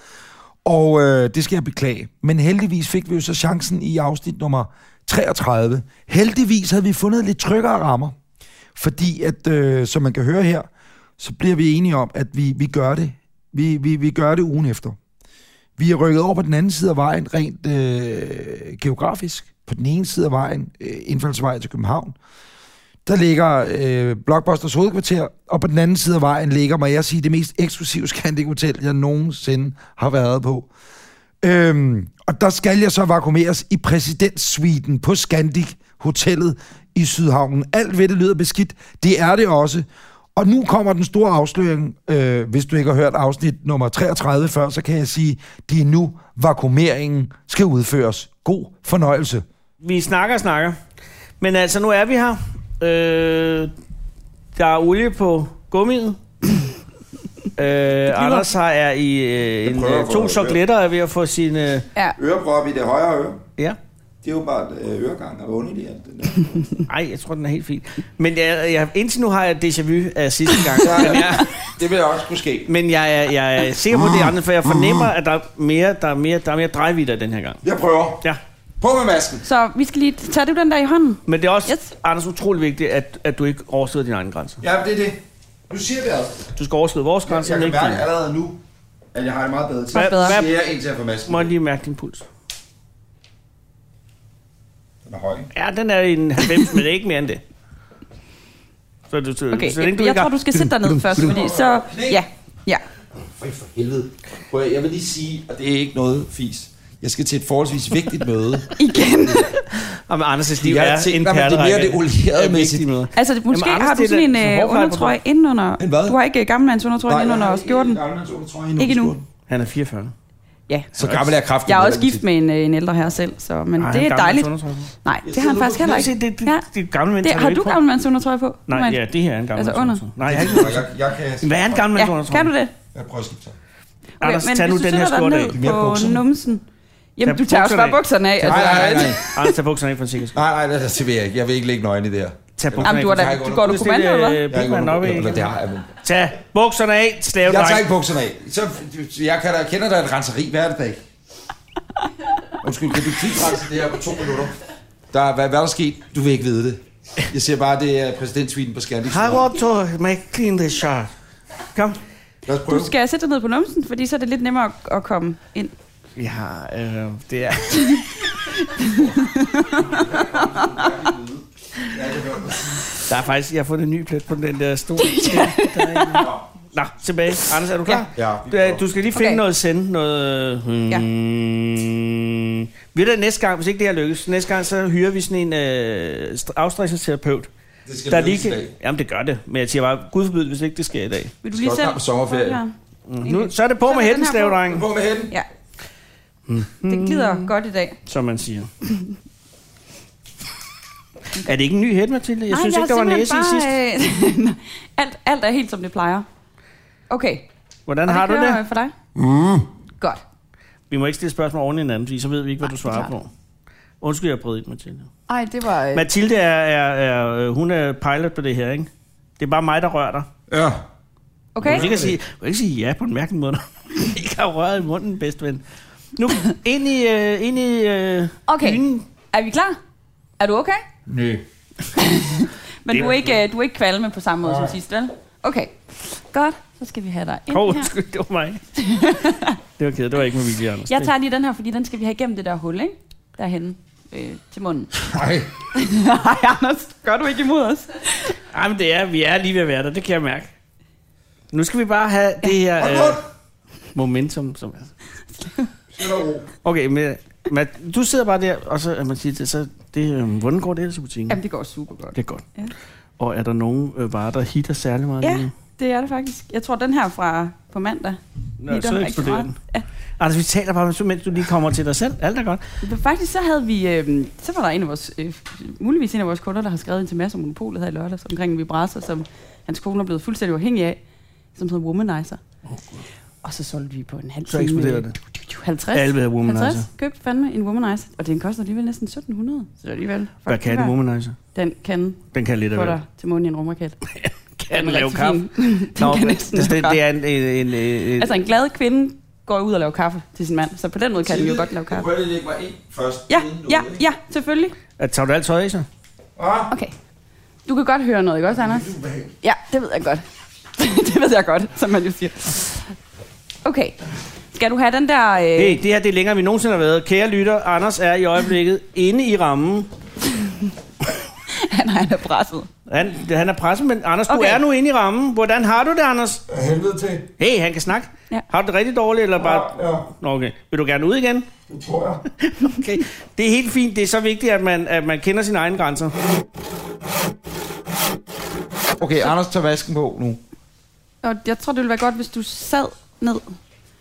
Speaker 2: Og øh, det skal jeg beklage. Men heldigvis fik vi jo så chancen i afsnit nummer 33. Heldigvis havde vi fundet lidt tryggere rammer. Fordi at, øh, som man kan høre her, så bliver vi enige om, at vi, vi gør det. Vi, vi, vi gør det ugen efter. Vi er rykket over på den anden side af vejen rent øh, geografisk. På den ene side af vejen, øh, indfaldsvej til København. Der ligger øh, Blockbusters hovedkvarter, og på den anden side af vejen ligger, må jeg sige, det mest eksklusive Scandic Hotel, jeg nogensinde har været på. Øhm, og der skal jeg så vakuumeres i præsidentsuiten på Scandic Hotellet i Sydhavnen. Alt ved det lyder beskidt. Det er det også. Og nu kommer den store afsløring. Øh, hvis du ikke har hørt afsnit nummer 33 før, så kan jeg sige, det er nu vakuumeringen skal udføres. God fornøjelse.
Speaker 3: Vi snakker og snakker. Men altså, nu er vi her. Øh, der er olie på gummiet. øh, Anders har er i øh, en,
Speaker 9: prøver
Speaker 3: øh,
Speaker 9: at få
Speaker 3: to
Speaker 9: det.
Speaker 3: chokletter er ved at få sine... Øh,
Speaker 7: Ja.
Speaker 9: Øreprop i det højre øre.
Speaker 3: ja.
Speaker 9: Det er jo bare et øh, øregang og underlig alt det der.
Speaker 3: Ej, jeg tror, den er helt fin. Men jeg, jeg, indtil nu har jeg déjà vu af sidste gang. Men jeg,
Speaker 9: Det vil også kunne ske.
Speaker 3: men jeg, er- jeg er sikker på det andet, for jeg fornemmer, at der er mere, der er mere, der er mere drejvidder den her gang.
Speaker 9: Jeg prøver.
Speaker 3: Ja.
Speaker 9: På med masken.
Speaker 7: Så vi skal lige... Tager du den der i hånden?
Speaker 3: Men det er også, yes.
Speaker 7: Yes.
Speaker 3: Anders, utrolig vigtigt, at, at du ikke overskrider dine egne grænser.
Speaker 9: Ja, det er det. Nu siger vi altså.
Speaker 3: Du skal overskride vores grænser,
Speaker 9: Jeg
Speaker 3: men
Speaker 9: kan
Speaker 3: ikke
Speaker 9: mærke
Speaker 3: dine.
Speaker 9: allerede nu, at jeg har det meget bedre til.
Speaker 3: Hvad,
Speaker 7: bedre.
Speaker 9: Jeg
Speaker 3: hvad,
Speaker 9: siger indtil jeg får masken.
Speaker 3: må jeg lige mærke din puls?
Speaker 9: Den er høj.
Speaker 3: Ja, den er i en 90, men ikke mere end det. Så, du, så,
Speaker 7: Okay,
Speaker 3: Øhm, så længe du
Speaker 7: jeg
Speaker 3: ikke
Speaker 7: tror,
Speaker 3: har,
Speaker 7: du skal sætte dig ned først, fordi så... Ja, ja.
Speaker 2: Føj for helvede. Prøv, at- jeg vil lige sige, og det er ikke noget fis. Jeg skal til et forholdsvis vigtigt møde.
Speaker 7: Igen.
Speaker 3: Jamen, Anders' liv
Speaker 2: Jeg
Speaker 3: er
Speaker 2: tænker, men
Speaker 3: en
Speaker 2: det er mere
Speaker 3: perlerække.
Speaker 2: det olierede
Speaker 3: af
Speaker 2: med
Speaker 3: vigtige
Speaker 2: sit-
Speaker 3: møder.
Speaker 7: Altså, det- måske
Speaker 3: Anders,
Speaker 7: Jamen, har du
Speaker 3: det er
Speaker 7: sådan en
Speaker 3: da-
Speaker 7: øh,
Speaker 3: hårdfejl
Speaker 7: undertrøje indenunder.
Speaker 2: En hvad?
Speaker 7: Du har ikke øh, gammelmands undertrøje indenunder og skjorten. Ikke endnu.
Speaker 3: Han er 44.
Speaker 7: Ja.
Speaker 2: Så gammel er kraften.
Speaker 7: Jeg er også gift med en, øh, en ældre her selv, så, men Ej, det er dejligt. Nej, det har han faktisk heller ikke.
Speaker 3: Det, det, det,
Speaker 7: Ja.
Speaker 3: det er gamle mænd,
Speaker 7: Det,
Speaker 3: tager
Speaker 7: har
Speaker 3: jo
Speaker 7: du
Speaker 3: ikke på.
Speaker 7: gammelmands undertrøje på?
Speaker 3: Nej,
Speaker 7: Normalt?
Speaker 3: ja, det her er en gammel
Speaker 7: Altså
Speaker 3: mand,
Speaker 7: under.
Speaker 3: tror jeg. Nej, jeg har ikke noget.
Speaker 2: Jeg, jeg kan...
Speaker 3: Hvad er en gammel mand,
Speaker 7: ja, kan du det?
Speaker 2: Jeg prøver at skifte tøj.
Speaker 7: Okay,
Speaker 3: Anders,
Speaker 7: men
Speaker 3: tag
Speaker 7: hvis
Speaker 3: nu
Speaker 7: du
Speaker 3: den her
Speaker 7: sætter dig
Speaker 3: skjorte
Speaker 7: ned
Speaker 3: af.
Speaker 2: mere
Speaker 7: På
Speaker 2: bukserne.
Speaker 7: numsen. Jamen,
Speaker 3: Tag
Speaker 7: du tager også
Speaker 3: bukserne
Speaker 7: bare
Speaker 3: af.
Speaker 7: bukserne af. altså.
Speaker 2: Nej, nej, nej, nej.
Speaker 3: Anders, tag bukserne af for en sikkerhed.
Speaker 2: Nej, nej, det, det vil jeg ikke. Jeg vil ikke lægge nøgen i det her.
Speaker 3: Tag bukserne
Speaker 7: Jamen,
Speaker 3: af.
Speaker 7: du, har da,
Speaker 2: Jeg har ikke
Speaker 7: du går du
Speaker 2: underbukser.
Speaker 7: kommando, eller hvad?
Speaker 3: Stil, øh, Bigman op i.
Speaker 2: Eller det har jeg, men...
Speaker 3: Tag bukserne af, slave
Speaker 2: Jeg
Speaker 3: dreng.
Speaker 2: tager ikke bukserne af. Så jeg kan da kender dig et renseri hver dag. Undskyld, kan du please rense det her på to minutter? Der, er- hvad, hvad der er sket? Du vil ikke vide det. Jeg siger bare, det er præsidentsvinen på Scandic.
Speaker 3: I want to make clean the shot. Kom.
Speaker 2: Lad os
Speaker 7: Du
Speaker 2: prøve.
Speaker 7: skal sætte dig ned på numsen, fordi så er det lidt nemmere at, at komme ind.
Speaker 3: Vi har, øh, det er... Der er faktisk, jeg har fundet en ny plet på den der stol. ja. Nå, tilbage. Anders, er du klar?
Speaker 2: Ja.
Speaker 3: Du, er- du skal lige finde
Speaker 7: Okay.
Speaker 3: okay. noget sende, noget... Hmm.
Speaker 7: Ja.
Speaker 3: Ved du, næste gang, hvis ikke det her lykkes, næste gang, så hyrer vi sådan en øh, st- afstressningsterapeut.
Speaker 2: Det skal
Speaker 3: Der
Speaker 2: der
Speaker 3: lige
Speaker 2: ligge.
Speaker 3: kan... Jamen, det gør det. Men jeg siger bare, gud forbyde, det, hvis ikke det sker i dag. Mhm.
Speaker 7: Vil du
Speaker 2: Skal
Speaker 7: lige
Speaker 2: også
Speaker 7: selv?
Speaker 2: snart på sommerferie.
Speaker 7: Ja.
Speaker 3: Mm. Nu, så er det på
Speaker 7: Så er
Speaker 3: med
Speaker 7: det
Speaker 3: hætten,
Speaker 7: den her på.
Speaker 3: slavedrengen,
Speaker 2: På med hætten.
Speaker 7: Ja. Det
Speaker 3: Mm.
Speaker 7: glider godt i dag.
Speaker 3: som man siger. er det ikke en ny hæt, Mathilde? Jeg synes
Speaker 7: jeg
Speaker 3: ikke, der var
Speaker 7: har
Speaker 3: næse i sidst.
Speaker 7: simpelthen bare, øh, alt, alt er helt, som det plejer. Okay.
Speaker 3: Hvordan
Speaker 7: og
Speaker 3: har du
Speaker 7: kører
Speaker 3: det?
Speaker 7: for dig? Mm. Godt.
Speaker 3: Vi må ikke stille spørgsmål oven i hinanden, fordi så ved vi ikke, hvad du
Speaker 7: det er
Speaker 3: svarer på. Undskyld, jeg brød ind, Mathilde.
Speaker 7: Ej, det var... Øh,
Speaker 3: Mathilde er, er, er, øh, hun er pilot på det her, ikke? Det er bare mig, der rører dig.
Speaker 2: Ja.
Speaker 7: okay.
Speaker 3: Du kan ikke sige, du kan ikke sige ja på en mærkelig måde, når du ikke har røret i munden, bedst ven. Nu, ind i, øh, ind i øh,
Speaker 7: Okay.
Speaker 3: dynen.
Speaker 7: Er vi klar? Er du okay?
Speaker 2: Nø.
Speaker 7: Men
Speaker 3: Det-
Speaker 7: du er ikke, øh, du er ikke kvalme på samme måde som sidst, vel? Okay. Godt. Så skal vi have dig ind
Speaker 3: Åh,
Speaker 7: her.
Speaker 3: undskyld, det var mig. det var kedeligt, det var ikke med vilje, Anders.
Speaker 7: Jeg
Speaker 3: Det-
Speaker 7: tager lige den her, fordi den skal vi have igennem det der hul, ikke? Derhenne. Øh, til munden.
Speaker 2: Nej.
Speaker 7: Nej, Anders, gør du ikke imod os?
Speaker 3: Mm. Ej, men det er, vi er lige ved at være der, det kan jeg mærke. Nu skal vi bare have det her øh, momentum. Som, okay, men, men du sidder bare der, og så, øh, man siger, det, så det, øh, hvordan går det ellers i butikken?
Speaker 7: Jamen, det går super godt.
Speaker 3: Det er godt.
Speaker 7: Ja.
Speaker 3: Og er der nogen øh, varer, der hitter særlig meget? lige
Speaker 7: Ja,
Speaker 3: nu?
Speaker 7: det er det faktisk. Jeg tror, den her fra på mandag.
Speaker 3: Nå,
Speaker 7: hitter
Speaker 3: så
Speaker 7: rigtig
Speaker 3: eksploderer
Speaker 7: meget.
Speaker 3: den. Anders, vi taler bare, mens du lige kommer til dig selv. Alt er godt.
Speaker 7: Men Faktisk så havde vi, øh, så var der en af vores, øh, muligvis en af vores kunder, der har skrevet ind til Mads om Monopolet her i lørdags omkring en vibrator, som hans kone er blevet fuldstændig afhængig af, som hedder Womanizer. og så solgte vi på en halv
Speaker 3: Så
Speaker 7: time,
Speaker 3: eksploderer
Speaker 7: øh,
Speaker 3: det.
Speaker 7: du, du, du, 50.
Speaker 3: Alle vil have Womanizer.
Speaker 7: 50. Køb fandme en Womanizer. Og den koster alligevel næsten 1700. Så alligevel.
Speaker 3: Hvad
Speaker 7: fucking
Speaker 3: kan en
Speaker 7: værd.
Speaker 3: womanizer?
Speaker 7: Den kan
Speaker 3: Den kan lidt af
Speaker 7: få
Speaker 3: hvert.
Speaker 7: dig til månen i en rumraket. Den
Speaker 3: Kan
Speaker 7: er
Speaker 3: lave
Speaker 7: rigtig
Speaker 3: kaffe.
Speaker 7: fin. den
Speaker 3: Nå,
Speaker 7: kan
Speaker 3: det,
Speaker 7: næsten
Speaker 3: det,
Speaker 7: lave
Speaker 3: det
Speaker 7: kaffe.
Speaker 3: er en, en, en, en,
Speaker 7: Altså en glad kvinde går ud og laver kaffe til sin mand, så på den måde kan den jo godt lave kaffe.
Speaker 2: Prøv at lægge mig ind først.
Speaker 7: Ja,
Speaker 2: inden
Speaker 7: ja,
Speaker 2: noget, ikke?
Speaker 7: ja, selvfølgelig.
Speaker 3: en, Tager du alt tøjet i så?
Speaker 7: Okay. Du kan godt høre noget, ikke også, Anders? Ja, det ved jeg godt. det ved jeg godt, som man jo siger. Okay. Skal du have den der... Øh...
Speaker 3: Hey, det her det er længere, end vi nogensinde har været. Kære lytter, Anders er i øjeblikket inde i rammen.
Speaker 7: Han, han er presset.
Speaker 3: Han, han er presset, men Anders, okay. du
Speaker 7: Okay.
Speaker 3: er nu inde i rammen. Hvordan har du det, Anders?
Speaker 2: Af Helvede til.
Speaker 3: Hey, han kan snakke.
Speaker 7: Ja.
Speaker 3: Har du det rigtig dårligt, eller bare...
Speaker 2: Ja,
Speaker 3: Nå, okay. Vil du gerne ud igen?
Speaker 2: det tror jeg.
Speaker 3: Okay. Det er helt fint. Det er så vigtigt, at man, at man kender sine egne grænser.
Speaker 2: Okay, Anders tager vasken på nu.
Speaker 7: Og jeg tror, det ville være godt, hvis du sad ned.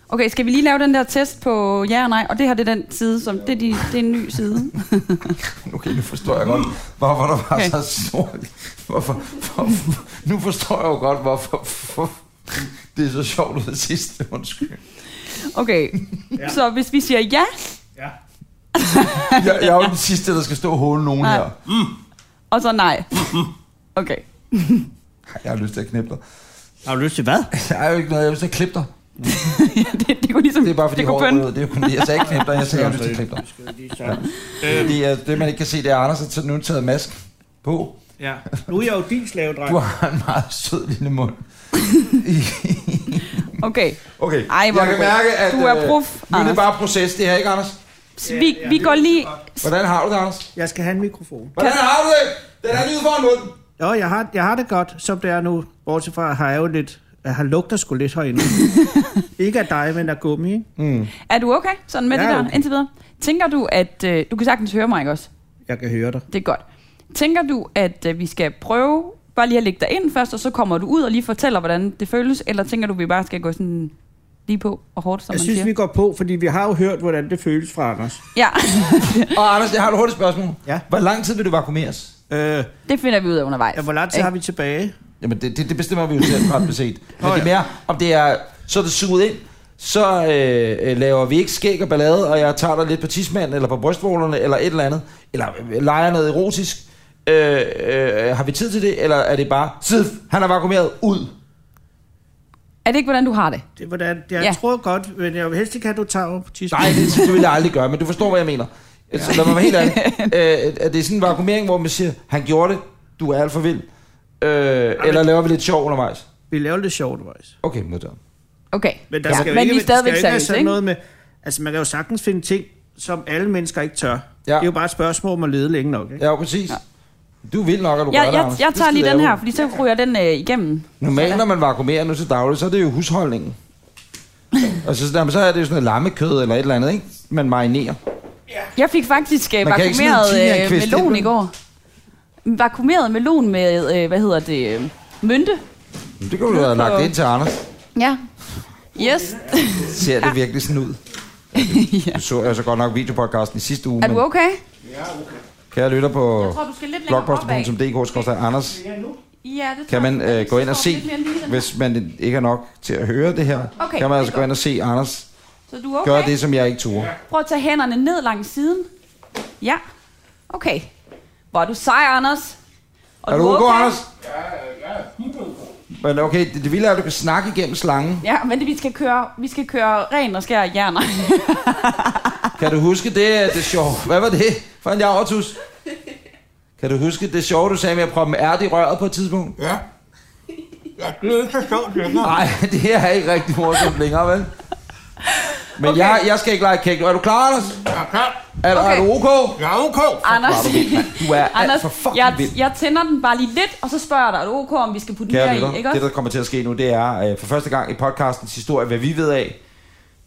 Speaker 7: Okay, skal vi lige lave den der test på ja og nej? Og det her, det er den side, som... Det er, de, det er en ny side.
Speaker 2: Okay, nu forstår jeg godt, hvorfor der var
Speaker 7: Okay.
Speaker 2: okay. så stor... Hvorfor, hvorfor, nu forstår jeg jo godt, hvorfor... For, det så sjovt ud sidst, undskyld.
Speaker 7: Okay, så hvis vi siger ja,
Speaker 2: Jeg, jeg er jo den sidste, der skal stå og håle nogen
Speaker 7: Nej.
Speaker 2: her.
Speaker 7: og så nej. Okay.
Speaker 2: Ej, Jeg har lyst til at knippe dig.
Speaker 3: Har du lyst til hvad?
Speaker 2: Jeg har jo ikke noget, jeg har lyst til at klippe dig.
Speaker 7: det, det kunne ligesom...
Speaker 2: Det er bare fordi,
Speaker 7: det
Speaker 2: det,
Speaker 7: kunne
Speaker 2: håret
Speaker 7: pynte.
Speaker 2: ryger. det er jo kun det. Jeg sagde ikke knippe dig, jeg sagde, jeg har lyst til at klippe dig. Fordi, øh, det, man ikke kan se, det er, at Anders har taget- nu taget mask på.
Speaker 3: Ja. Nu er jeg jo din
Speaker 2: Du
Speaker 3: slavedreng.
Speaker 2: har en meget sød lille mund.
Speaker 7: Okay.
Speaker 2: Okay,
Speaker 7: Ej,
Speaker 2: jeg
Speaker 7: hvor
Speaker 2: kan
Speaker 7: er du god.
Speaker 2: mærke, at
Speaker 7: Du er
Speaker 2: øh,
Speaker 7: prof,
Speaker 2: nu er
Speaker 7: Anders.
Speaker 2: det bare proces, det her, ikke Anders?
Speaker 7: Så vi, vi går lige...
Speaker 2: Hvordan har du det, Anders?
Speaker 3: Jeg skal have en mikrofon.
Speaker 2: Hvordan har du det? Den er lige ude foran munden.
Speaker 3: Jo, jeg har, jeg har det godt, som det er nu. Bortset fra har jeg jo lidt at han lugter sgu lidt herinde. ikke af dig, men af gummi, ikke?
Speaker 7: Er du okay sådan med
Speaker 3: Jeg
Speaker 7: det
Speaker 3: er
Speaker 7: der
Speaker 3: okay.
Speaker 7: indtil videre? Tænker du, at... Øh, du kan sagtens høre mig, ikke også?
Speaker 3: Jeg kan høre dig.
Speaker 7: Det er godt. Tænker du, at øh, vi skal prøve bare lige at lægge dig ind først, og så kommer du ud og lige fortæller, hvordan det føles? Eller tænker du, at vi bare skal gå sådan lige på og hårdt, som
Speaker 3: Jeg
Speaker 7: man
Speaker 3: synes,
Speaker 7: siger?
Speaker 3: vi går på, fordi vi har jo hørt, hvordan det føles fra Anders.
Speaker 7: Ja,
Speaker 2: Og Anders, jeg har et hurtigt spørgsmål.
Speaker 3: Ja.
Speaker 2: Hvor lang tid vil du vakuumeres?
Speaker 3: Øh,
Speaker 7: det finder vi ud af undervejs.
Speaker 3: ja, hvor lang tid har vi tilbage?
Speaker 2: Jamen, det, det, det bestemmer vi jo selv ret beset. Men
Speaker 3: Nå,
Speaker 2: det er mere, om det er, så er det suget ind, så øh, øh, laver vi ikke skæg og ballade, og jeg tager dig lidt på tismanden, eller på brystvorterne, eller et eller andet, eller øh, leger noget erotisk. Øh, øh, har vi tid til det, eller er det bare, sidf, han er vakuumeret, ud.
Speaker 7: Er det ikke, hvordan du har det?
Speaker 3: Det, er hvordan, jeg
Speaker 7: Ja.
Speaker 3: ja. tror godt, men jeg vil helst ikke have, at du tager op på tidsmanden.
Speaker 2: Nej, det, det vil jeg aldrig gøre, men du forstår, hvad jeg mener. Så lad mig være helt ærlig. Øh, er det sådan en vakuumering, hvor man siger, han gjorde det, du er alt for vild? Øh, eller laver vi lidt sjov undervejs?
Speaker 3: Vi laver det sjovt, Vejs.
Speaker 2: Okay, modtaget.
Speaker 7: Okay.
Speaker 3: Men der
Speaker 7: ja.
Speaker 3: skal jo
Speaker 7: men
Speaker 3: ikke,
Speaker 7: vi er stadigvæk
Speaker 3: der skal jo ikke være
Speaker 7: seriøse,
Speaker 3: sådan
Speaker 7: ikke?
Speaker 3: noget med... Altså, man kan jo sagtens finde ting, som alle mennesker ikke tør.
Speaker 2: Ja.
Speaker 3: Ja. Det er jo bare et spørgsmål om at lede længe nok, ikke?
Speaker 2: Ja, jo, præcis. Ja. Du vil nok, at du
Speaker 7: Jeg,
Speaker 2: gør det,
Speaker 7: jeg,
Speaker 2: Anders.
Speaker 7: jeg
Speaker 2: Det
Speaker 7: tager
Speaker 2: skal
Speaker 7: lige
Speaker 2: jeg
Speaker 7: den
Speaker 2: jo.
Speaker 7: her, fordi så ryger den øh, igennem.
Speaker 2: Normalt, når man vakuumerer nu til daglig, så er det jo husholdningen. Og så, jamen, så er det jo sådan noget lammekød eller et eller andet, ikke? Man marinerer.
Speaker 7: Jeg fik faktisk øh,
Speaker 2: Man kan ikke smide en
Speaker 7: vakuumeret øh,
Speaker 2: timiankvist
Speaker 7: melon
Speaker 2: ind,
Speaker 7: i går. Vakuumeret melon med, øh, hvad hedder det, øh, mynte.
Speaker 2: Men det kunne du have lagt ind til Anders.
Speaker 7: Ja. Yes.
Speaker 2: Ser det virkelig sådan ud?
Speaker 7: ja.
Speaker 2: Du så jeg så godt nok videopodcasten i sidste uge,
Speaker 7: Er du
Speaker 2: men
Speaker 7: okay?
Speaker 2: kære lytter på
Speaker 7: du skal lidt
Speaker 2: blogpost.dk-anders
Speaker 7: Ja, det
Speaker 2: kan man øh, gå ind og se, hvis man ikke er nok til at høre det her,
Speaker 7: Okay,
Speaker 2: kan
Speaker 7: det
Speaker 2: man
Speaker 7: er
Speaker 2: altså gå
Speaker 7: godt.
Speaker 2: ind og se Anders
Speaker 7: Så du er okay?
Speaker 2: gøre det, som jeg ikke turde.
Speaker 7: Prøv at tage hænderne ned langs siden. Ja. Okay. Hvor er du sej, Anders. Og
Speaker 2: Er du okay, Anders? Men okay, det, det vilde er, at du kan snakke igennem slangen.
Speaker 7: Ja, men det, vi skal køre, vi skal køre ren og skær hjerner.
Speaker 2: Kan du huske det, det sjove? Hvad var det for en javertus? Kan du huske det sjove, du sagde med at proppe en ært i røret på et tidspunkt?
Speaker 10: Ja. Ja, det er ikke så sjovt, Jørgen.
Speaker 2: Nej, det her er ikke rigtig morsomt længere, vel? Men okay. jeg, jeg skal ikke lege kæk. Er du klar, Anders?
Speaker 10: Jeg er klar.
Speaker 2: Er, okay. er
Speaker 7: Okay.
Speaker 2: du ok?
Speaker 10: Jeg er okay.
Speaker 7: Anders,
Speaker 2: Du er alt
Speaker 7: Anders
Speaker 2: for fucking
Speaker 7: jeg,
Speaker 2: vild.
Speaker 7: jeg tænder den bare lige lidt, og så spørger jeg dig, er du okay, om vi skal putte
Speaker 2: Kære
Speaker 7: mere i, ikke
Speaker 2: lytter, det
Speaker 7: også?
Speaker 2: der kommer til at ske nu, det er øh, for første gang i podcastens historie, hvad vi ved af,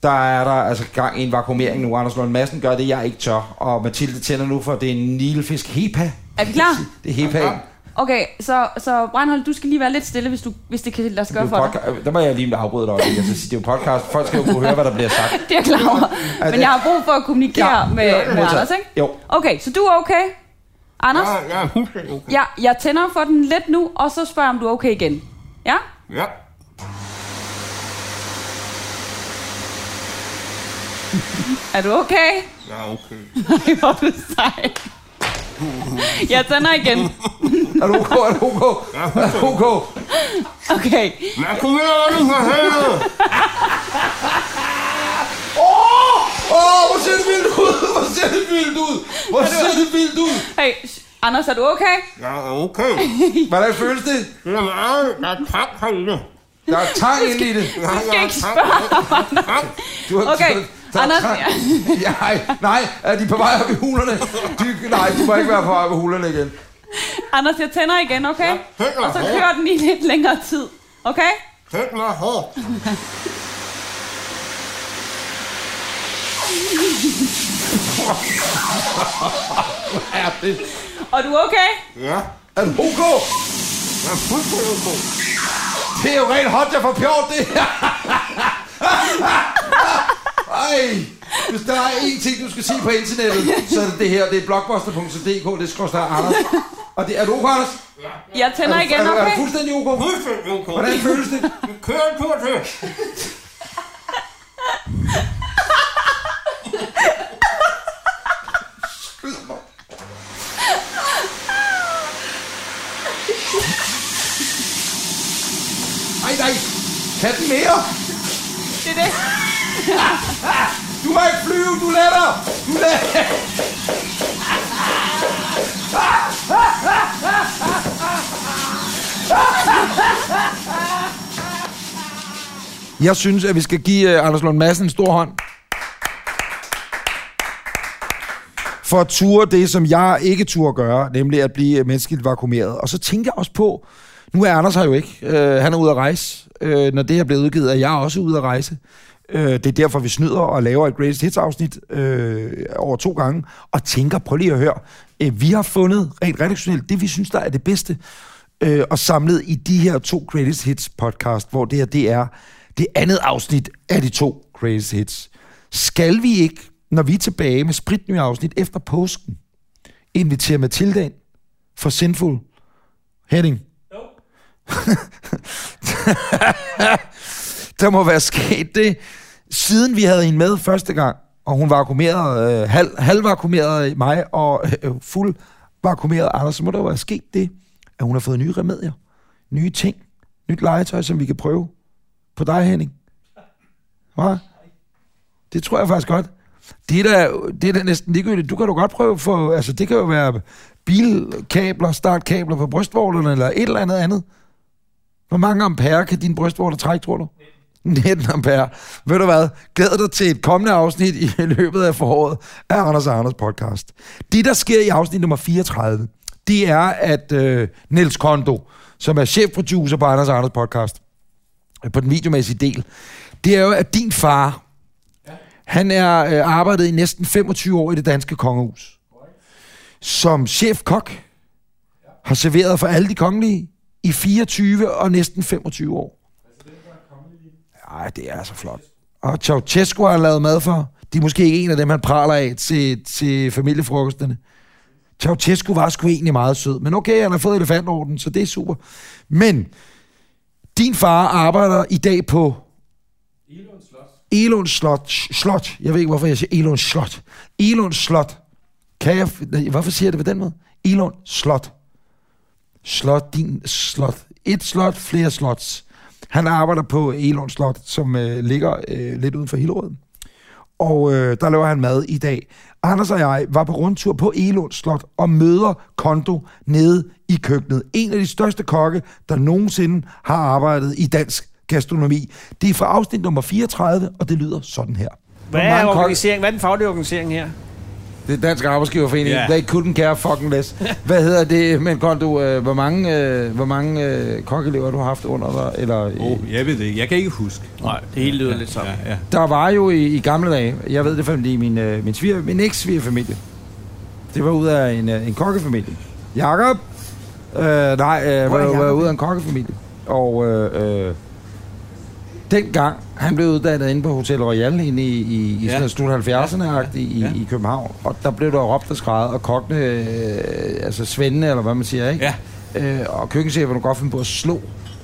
Speaker 2: der er der altså gang i en vakuumering nu. Anders Lund Madsen gør det, jeg ikke tør. Og Mathilde tænder nu for, det er en nilfisk hepa.
Speaker 7: Er vi klar?
Speaker 2: Det er hepaen.
Speaker 7: Okay, så, så Breinholt, du skal lige være lidt stille, hvis, du, hvis det kan lade sig gøre
Speaker 2: Det er
Speaker 7: for
Speaker 2: jo
Speaker 7: dig.
Speaker 2: podca- Øh, der må jeg lige afbryde dig. Ulrik. Altså, det er jo podcast. Folk skal jo kunne høre, hvad der bliver sagt.
Speaker 7: Det er jeg klar over. Men jeg har brug for at kommunikere
Speaker 2: Ja,
Speaker 7: med,
Speaker 2: ja,
Speaker 7: med
Speaker 2: modtaget.
Speaker 7: Anders, ikke?
Speaker 2: Jo.
Speaker 7: Okay, så du er okay? Anders?
Speaker 10: Jeg, jeg er fuldstændig okay.
Speaker 7: Ja, jeg tænder for den lidt nu, og så spørger jeg, om du er okay igen. Ja?
Speaker 10: Ja.
Speaker 7: Er du okay?
Speaker 10: Jeg er okay.
Speaker 7: Nej, hvor er du sej. Jeg tænder igen.
Speaker 2: Er du ok? Er du ok? Er du ok?
Speaker 7: Okay.
Speaker 10: Lad os komme ind og for helvede.
Speaker 2: Åh, oh, hvor ser det vildt ud! Hvor ser det vildt ud! Hvor ser det vildt ud!
Speaker 7: Hey, sh- Anders, er du okay?
Speaker 10: Jeg er okay.
Speaker 2: Hvordan føles det?
Speaker 10: Det er meget, der er tak herinde.
Speaker 2: Der er tang inde i det.
Speaker 10: Jeg,
Speaker 7: skal ikke spørge
Speaker 10: Tak.
Speaker 2: Du har,
Speaker 7: Okay,
Speaker 2: der er
Speaker 7: Anders-
Speaker 2: tang. Ja, nej, nej, er de på vej op i hulerne? De, nej, du må ikke være på vej op i hulerne igen.
Speaker 7: Anders, jeg tænder igen, okay?
Speaker 10: Tænd mig
Speaker 7: Og så
Speaker 10: hårdt.
Speaker 7: kører den i lidt længere tid. Okay?
Speaker 10: Tænd mig hårdt.
Speaker 2: Er, det,
Speaker 7: Og du er okay?
Speaker 10: Ja.
Speaker 2: er du ok?
Speaker 10: Jeg er fuldstændig okay.
Speaker 2: Det er jo ren hotja for pjort, det her. Ej, hvis der er én ting, du skal se på internettet, så er det det her. Det er blogbuster.dk, det skal der Anders. Og det, er du okay, Anders?
Speaker 7: Jeg tænder
Speaker 2: er,
Speaker 7: igen,
Speaker 2: du- er, du
Speaker 7: okay?
Speaker 2: fuldstændig ok?
Speaker 10: Fuldstændig okay.
Speaker 2: Hvordan føles det?
Speaker 10: Kør en tur til.
Speaker 2: Ej, nej. Kan den mere? Ah,
Speaker 7: Det er det.
Speaker 2: Du må ikke flyve, du letter. Du letter. Jeg synes, at vi øh, skal give uh, Anders Lund Madsen en stor hånd. for at ture det, som jeg ikke turde gøre, nemlig at blive øh, menneskeligt vakuumeret. Og så tænker jeg også på, nu er Anders her jo ikke. Øh, han er ude at rejse. Øh, når det her bliver udgivet, er jeg også ude at rejse. Øh, det er derfor, vi snyder og laver et Greatest Hits-afsnit øh, over to gange, og tænker, prøv lige at høre, øh, vi har fundet rent redaktionelt det, vi synes, der er det bedste, øh, og samlet i de her to Greatest Hits-podcast, hvor det her, det er det andet afsnit af de to Greatest Hits. Skal vi ikke, når vi er tilbage med spritnye afsnit efter påsken, invitere Mathilda ind for Sinful Heading? der må være sket det, siden vi havde en med første gang, og hun vakuumerede, øh, halv, halvvakuumerede mig, og øh, fuld vakuumerede Anders, så må der jo være sket det, at hun har fået nye remedier, nye ting, nyt legetøj, som vi kan prøve på dig, Henning. Hva? Det tror jeg faktisk godt. Det er da, det er da næsten ligegyldigt. Du kan du godt prøve for, altså det kan jo være bilkabler, startkabler på brystvorterne, eller et eller andet andet. Hvor mange ampere kan din brystvorter trække, tror du? 19 ampere. Ved du hvad? Glæd dig til et kommende afsnit i løbet af foråret af Anders og Anders podcast. Det, der sker i afsnit nummer 34, det er, at øh, Niels Kondo, som er chefproducer på Anders og Anders podcast, øh, på den videomæssige del, det er jo, at din far, han er øh, arbejdet i næsten 25 år i det danske kongehus. Som chefkok har serveret for alle de kongelige i 24 og næsten 25 år. Nej, det er så flot. Og Ceausescu har han lavet mad for. De er måske ikke en af dem, han praler af til, til familiefrokosterne. Ceausescu var sgu egentlig meget sød. Men okay, han har fået elefantorden, så det er super. Men din far arbejder i dag på Elund Slot. Slot. Jeg ved ikke, hvorfor jeg siger Elund Slot. Elund Slot. Kan jeg... nej, Hvorfor siger jeg det på den måde? Elund Slot. Slot, din slot. Et slot, flere slots. Han arbejder på Elund Slot, som øh, ligger øh, lidt uden for Hillerød. Og øh, der laver han mad i dag. Anders og jeg var på rundtur på Elund Slot og møder Kondo nede i køkkenet. En af de største kokke, der nogensinde har arbejdet i dansk gastronomi. Det er fra afsnit nummer 34, og det lyder sådan her.
Speaker 11: Hvad
Speaker 2: Hvor mange
Speaker 11: er,
Speaker 2: kokke-
Speaker 11: organisering? Hvad er den faglige organisering her?
Speaker 2: det er Dansk Arbejdsgiverforening.
Speaker 11: Ja.
Speaker 2: Yeah. They couldn't care fucking less. Hvad hedder det? Men Kondo, øh, hvor mange, øh, hvor mange øh, kokkelever du har haft under dig? Eller, øh,
Speaker 12: Oh, jeg ved det ikke. Jeg kan ikke huske.
Speaker 11: Nej, det hele lyder ja, lidt sammen.
Speaker 12: Ja, ja.
Speaker 2: Der var jo i, i gamle dage, jeg ved det fordi min, øh, min, sviger, min eks-svigerfamilie, det var ud af en, øh, en kokkefamilie. Jakob? Øh, nej, øh, var, var ud af en kokkefamilie. Og øh, øh, dengang, han blev uddannet inde på Hotel Royal inde i, i, i
Speaker 12: Ja.
Speaker 2: ja. sådan slut 70'erne ja. i, ja. i København. Og der blev der råbt og skrevet, og kokkene, øh, altså svendene, eller hvad man siger, ikke?
Speaker 12: Ja.
Speaker 2: Øh, og køkkencheferne kunne godt finde på at slå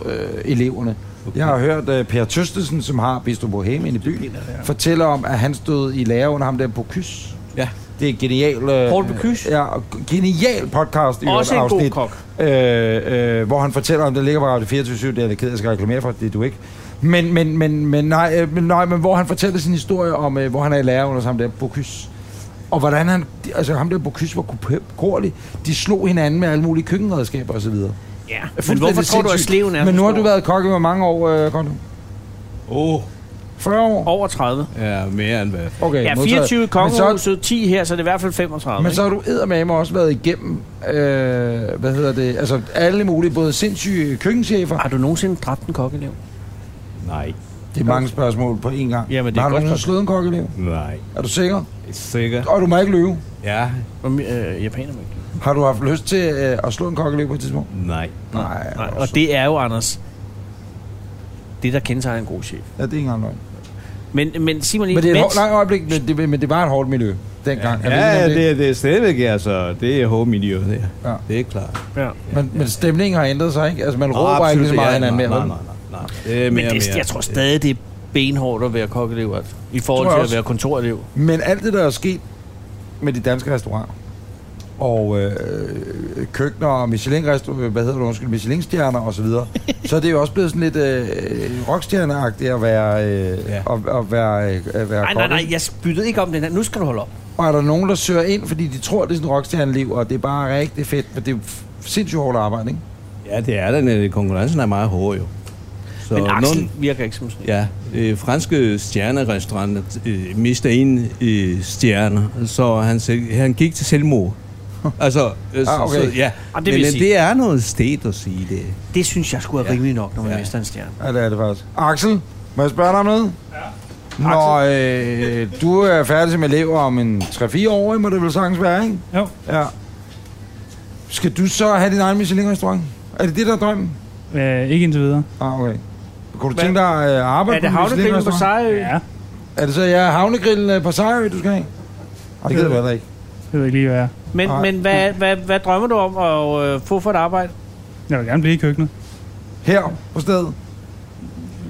Speaker 2: øh, eleverne. Jeg har hørt uh, Per Tøstesen, som har Bistro Bohemian i byen, fortæller om, at han stod i lære under ham der på Kys.
Speaker 12: Ja.
Speaker 2: Det er et genial... Øh,
Speaker 11: Paul Bocuse?
Speaker 2: Ja, og genial podcast i
Speaker 11: Også en
Speaker 2: øvrigt,
Speaker 11: god kok.
Speaker 2: øh, øh, hvor han fortæller om, det ligger på Radio 24 det er jeg ked af, jeg skal reklamere for, det er du ikke. Men, men, men, men, nej, øh, men, nej, men hvor han fortæller sin historie om, øh, hvor han er i lære under sammen der Bocuse. Og hvordan han, altså ham der Bocuse var korlig, de slog hinanden med alle mulige køkkenredskaber osv.
Speaker 11: Ja. Men hvorfor tror du, at sleven er
Speaker 2: Men
Speaker 11: så
Speaker 2: nu har
Speaker 11: stor?
Speaker 2: du været kokke i hvor mange år, øh, Kondo?
Speaker 12: Åh,
Speaker 2: 40 år?
Speaker 11: Over 30.
Speaker 12: ja, mere end hvad?
Speaker 2: Okay,
Speaker 11: Ja,
Speaker 2: modtaget.
Speaker 11: 24 i
Speaker 2: Men så,
Speaker 11: kongehuset, 10 her, så det er i hvert fald 35.
Speaker 2: men så
Speaker 11: ikke?
Speaker 2: har du eddermame også været igennem, øh, hvad hedder det, altså alle mulige, både sindssyge køkkenchefer,
Speaker 11: Har du nogensinde dræbt en kokkelev?
Speaker 12: Nej.
Speaker 2: Ah, Det er mange spørgsmål på én gang.
Speaker 11: Jamen, det er
Speaker 2: har du
Speaker 11: godt
Speaker 2: nogensinde slået en kokkelev?
Speaker 12: Nej.
Speaker 2: Er du sikker?
Speaker 12: Sikker?
Speaker 2: Og du må ikke løbe.
Speaker 12: Ja.
Speaker 11: Hvor mi- Øh, japaner må ikke.
Speaker 2: Har du haft lyst til øh, at slå en kokkelev på et tidspunkt?
Speaker 12: Nej.
Speaker 2: Nej.
Speaker 11: Nej,
Speaker 2: altså.
Speaker 11: og det er jo, Anders, det der kendetegner en god chef.
Speaker 2: Ja, det er ikke engang løgn.
Speaker 11: Men, men sig mig lige,
Speaker 2: Men det er et
Speaker 11: mens,
Speaker 2: hårdt, nej, øjeblik, men det, men det var et hårdt miljø dengang. Er vi enige
Speaker 12: Ja,
Speaker 2: om
Speaker 12: ja det, er- det er stadigvæk, altså. Det er håbmiljøet her.
Speaker 2: Ja.
Speaker 12: Ja. Det er klart.
Speaker 11: ja.
Speaker 2: Men, men stemningen har ændret sig, ikke? Altså, man
Speaker 12: Nå,
Speaker 2: råber ikke
Speaker 12: absolut,
Speaker 2: lige så meget
Speaker 12: ja,
Speaker 2: hinanden
Speaker 12: nej, Nej,
Speaker 2: mere. vel?
Speaker 12: nej, nej. nej. Det er
Speaker 11: men
Speaker 12: mere,
Speaker 11: det,
Speaker 12: mere.
Speaker 11: jeg tror stadig, det er benhårdt at være kokkelev, altså, i forhold
Speaker 2: Tror jeg
Speaker 11: til at
Speaker 2: også.
Speaker 11: være kontorelev.
Speaker 2: Men alt det, der er sket med de danske restauranter, og øh, køkkener og Michelin hvad hedder det, undskyld, Michelin-stjerner og så videre, så er det jo også blevet sådan lidt øh, rockstjerneagtigt at være, øh,
Speaker 12: Ja.
Speaker 2: ja. at, at være, øh, at være
Speaker 11: Nej, nej,
Speaker 2: kokke.
Speaker 11: nej, jeg spyttede ikke om den her. Nu skal du holde op.
Speaker 2: Og er der nogen, der søger ind, fordi de tror, det er sådan et rockstjerneliv, og det er bare rigtig fedt, men det er jo f- sindssygt hårdt arbejde, ikke?
Speaker 12: Ja, det er den. øh, Konkurrencen er meget hård, jo. Så
Speaker 3: Men Axel
Speaker 12: nogen-
Speaker 3: virker ikke som sådan.
Speaker 12: Ja, øh, franske stjernerestauranter øh, mister en øh, stjerne, så han, selv- han gik til selvmord. Altså, øh,
Speaker 3: Ah, okay.
Speaker 12: så, ja.
Speaker 3: Ah, det vil
Speaker 12: Men øh,
Speaker 3: sige-
Speaker 12: det er noget sted at sige det.
Speaker 3: Det synes jeg skulle er rimeligt nok, når man ja. mister en stjerne.
Speaker 2: Ja, det er det faktisk. Axel, må jeg spørge dig om noget? Ja. Når øh, du er færdig som elev om en 3-4 år, må det vel sagtens være, ikke?
Speaker 13: Jo.
Speaker 2: Ja. Skal du så have din egen Michelin-restaurant? Er det det, der er drømmen?
Speaker 13: Øh, ikke indtil videre.
Speaker 2: Ah, okay. Kunne du tænke dig at øh, arbejde
Speaker 13: Er det
Speaker 2: en
Speaker 13: havnegrillen på
Speaker 2: Michelin-restaurant?
Speaker 11: øh,
Speaker 13: Sejerø? Ja.
Speaker 2: Er det så ja, havnegrillen øh, på Sejrø, du skal have? Ah, det gider du heller ikke.
Speaker 13: Det ved jeg ikke lige, hvad jeg er.
Speaker 11: Men,
Speaker 2: Nej.
Speaker 11: men hvad, hvad, hvad drømmer du om at øh, få for et arbejde?
Speaker 13: Jeg vil gerne blive i køkkenet.
Speaker 2: Her på stedet?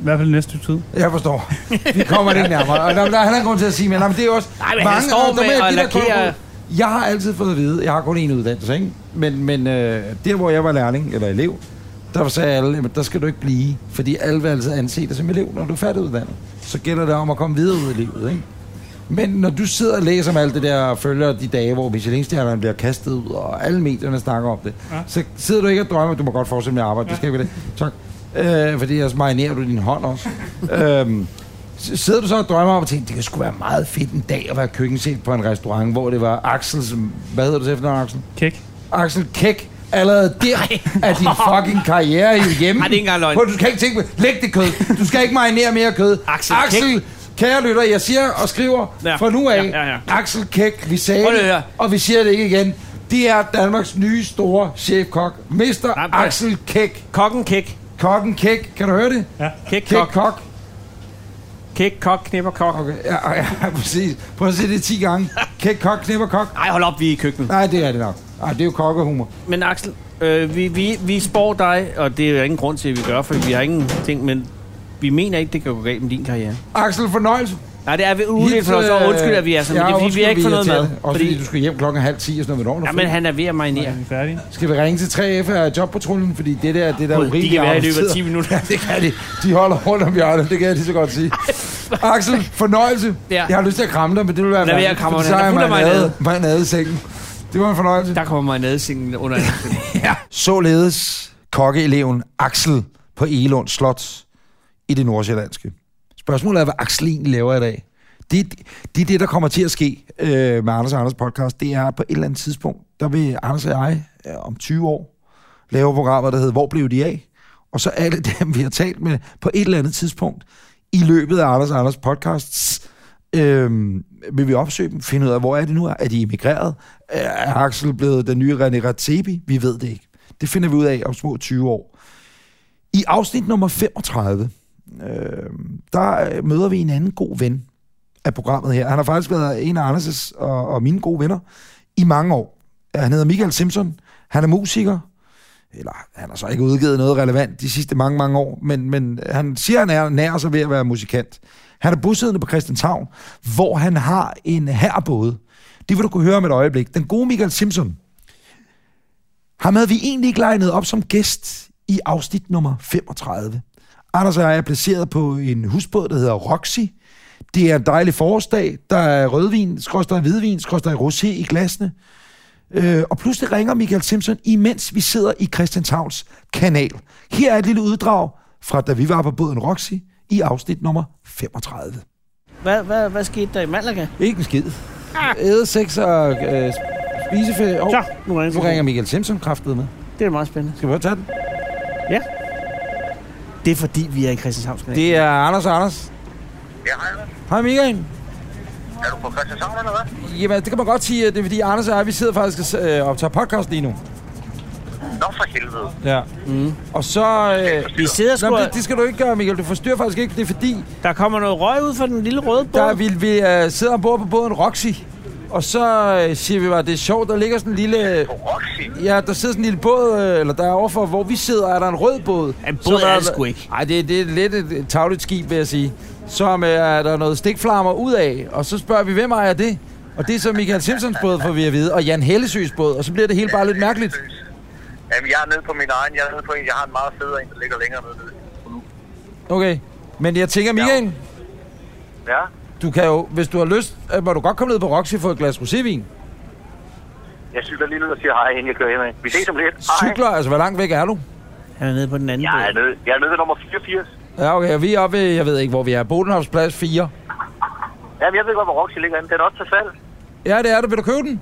Speaker 13: I hvert fald næste tid.
Speaker 2: Jeg forstår. Vi kommer det ikke nærmere. Og der, der er heller ingen grund til at sige, men, nej, men det er jo også...
Speaker 13: Nej, men han står
Speaker 2: og der må
Speaker 13: med
Speaker 2: jeg
Speaker 13: at
Speaker 2: give dig et godt
Speaker 13: lakere-
Speaker 2: råd. Jeg har altid fået at vide, jeg har kun én uddannelse, ikke? Men, men øh, der, hvor jeg var lærling, eller elev, der sagde alle, jamen, der skal du ikke blive, fordi alle vil altid anse dig som elev, når du er færdiguddannet. Så gælder det om at komme videre ud i livet, ikke? Men når du sidder og læser om alt det der, og følger de dage, hvor Michelin-stjernerne bliver kastet ud, og alle medierne snakker om det, ja. så sidder du ikke og drømmer, du må godt fortsætte med at arbejde, ja. det skal ikke være det. Tak. Øh, fordi ellers marinerer du din hånd også. øhm, s- sidder du så og drømmer om at tænke, det kan sgu være meget fedt en dag at være køkkenchef på en restaurant, hvor det var Axels, hvad hedder du til efternavn, Axel?
Speaker 13: Kæk.
Speaker 2: Axel Kæk, allerede der er din fucking karriere jo hjemme.
Speaker 3: Ej, det er ikke engang løgn.
Speaker 2: Hvor Du skal ikke tænke på, læg det kød. Du skal ikke marinere mere kød. Axel, Axel kære lytter, jeg siger og skriver
Speaker 3: Ja.
Speaker 2: ja. fra nu af,
Speaker 3: Ja, ja, ja.
Speaker 2: Axel Kæk, vi sagde
Speaker 3: Prøv lige at høre.
Speaker 2: det, og vi siger det ikke igen. Det er Danmarks nye store chefkok, Mr.
Speaker 3: prøv.
Speaker 2: Axel Kæk.
Speaker 3: Kokken Kæk.
Speaker 2: Kokken Kæk, kan du høre det?
Speaker 13: Ja.
Speaker 3: Kæk,
Speaker 2: Kæk
Speaker 3: kok.
Speaker 2: kok.
Speaker 3: Kæk, kok, knipper, kok.
Speaker 2: Okay, ja, ja, præcis. Prøv at se det 10 gange. Kæk kok, knipper kok.
Speaker 3: Nej, hold op, vi er i køkkenet.
Speaker 2: Nej, det er det nok. Ej, det er jo kokkehumor.
Speaker 3: Men Axel, øh, vi, vi, vi spår dig, og det er jo ingen grund til, at vi gør, for vi har ingen ting, men vi mener ikke, det kan gå galt med din karriere.
Speaker 2: Axel, fornøjelse.
Speaker 3: Nej, Uh, det er vi ude for os, og
Speaker 2: øh,
Speaker 3: undskyld, at vi er sådan, men det er fordi, vi har ikke fået noget mad.
Speaker 2: Også fordi
Speaker 3: Fordi,
Speaker 2: du skal hjem klokken halv 10 og sådan noget.
Speaker 3: ja, men han er ved at marinere.
Speaker 13: Vi er færdige.
Speaker 2: Skal vi ringe til 3F af jobpatruljen? Fordi det der, det der
Speaker 3: Gud, de
Speaker 2: urimelige
Speaker 3: kan være i løbet af
Speaker 2: arbejdstider-
Speaker 3: 10 minutter.
Speaker 2: Ja, det kan de. De holder rundt om hjørnet, det kan jeg lige så godt sige. Axel, fornøjelse.
Speaker 3: Ja.
Speaker 2: Jeg har lyst til at kramme dig, men det vil være
Speaker 3: Lad være
Speaker 2: mærkeligt,
Speaker 3: at kramme
Speaker 2: fordi
Speaker 3: mig.
Speaker 2: Så
Speaker 3: Han er
Speaker 2: er
Speaker 3: fuld
Speaker 2: jeg
Speaker 3: af
Speaker 2: marinade,
Speaker 3: marinade.
Speaker 2: marinade i sengen. Det var en fornøjelse.
Speaker 3: Der kommer marinadesingen under.
Speaker 2: Ja. Således kokkeeleven Axel på Egelund Slot i det nordsjællandske. Spørgsmålet er, hvad Axel egentlig laver i dag. Det, det er det, der kommer til at ske øh, med Anders og Anders podcast. Det er at på et eller andet tidspunkt, der vil Anders og jeg øh, om 20 år lave programmer, der hedder Hvor blev de af? Og så alle dem, vi har talt med på et eller andet tidspunkt i løbet af Anders og Anders podcasts, Øhm, vil vi opsøge dem, finde ud af, hvor er de nu? Er de emigreret? Er Axel blevet den nye René Ratzebi? Vi ved det ikke. Det finder vi ud af om små 20 år. I afsnit nummer 35, øh, der øh, møder vi en anden god ven af programmet her. Han har faktisk været en af Anders' og, og mine gode venner i mange år. Han hedder Michael Simpson. Han er musiker. Eller han har så ikke udgivet noget relevant de sidste mange, mange år. Men, men han siger, han er nær sig ved at være musikant. Han er bosiddende på Christianshavn, hvor han har en herbåde. Det vil du kunne høre om et øjeblik. Den gode Michael Simpson. Ham havde vi egentlig ikke legnet op som gæst i afsnit nummer 35. Anders og jeg er placeret på en husbåd, der hedder Roxy. Det er en dejlig forårsdag. Der er rødvin, skråstrej hvidvin, skråstrej rosé i glasene. Øh, og pludselig ringer Michael Simpson, imens vi sidder i Christianshavns kanal. Her er et lille uddrag fra, da vi var på båden Roxy i afsnit nummer 35.
Speaker 3: Hvad, hvad, hvad skete der i Malaga?
Speaker 2: Ikke en skid. Æde, sex og øh, spisefæ. Oh,
Speaker 3: Så, nu ringer
Speaker 2: nu
Speaker 3: telefonen.
Speaker 2: ringer Michael Simpson kraftet med.
Speaker 3: Det er meget spændende.
Speaker 2: Skal vi prøve at tage den?
Speaker 3: Det er fordi, vi er i Christianshavns Kanal.
Speaker 2: Det er Anders og Anders.
Speaker 14: Ja, hej. hvad?
Speaker 2: Hej Michael.
Speaker 14: Er du på Christianshavn eller hvad?
Speaker 2: Jamen, det kan man godt sige, at det er fordi Anders og jeg, vi sidder faktisk og øh, optager podcast lige nu.
Speaker 14: Nå for helvede.
Speaker 2: Ja. Mm. Og så... Øh,
Speaker 3: Vi sidder sgu...
Speaker 2: Nå, men det, det skal du ikke gøre, Michael. Du forstyrrer faktisk ikke. Det er fordi,
Speaker 3: Der kommer noget røg ud fra den lille røde båd.
Speaker 2: der, vi, vi øh, sidder ombord på båden Roxy. Og så øh, siger vi bare, det er sjovt, der ligger sådan en lille...
Speaker 14: På Roxy?
Speaker 2: Ja, der sidder sådan en lille båd, øh, eller der er overfor, hvor vi sidder, er der en rød båd.
Speaker 3: Ja, en båd
Speaker 2: Så der
Speaker 3: er det sgu ikke.
Speaker 2: Ej, det, det er lidt et tavligt skib, vil jeg sige. Som øh, er der noget stikflammer ud af, og så spørger vi, hvem ejer det? Og det er så Michael Simpsons båd, får vi at vide, og Jan Hellesøs båd, og så bliver det hele bare lidt mærkeligt.
Speaker 14: Jamen, jeg er nede på min egen. Jeg er nede på en. Jeg har en meget federe en, der ligger længere nede.
Speaker 2: Okay, men jeg tænker, Michael,
Speaker 14: Ja?
Speaker 2: du kan jo, hvis du har lyst, øh, må du godt komme ned på Roxy for et glas rosévin.
Speaker 14: Jeg cykler lige ned og siger hej, inden jeg kører hjemme. Vi ses om lidt. Hej.
Speaker 2: Cykler, altså hvor langt væk er du?
Speaker 3: Han er nede på den anden
Speaker 14: Jeg
Speaker 3: båd.
Speaker 14: er nede, jeg er nede ved nummer 84.
Speaker 5: Ja, okay, og vi er oppe ved, jeg ved ikke, hvor vi er. Bodenhavnsplads 4.
Speaker 15: Jamen, jeg ved godt, hvor Roxy ligger henne. Den er også til salg.
Speaker 5: Ja, det er det. Vil du købe den?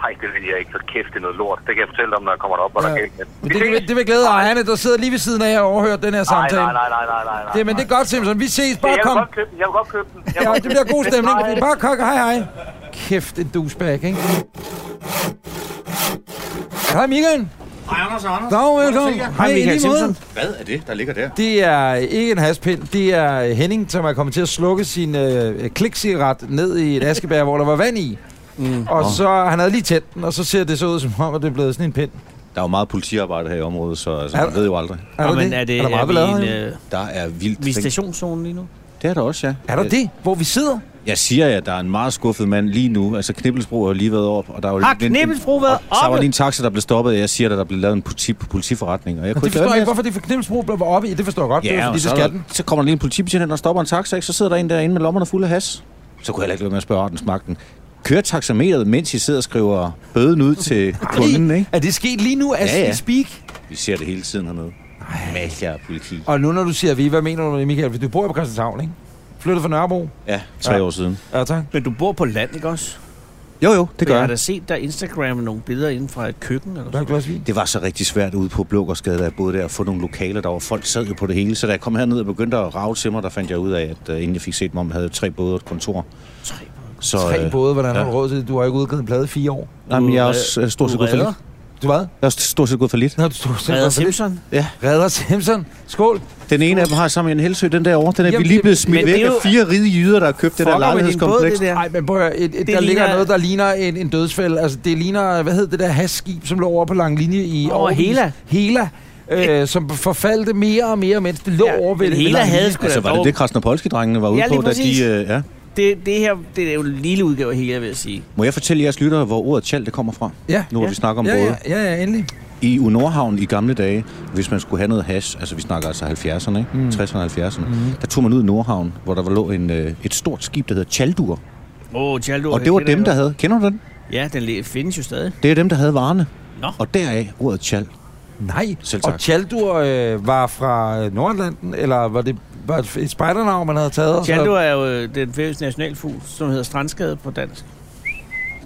Speaker 15: Nej, det vil jeg ikke. Så kæft, det er noget lort. Det kan jeg fortælle dig om, når jeg kommer derop, hvor ja. der er galt med.
Speaker 5: Men det, det, vil, det vil glæde ejerne, der sidder lige ved siden af jer og overhører den her
Speaker 15: Nej,
Speaker 5: samtale.
Speaker 15: nej, nej, nej, nej, nej, nej.
Speaker 5: Det, men det er godt, Simpson. Vi ses.
Speaker 15: Jeg
Speaker 5: Bare
Speaker 15: vil
Speaker 5: kom.
Speaker 15: godt købe den. Jeg vil godt købe den. Jeg vil
Speaker 5: Ja,
Speaker 15: godt
Speaker 5: det
Speaker 15: købe
Speaker 5: bliver
Speaker 15: den.
Speaker 5: god stemning.
Speaker 15: Hej.
Speaker 5: Bare kok. Hej, hej. Kæft, en douchebag, ikke? Hej, Michael.
Speaker 16: Hej, Anders og Anders.
Speaker 5: Dag, velkommen.
Speaker 16: Hej,
Speaker 5: Hej, i
Speaker 16: Michael
Speaker 5: lige måde.
Speaker 16: Simpson. Hvad er det, der ligger der?
Speaker 5: Det er ikke en haspind, det er Henning, som er kommet til at slukke sin øh, klikcigaret ned i et askebær, hvor der var vand i. Mm. Og
Speaker 16: Nå.
Speaker 5: så, han havde lige tændt den, og så ser det så ud som om, at det er blevet sådan en pind.
Speaker 16: Der er jo meget politiarbejde her i området, så altså,
Speaker 5: Er
Speaker 16: man
Speaker 5: der-
Speaker 16: ved jo aldrig.
Speaker 5: er der Nå, men det? er det- Er der meget er vi ballade i en, her? øh,
Speaker 16: Der er vildt.
Speaker 3: visitationszonen lige nu?
Speaker 16: Det er der også, ja.
Speaker 5: Er der
Speaker 16: Jeg-
Speaker 5: det, hvor vi sidder?
Speaker 16: Jeg siger ja, der er en meget skuffet mand lige nu. Altså, Knibbelsbro har lige været op, og der er jo
Speaker 3: Har
Speaker 16: lige- en-
Speaker 3: Knibbelsbro været
Speaker 16: og Der var
Speaker 3: oppe?
Speaker 16: lige en taxa, der blev stoppet, og jeg siger, at der blev lavet en politi, politiforretning. Og jeg kunne
Speaker 5: Det
Speaker 16: ikke
Speaker 5: forstår jeg ikke,
Speaker 16: lade
Speaker 5: hvorfor det for Knibelsbro blev oppe i. Det forstår jeg godt,
Speaker 16: være
Speaker 5: det
Speaker 16: med.
Speaker 5: er
Speaker 16: Ja,
Speaker 5: jo
Speaker 16: og
Speaker 5: fordi, det
Speaker 16: så, er
Speaker 5: skal
Speaker 16: der,
Speaker 5: den.
Speaker 16: så kommer der lige en politibetjent, hen, der stopper en taxa, ikke? så sidder der en derinde med lommerne fulde af has. Så kunne jeg heller ikke lade være med at spørge ordens magten. Kører taxameteret, mens I sidder og skriver bøden ud til kunden, ikke?
Speaker 5: Er det sket lige nu, as
Speaker 16: Ja, ja.
Speaker 5: we speak?
Speaker 16: Vi ser det hele tiden hernede. Masser af politi.
Speaker 5: Og nu, når du siger vi, hvad mener du med det, Michael? For du bor jo på Christianshavn, ikke? Flyttet fra Nørrebro.
Speaker 16: Ja, tre
Speaker 5: Ja.
Speaker 16: år siden.
Speaker 5: Ja, tak.
Speaker 3: Men du bor på land, ikke også?
Speaker 16: Jo, jo, det gør
Speaker 3: jeg. har
Speaker 16: jeg.
Speaker 3: da set der Instagram nogle billeder inden fra et køkken. Eller sådan.
Speaker 16: Det var så rigtig svært ude på Blågårdsgade, da jeg boede der, at få nogle lokaler, der var folk sad jo på det hele. Så da jeg kom herned og begyndte at rave til mig, der fandt jeg ud af, at uh, inden jeg fik set dem om, havde jeg tre både og et kontor.
Speaker 3: Tre
Speaker 16: så,
Speaker 5: Tre
Speaker 16: øh,
Speaker 5: både, hvordan
Speaker 16: ja.
Speaker 5: har du råd til det? Du har ikke udgivet en plade i fire år.
Speaker 16: Nej, men jeg er også øh, stort set gået for lidt.
Speaker 5: Du hvad? Jeg
Speaker 16: er også stort set gået for lidt.
Speaker 5: Nå, du stort set Redder
Speaker 16: altså,
Speaker 5: gået for lidt. Simpson?
Speaker 16: Ja.
Speaker 5: Redder Simpson. Skål.
Speaker 16: Den ene af dem har sammen med en helsø, den der over. Den er
Speaker 5: Jamen,
Speaker 16: vi lige
Speaker 5: det-
Speaker 16: blevet smidt
Speaker 5: men det
Speaker 16: væk
Speaker 5: er
Speaker 16: af
Speaker 5: jo-
Speaker 16: fire rige jyder, der har købt det der lejlighedskompleks.
Speaker 5: Nej, men prøv at høre, et, et,
Speaker 16: Det
Speaker 5: der ligger
Speaker 16: ligner-
Speaker 5: noget, der ligner en, en dødsfælde. Altså, det ligner, hvad hed det der hasskib, som lå over på lang linje i
Speaker 3: Over
Speaker 5: årevis?
Speaker 3: Hela.
Speaker 5: Hela. Øh, som forfaldte mere og mere, mens det lå ja, over ved
Speaker 3: men
Speaker 5: ved
Speaker 3: Hela
Speaker 5: Lang
Speaker 3: havde
Speaker 5: Linje.
Speaker 3: sgu da
Speaker 16: Altså, var det
Speaker 3: dog-
Speaker 16: det, Krasnopolski-drengene var ude
Speaker 3: Ja, lige
Speaker 16: på, da
Speaker 3: præcis.
Speaker 16: de... Øh, ja.
Speaker 3: Det, det her det er jo en lille udgave af hele, vil jeg sige.
Speaker 16: Må jeg fortælle jeres lyttere, hvor ordet tjal det kommer fra?
Speaker 5: Ja.
Speaker 16: Nu hvor vi snakker om
Speaker 5: ja,
Speaker 16: både.
Speaker 5: ja, ja, ja, endelig.
Speaker 16: I Nordhavn i gamle dage, hvis man skulle have noget hash, altså vi snakker altså 70'erne, ikke?
Speaker 5: Mm.
Speaker 16: 60'erne og 70'erne,
Speaker 5: Mhm.
Speaker 16: der tog man ud i Nordhavn, hvor der var lå en, øh, et stort skib, der hedder Chaldur.
Speaker 3: Åh, oh, Tjaldur.
Speaker 16: Og
Speaker 3: jeg
Speaker 16: det var
Speaker 3: kender
Speaker 16: dem,
Speaker 3: jo.
Speaker 16: der havde... Kender du den?
Speaker 3: Ja, den le- findes jo stadig.
Speaker 16: Det er dem, der havde varerne.
Speaker 3: Nå.
Speaker 16: Og deraf ordet tjal.
Speaker 5: Nej,
Speaker 16: Selv tak.
Speaker 5: og Tjaldur øh, var fra øh, Nordlanden, eller var det var det et spejdernavn, man havde taget? og så-
Speaker 3: Tjaldur er jo øh, den færøske nationalfugl, som hedder strandskade på dansk.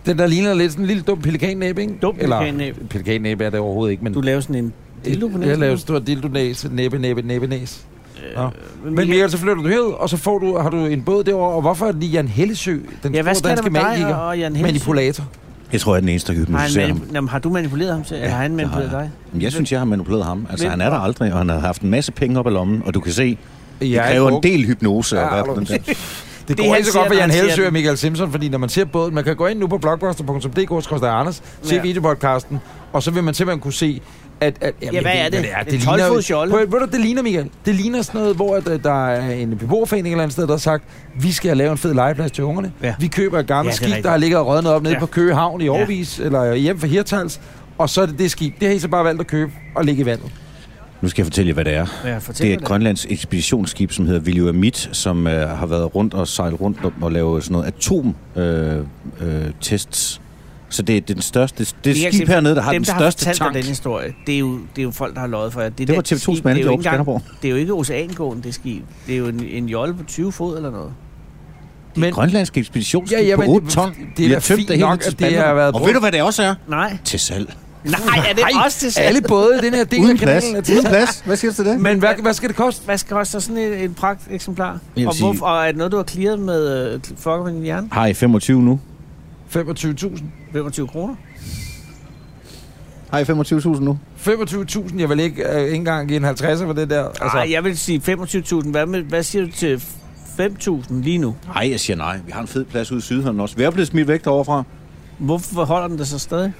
Speaker 5: Den der ligner lidt sådan en lille dum pelikannæb, ikke? Dum
Speaker 3: pelikannæb.
Speaker 5: Eller, pelikannæb er det overhovedet ikke, men...
Speaker 3: Du laver sådan en dildo på næsen,
Speaker 5: Jeg laver
Speaker 3: eller?
Speaker 5: stor dildo næse, næbe, næbe, næbe, næs. Øh, men
Speaker 3: Michael-
Speaker 5: Michael, så flytter du herud, og så får du, har du en båd derovre, og hvorfor er det lige Jan Hellesø, den
Speaker 3: Ja, hvad sker
Speaker 5: store
Speaker 3: der
Speaker 5: danske
Speaker 3: med dig
Speaker 5: magiker,
Speaker 3: og Jan Hellesøe?
Speaker 5: manipulator?
Speaker 16: Jeg tror, jeg er den eneste, der
Speaker 3: Har, han
Speaker 16: hypnotiserer ham.
Speaker 3: manip- Jamen, har du manipuleret ham til, ja, eller har han
Speaker 16: det har
Speaker 3: manipuleret dig?
Speaker 16: Jamen, Jeg synes, jeg har manipuleret ham. Altså,
Speaker 3: Hvem?
Speaker 16: han er der aldrig, og han har haft en masse penge op i lommen, og du kan se, det
Speaker 5: Jeg er
Speaker 16: kræver en
Speaker 5: ikke
Speaker 16: del hypnose. at være på den der.
Speaker 5: Det
Speaker 3: Det,
Speaker 5: går
Speaker 3: han
Speaker 5: ikke så
Speaker 3: siger,
Speaker 5: godt for
Speaker 3: når
Speaker 5: Jan
Speaker 3: han siger
Speaker 5: Hellesø
Speaker 3: den.
Speaker 5: og Michael Simpson, fordi når man ser båden, man kan gå ind nu på blogbuster.dk, Anders, se
Speaker 3: Ja.
Speaker 5: videopodcasten, og så vil man simpelthen kunne se, at... at
Speaker 3: Ja, hvad er det?
Speaker 5: Det, er, det,
Speaker 3: En
Speaker 5: ligner,
Speaker 3: 12-fods jolle?
Speaker 5: Prøv, ved du, det ligner, Michael. Det ligner sådan noget, hvor at, øh, der er en beboerforening et eller andet sted, der har sagt, vi skal lave en fed legeplads til ungerne. Ja. Vi køber et
Speaker 3: Ja,
Speaker 5: gammelt
Speaker 3: det er
Speaker 5: ja, skib,
Speaker 3: rigtigt.
Speaker 5: der har ligget og rådnet op nede
Speaker 3: Ja.
Speaker 5: på Køge Havn i
Speaker 3: Ja.
Speaker 5: Aarhus, eller hjem fra Hirtals, og så er det det skib. Det har I så bare valgt at købe og ligge i vandet.
Speaker 16: Nu skal jeg fortælle jer, hvad det er.
Speaker 3: Ja,
Speaker 16: det
Speaker 3: fortæl
Speaker 16: er
Speaker 3: mig
Speaker 16: et
Speaker 3: det.
Speaker 16: grønlands ekspeditionsskib, som hedder Viljøamit, som øh, har været rundt og sejlet rundt og, og lavet sådan noget atom-tests. Øh, øh, tests. så det er den største, det er
Speaker 3: Michael
Speaker 16: et skib
Speaker 3: Simpson,
Speaker 16: hernede, der har
Speaker 3: dem,
Speaker 16: den
Speaker 3: der
Speaker 16: største
Speaker 3: har fortalt dig
Speaker 16: tank.
Speaker 3: den historie, det er, jo, det er jo folk, der har løjet for jer. Det,
Speaker 16: Det var
Speaker 3: der
Speaker 16: TV2's
Speaker 3: skib,
Speaker 16: mand
Speaker 3: det er jo
Speaker 16: deroppe
Speaker 3: ikke
Speaker 16: på
Speaker 3: engang-
Speaker 16: Skanderborg.
Speaker 3: Det er jo ikke oceangående, det skib. Det er jo en, en jolle på 20 fod eller noget.
Speaker 16: Det er et grønlandsk ekspeditionsskib
Speaker 3: Ja, ja,
Speaker 16: på
Speaker 3: men
Speaker 16: 8
Speaker 3: det-
Speaker 16: ton.
Speaker 3: det er
Speaker 16: Vi har
Speaker 3: da
Speaker 16: tømt
Speaker 3: fint
Speaker 16: det hele
Speaker 3: nok,
Speaker 16: ned til
Speaker 3: at det har
Speaker 16: spanderne.
Speaker 3: været
Speaker 16: Og
Speaker 3: brugt.
Speaker 16: ved du, hvad det også er?
Speaker 3: Nej.
Speaker 16: Til salg.
Speaker 3: Nej, er det
Speaker 5: Nej,
Speaker 3: også til salg?
Speaker 5: alle både i den her del
Speaker 16: Uden
Speaker 5: af kanalen
Speaker 16: plads.
Speaker 5: er til
Speaker 16: Uden
Speaker 5: salg.
Speaker 16: plads. Hvad siger du til det?
Speaker 5: Men hvad, hvad skal det koste?
Speaker 3: Hvad skal koste sådan et, et pragt eksemplar?
Speaker 16: vil
Speaker 3: Og,
Speaker 16: sige-
Speaker 3: hvorfor, og er det noget, du har clearet med øh, fucker med din hjerne?
Speaker 16: Har I 25 nu?
Speaker 5: 25.000.
Speaker 3: 25 kroner?
Speaker 16: Har I 25.000 nu?
Speaker 5: 25.000, jeg vil ikke, øh, ikke engang give en 50'er for det der.
Speaker 3: Altså, Ej, jeg vil sige 25.000. Hvad, med, hvad siger du til 5.000 lige nu?
Speaker 16: Nej, jeg siger nej. Vi har en fed plads ude i Sydhavn også. Vi er blevet smidt væk deroverfra.
Speaker 3: Hvorfor holder den det så stadig?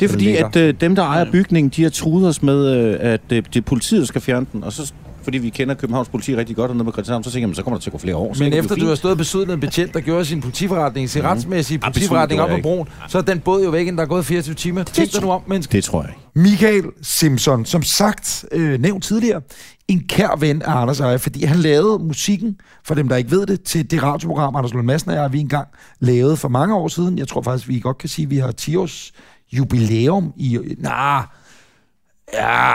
Speaker 16: Det er fordi, at øh, dem, der ejer bygningen, de har truet os med, øh, at øh, det er politiet, der skal fjerne den. Og så, fordi vi kender Københavns politi rigtig godt hernede med Christianshavn, så tænker jeg, "Men så kommer der til at gå flere år. Så
Speaker 5: Men
Speaker 16: kan vi
Speaker 5: efter
Speaker 16: jo
Speaker 5: du har
Speaker 16: fint."
Speaker 5: stået og besøget en betjent, der gjorde sin politiforretning, sin
Speaker 16: Mhm.
Speaker 5: retsmæssige
Speaker 16: Ah, besudlet
Speaker 5: politiforretning op
Speaker 16: gjorde
Speaker 5: på
Speaker 16: jeg
Speaker 5: broen, så er den båd jo væk, inden der er gået 24 timer. Tænk dig nu om, menneske.
Speaker 16: Det tror jeg ikke.
Speaker 2: Michael Simpson, som sagt øh, nævnt tidligere, en kær ven af Anders Eje, fordi han lavede musikken, for dem der ikke ved det, til det radioprogram, Anders Lund Madsen og jeg, vi engang lavede for mange år siden. Jeg tror faktisk, vi godt kan sige, at vi har 10 års jubilæum i... Nej, ja,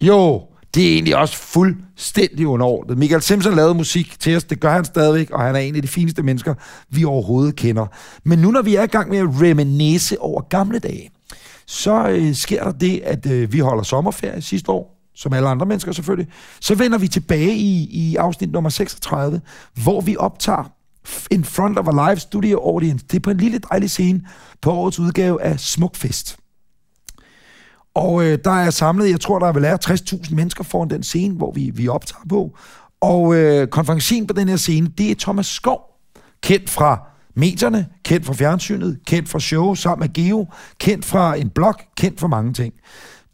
Speaker 2: jo, det er egentlig også fuldstændig underordnet. Michael Simpson lavede musik til os, det gør han stadigvæk, og han er en af de fineste mennesker, vi overhovedet kender. Men nu når vi er i gang med at reminisce over gamle dage, så øh, sker der det, at øh, vi holder sommerferie sidste år, som alle andre mennesker selvfølgelig. Så vender vi tilbage i, i afsnit nummer 36, hvor vi optager In Front of a Live Studio Audience. Det er på en lille dejlig scene på årets udgave af Smukfest. Og øh, der er samlet, jeg tror, der er vel er 60.000 mennesker foran den scene, hvor vi, vi optager på. Og øh, konferencen på den her scene, det er Thomas Skov, kendt fra medierne, kendt fra fjernsynet, kendt fra show sammen med Geo, kendt fra en blog, kendt for mange ting.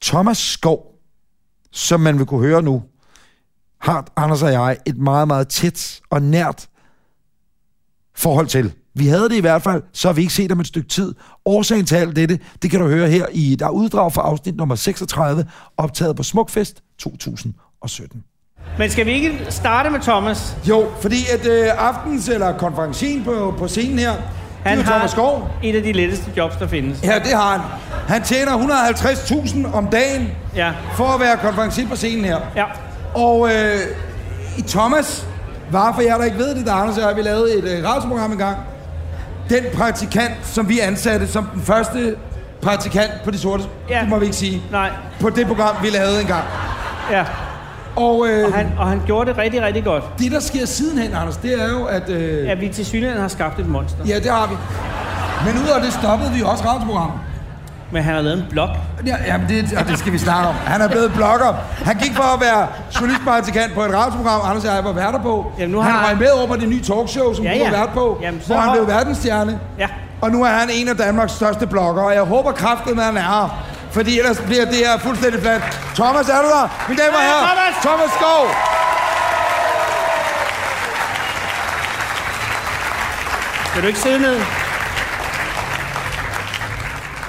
Speaker 2: Thomas Skov, som man vil kunne høre nu, har Anders og jeg et meget, meget tæt og nært forhold til. Vi havde det i hvert fald, så har vi ikke set om et stykke tid. Årsagen til alt dette, det kan du høre her i der er uddrag fra afsnit nummer 36, optaget på Smukfest 2017.
Speaker 11: Men skal vi ikke starte med Thomas?
Speaker 2: Jo, fordi at øh, aftens eller konferencen på, på scenen her,
Speaker 11: Han
Speaker 2: det er jo
Speaker 11: har
Speaker 2: Thomas Skov.
Speaker 11: et af de letteste jobs, der findes.
Speaker 2: Ja, det har han. Han tjener 150.000 om dagen
Speaker 11: ja.
Speaker 2: for at være konferencier på scenen her.
Speaker 11: Ja.
Speaker 2: Og øh, i Thomas var, for jer der ikke ved det, der Anders og jeg, vi lavede et øh, radioprogram engang. Den praktikant, som vi ansatte som den første praktikant på de sorte, ja. det må vi ikke sige.
Speaker 11: Nej.
Speaker 2: På det program, vi lavede engang.
Speaker 11: Ja.
Speaker 2: Og, øh,
Speaker 11: og, han, og han gjorde det rigtig, rigtig godt.
Speaker 2: Det, der sker sidenhen, Anders, det er jo, at... Øh,
Speaker 11: at vi til synligheden har skabt et monster.
Speaker 2: Ja, det har vi. Men ud af det stoppede vi også radioprogrammet.
Speaker 11: Men han har lavet en blog.
Speaker 2: Ja, jamen det, og det skal vi snakke om. Han er blevet blogger. Han gik for at være solistpraktikant på et radioprogram, Anders og jeg var værter på. Jamen,
Speaker 11: nu
Speaker 2: han
Speaker 11: har-
Speaker 2: røg med over på det nye talkshow, som
Speaker 11: Ja,
Speaker 2: ja, ja.
Speaker 11: ja.
Speaker 2: du var vært på,
Speaker 11: Jamen, så
Speaker 2: hvor han
Speaker 11: har-
Speaker 2: blev verdensstjerne.
Speaker 11: Ja.
Speaker 2: Og nu er han en af Danmarks største bloggere, og jeg håber kraftigt, at han er her. Fordi ellers bliver det her fuldstændig flat. Thomas, er du der? Mine damer og
Speaker 11: Ja,
Speaker 2: herrer,
Speaker 11: Thomas!
Speaker 2: Thomas Skov!
Speaker 11: Vil du ikke sidde ned?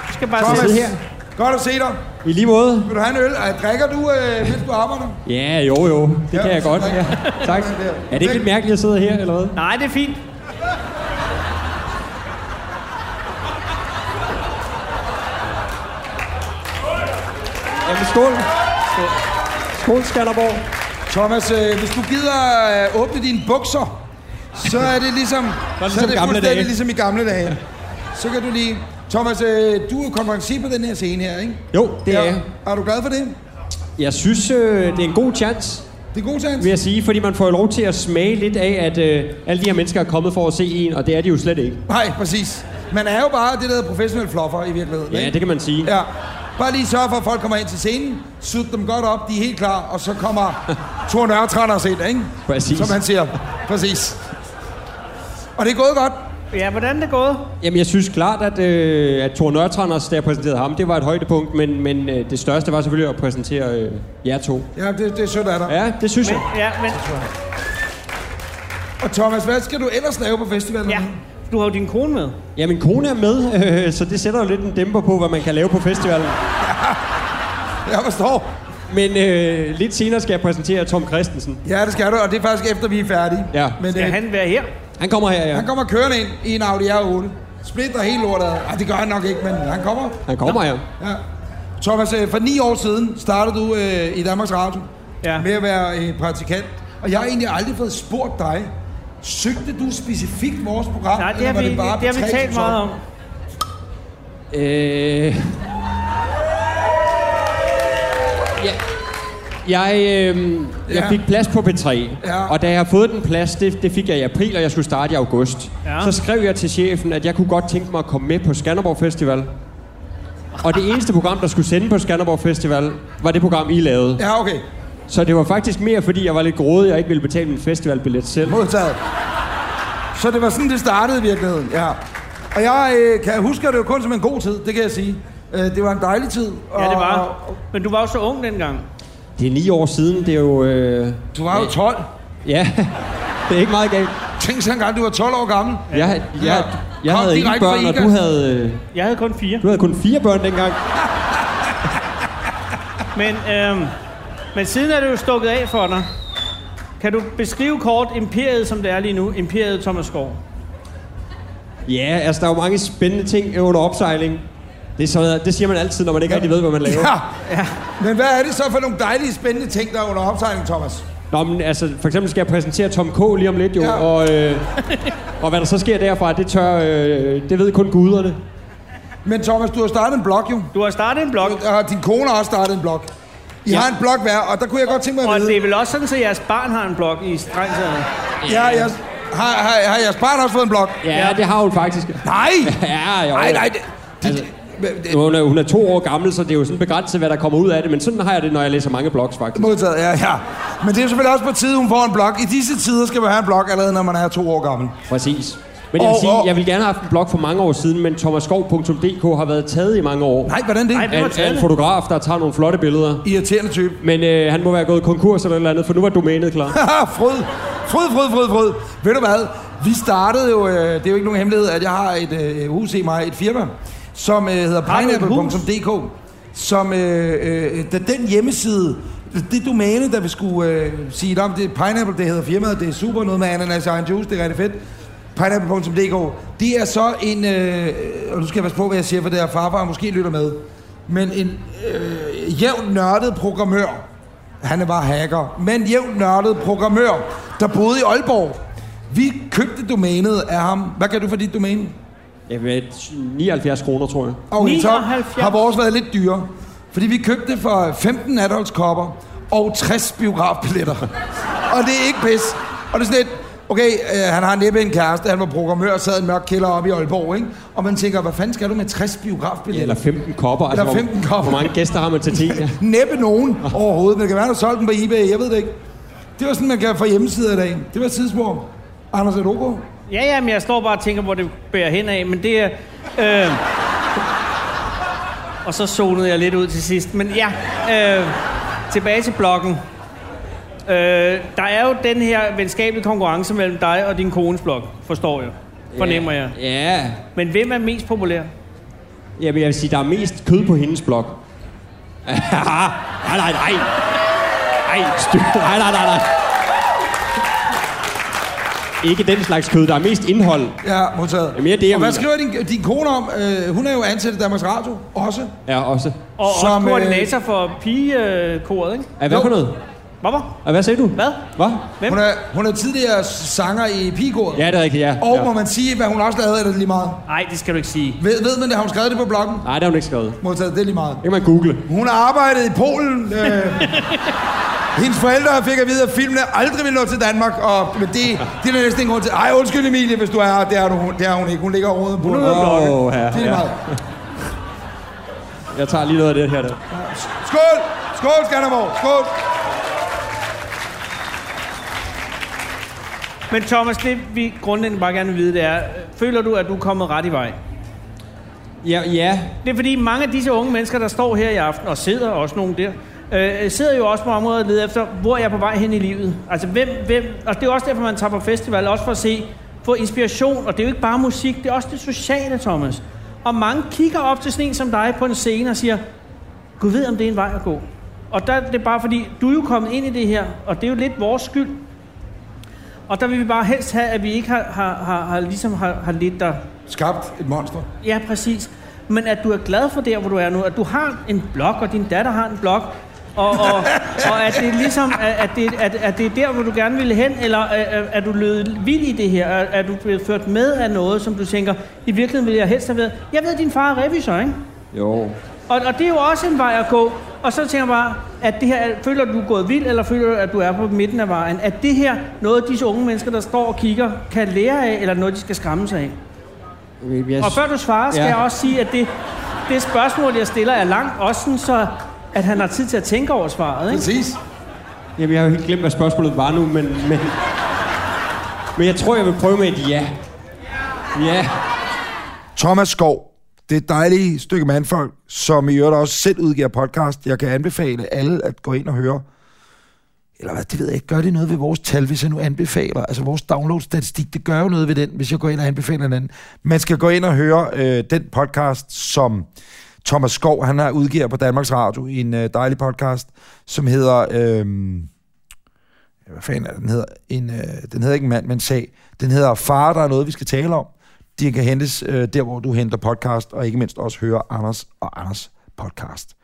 Speaker 11: Du skal bare
Speaker 2: Thomas,
Speaker 11: sidde her.
Speaker 2: godt at se dig.
Speaker 6: I lige måde.
Speaker 2: Vil du have en øl? Ej, drikker du, øh, mens du arbejder?
Speaker 6: Ja, jo jo, det kan jeg godt. Ja. Tak. Er det ikke lidt mærkeligt at sidde her, eller hvad?
Speaker 11: Nej, det er fint.
Speaker 6: Jamen, skål. Skål, Skanderborg.
Speaker 2: Thomas, øh, hvis du gider øh, åbne dine bukser, så er det ligesom,
Speaker 6: ligesom
Speaker 2: så er det
Speaker 6: gamle
Speaker 2: fuldstændig
Speaker 6: dage.
Speaker 2: ligesom i gamle dage. Så kan du lige... Thomas, øh, du er jo konferencier på den her scene her, ikke?
Speaker 6: Jo, det er jeg.
Speaker 2: Er du glad for det?
Speaker 6: Jeg synes, øh, det er en god chance.
Speaker 2: Det er en god chance?
Speaker 6: Vil jeg sige, fordi man får jo lov til at smage lidt af, at øh, alle de her mennesker er kommet for at se en, og det er de jo slet ikke.
Speaker 2: Nej, præcis. Man er jo bare det, der hedder professionel fluffer i virkeligheden,
Speaker 6: Ja,
Speaker 2: ikke?
Speaker 6: det kan man sige.
Speaker 2: Ja. Bare lige sørge for, at folk kommer ind til scenen, sut dem godt op, de er helt klar, og så kommer Thor Nørretranders ind, ikke?
Speaker 6: Præcis.
Speaker 2: Som han siger. Præcis. Og det er gået godt.
Speaker 11: Ja, hvordan er det gået?
Speaker 6: Jamen, jeg synes klart, at, øh, at Thor Nørtranders, da jeg præsenterede ham, det var et højdepunkt, men, men øh, det største var selvfølgelig at præsentere øh, jer to.
Speaker 2: Ja, det, det er sødt af dig.
Speaker 6: Ja, det synes jeg.
Speaker 11: Ja, men...
Speaker 2: Og Thomas, hvad skal du ellers lave på festivalen?
Speaker 11: Ja, du har jo din kone med.
Speaker 6: Ja, min kone er med, øh, så det sætter jo lidt en dæmper på, hvad man kan lave på festivalen.
Speaker 2: Jeg forstår.
Speaker 6: Men øh, lidt senere skal jeg præsentere Tom Christensen.
Speaker 2: Ja, det skal du, og det er faktisk efter, vi er færdige. øh,
Speaker 6: Ja. Skal
Speaker 11: han være her?
Speaker 6: Han kommer her, ja.
Speaker 2: Han kommer kørende ind i en Audi R8. Splitter helt lortet. ad. Ej, det gør han nok ikke, men han kommer.
Speaker 6: Han kommer her.
Speaker 2: Ja. Thomas, øh, for ni år siden startede du øh, i Danmarks Radio ja. med at være øh, praktikant. Og jeg har egentlig aldrig fået spurgt dig, søgte du specifikt vores program?
Speaker 11: Nej, det
Speaker 2: eller
Speaker 11: har
Speaker 2: var
Speaker 11: vi,
Speaker 2: bare
Speaker 11: det har vi
Speaker 2: betalt
Speaker 11: talt
Speaker 2: som
Speaker 11: meget om.
Speaker 2: sådan?
Speaker 6: Øh... Ja. Jeg, øh, jeg
Speaker 2: Ja.
Speaker 6: fik plads på B3, ja. og da jeg har fået den plads, det, det fik jeg i april, og jeg skulle starte i august.
Speaker 11: Ja.
Speaker 6: Ja. Så skrev jeg til chefen, at jeg kunne godt tænke mig at komme med på Skanderborg Festival. Og det eneste program, der skulle sende på Skanderborg Festival, var det program, I lavede.
Speaker 2: Ja, okay.
Speaker 6: Så det var faktisk mere, fordi jeg var lidt grådig, og ikke ville betale min festivalbillet selv.
Speaker 2: Modtaget. Så det var sådan, det startede i virkeligheden, ja. Og jeg øh, kan huske det jo kun som en god tid, det kan jeg sige. Øh, det var en dejlig tid. Og,
Speaker 11: Ja, det
Speaker 2: og-
Speaker 11: var. Men du var jo så ung dengang.
Speaker 6: Det er ni år siden, det er jo... Øh...
Speaker 2: Du var jo 12.
Speaker 6: Ja, det er ikke meget galt.
Speaker 2: Tænk så engang, du var 12 år gammel.
Speaker 6: Jeg, jeg, jeg
Speaker 2: Kom
Speaker 6: havde ingen
Speaker 2: direkte fra
Speaker 6: børn, og
Speaker 2: Ega.
Speaker 6: du havde... øh,
Speaker 11: Jeg havde kun fire.
Speaker 6: Du havde kun fire børn dengang.
Speaker 11: Men, øhm, men siden er det jo stukket af for dig. Kan du beskrive kort imperiet, som det er lige nu? Imperiet Thomas Skov.
Speaker 6: Ja, altså der er jo mange spændende ting under opsejling. Det, er sådan, det siger man altid, når man ikke rigtig ved, hvad man laver.
Speaker 2: Ja. ja. Men hvad er det så for nogle dejlige, spændende ting, der er under opsejling, Thomas?
Speaker 6: Nå, men altså, for eksempel skal jeg præsentere Tom K. lige om lidt, jo. Ja. Og, øh, og hvad der så sker derfra, det tør... Øh, det ved kun guderne.
Speaker 2: Men Thomas, du har startet en blog, jo.
Speaker 3: Du har startet en blog.
Speaker 2: Og din kone har også startet en blog. I ja. har en blog hver, og der kunne jeg godt tænke mig
Speaker 3: Og
Speaker 2: at
Speaker 3: det er
Speaker 2: vide.
Speaker 3: vel også sådan, at jeres barn har en blog i strengt taget.
Speaker 2: Ja, jeg, har, har, har jeres barn også fået en blog?
Speaker 6: Ja, det har hun faktisk.
Speaker 2: Nej!
Speaker 6: ja, jo.
Speaker 2: Nej, nej. Det,
Speaker 6: Altså, hun, er, hun er to år gammel, så det er jo sådan begrænset, hvad der kommer ud af det. Men sådan har jeg det, når jeg læser mange blogs, faktisk.
Speaker 2: Modtaget, ja, ja. Men det er selvfølgelig også på tide, hun får en blog. I disse tider skal man have en blog allerede, når man er to år gammel.
Speaker 6: Præcis. Men jeg vil
Speaker 2: Og-
Speaker 6: sige,
Speaker 2: og-
Speaker 6: jeg ville gerne have haft en blog for mange år siden, men thomaskov.dk har været taget i mange år.
Speaker 2: Nej, hvordan det?
Speaker 6: Af,
Speaker 2: Nej, hvem har taget
Speaker 6: af en
Speaker 2: det?
Speaker 6: fotograf, der tager nogle flotte billeder.
Speaker 2: Irriterende type.
Speaker 6: Men øh, han må være gået konkurs eller et eller andet, for nu var domænet klar.
Speaker 2: Haha, fryd. Fryd, fryd, fryd, fryd. Ved du hvad? Vi startede jo, øh, det er jo ikke nogen hemmelighed, at jeg har et øh, hus i mig, et firma, som øh, hedder pineapple.dk, som, øh, øh, da den hjemmeside, det domæne, der vi skulle øh, sige om, det er pineapple, det hedder firmaet, det er super noget med ananas og egen juice, det er rigtig fedt. Pineapple.dk, det er så en, øh, og nu skal jeg passe på, hvad jeg siger, for det er farfar, måske lytter med, men en øh, jævn nørdet programmør, han var hacker, men jævnt nørdet programmør, der boede i Aalborg. Vi købte domænet af ham. Hvad kan du for dit domæne?
Speaker 6: Jamen, 79 kroner, tror jeg.
Speaker 2: Og så har vores været lidt dyre. Fordi vi købte det for 15 adultskopper og 60 biografbilletter. og det er ikke pis. Og det er sådan lidt, okay, øh, han har næppe en kæreste, han var programmør og sad i en mørk kælder oppe i Aalborg, ikke? Og man tænker, hvad fanden skal du med 60 biografbilletter?
Speaker 6: Ja, eller 15 kopper. Altså,
Speaker 2: Eller 15
Speaker 6: hvor,
Speaker 2: kopper.
Speaker 6: Hvor mange gæster har man til te? Ja.
Speaker 2: Næppe nogen overhovedet, men det kan være, du solgte den på eBay, jeg ved det ikke. Det var sådan, man kan få hjemmesider i dag. Det var et tidsspor. Anders, er du okay?
Speaker 3: Ja, ja, men jeg står bare og tænker, hvor det bærer hen af, men det er... Øh, og så zonede jeg lidt ud til sidst, men ja, øh, tilbage til bloggen. Øh, der er jo den her venskabelige konkurrence mellem dig og din kones blog, forstår jeg. Fornemmer jeg.
Speaker 6: Ja.
Speaker 3: Men hvem er mest populær?
Speaker 6: Jamen, jeg vil sige, der er mest kød på hendes blog. nej, nej, nej. Nej, styr. Nej, nej, nej, nej. Ikke den slags kød, der er mest indhold.
Speaker 2: Ja, modtaget.
Speaker 6: Jamen, ja, det er
Speaker 2: og hvad
Speaker 6: jo-
Speaker 2: skriver din, din kone om? Øh, hun er jo ansat i Danmarks Radio, også.
Speaker 6: Ja, også.
Speaker 3: Og
Speaker 2: Som,
Speaker 3: Som, også
Speaker 2: øh,
Speaker 3: koordinator for pigekoret, ikke?
Speaker 6: Ja, hvad for noget?
Speaker 3: Hvorfor?
Speaker 6: Og hvad sagde du?
Speaker 3: Hvad?
Speaker 6: Hvad?
Speaker 3: Hvem?
Speaker 2: Hun er, hun er tidligere sanger i Pigor.
Speaker 6: Ja, det er rigtigt, ja.
Speaker 2: Og
Speaker 6: ja.
Speaker 2: må man sige, hvad hun også lavede, er det lige meget?
Speaker 3: Nej, det skal du ikke sige.
Speaker 2: Ved, ved man det? Har hun skrevet det på bloggen?
Speaker 6: Nej, det har hun ikke skrevet.
Speaker 2: Modtaget, det er lige meget.
Speaker 6: Det kan man google.
Speaker 2: Hun har arbejdet i Polen. Øh, hendes forældre fik at vide, at filmene aldrig ville nå til Danmark. Og men det, det er der næsten ingen grund til. Ej, undskyld Emilie, hvis du er her. Det er, du, det er hun ikke. Hun ligger overhovedet på.
Speaker 6: Hun er ude at blogge. Åh, ja,
Speaker 2: det er lige
Speaker 6: ja.
Speaker 2: meget.
Speaker 6: Jeg tager lige noget af det her. Der.
Speaker 2: Skål! Skål, Skanderborg! Skål!
Speaker 3: Men Thomas, det vi grundlæggende bare gerne vil vide, det er, øh, føler du, at du er kommet ret i vej?
Speaker 6: Ja, ja.
Speaker 3: Det er fordi mange af disse unge mennesker, der står her i aften, og sidder også nogen der, øh, sidder jo også på området og leder efter, hvor jeg er på vej hen i livet. Altså, hvem, hvem, og det er også derfor, man tager på festival, også for at se, få inspiration, og det er jo ikke bare musik, det er også det sociale, Thomas. Og mange kigger op til sådan en som dig på en scene og siger, Gud ved, om det er en vej at gå. Og der er det bare fordi, du er jo kommet ind i det her, og det er jo lidt vores skyld. Og der vil vi bare helst have, at vi ikke har, har, har, har ligesom har, har lidt dig
Speaker 2: Skabt et monster.
Speaker 3: Ja, præcis. Men at du er glad for der, hvor du er nu. At du har en blog, og din datter har en blog. Og, og, og at det er ligesom, at, at, det, at, at det er der, hvor du gerne ville hen, eller er, er er du løbet vild i det her? Er, er du blevet ført med af noget, som du tænker, i virkeligheden ville jeg helst have været... Jeg ved, at din far er revisor, ikke?
Speaker 6: Jo.
Speaker 3: Og, og det er jo også en vej at gå. Og så tænker jeg bare, at det her, er- føler du, du er gået vild, eller føler du, at du er på midten af vejen? Er det her noget, disse unge mennesker, der står og kigger, kan lære af, eller noget, de skal skræmme sig af?
Speaker 6: Jeg...
Speaker 3: Og før du svarer, skal
Speaker 6: Ja.
Speaker 3: ja. jeg også sige, at det, det spørgsmål, jeg stiller, er langt også sådan, så at han har tid til at tænke over svaret. Ikke?
Speaker 2: Præcis.
Speaker 6: Jamen, jeg har jo helt glemt, hvad spørgsmålet var nu, men... Men, men jeg tror, jeg vil prøve med et ja. Ja.
Speaker 2: Thomas Skov,
Speaker 5: det dejlige stykke mandfolk, som i øvrigt også selv udgiver podcast. Jeg kan anbefale alle at gå ind og høre. Eller hvad, det ved jeg ikke. Gør det noget ved vores tal, hvis jeg nu anbefaler? Altså vores download-statistik, det gør jo noget ved den, hvis jeg går ind og anbefaler en anden. Man skal gå ind og høre øh, den podcast, som Thomas Skov, han har udgiver på Danmarks Radio, en øh, dejlig podcast, som hedder... Øh, hvad fanden er det, den hedder? En, øh, den hedder ikke en mand, men en sag. Den hedder Far, der er noget, vi skal tale om. De kan hentes øh, der, hvor du henter podcast, og ikke mindst også høre Anders og Anders podcast.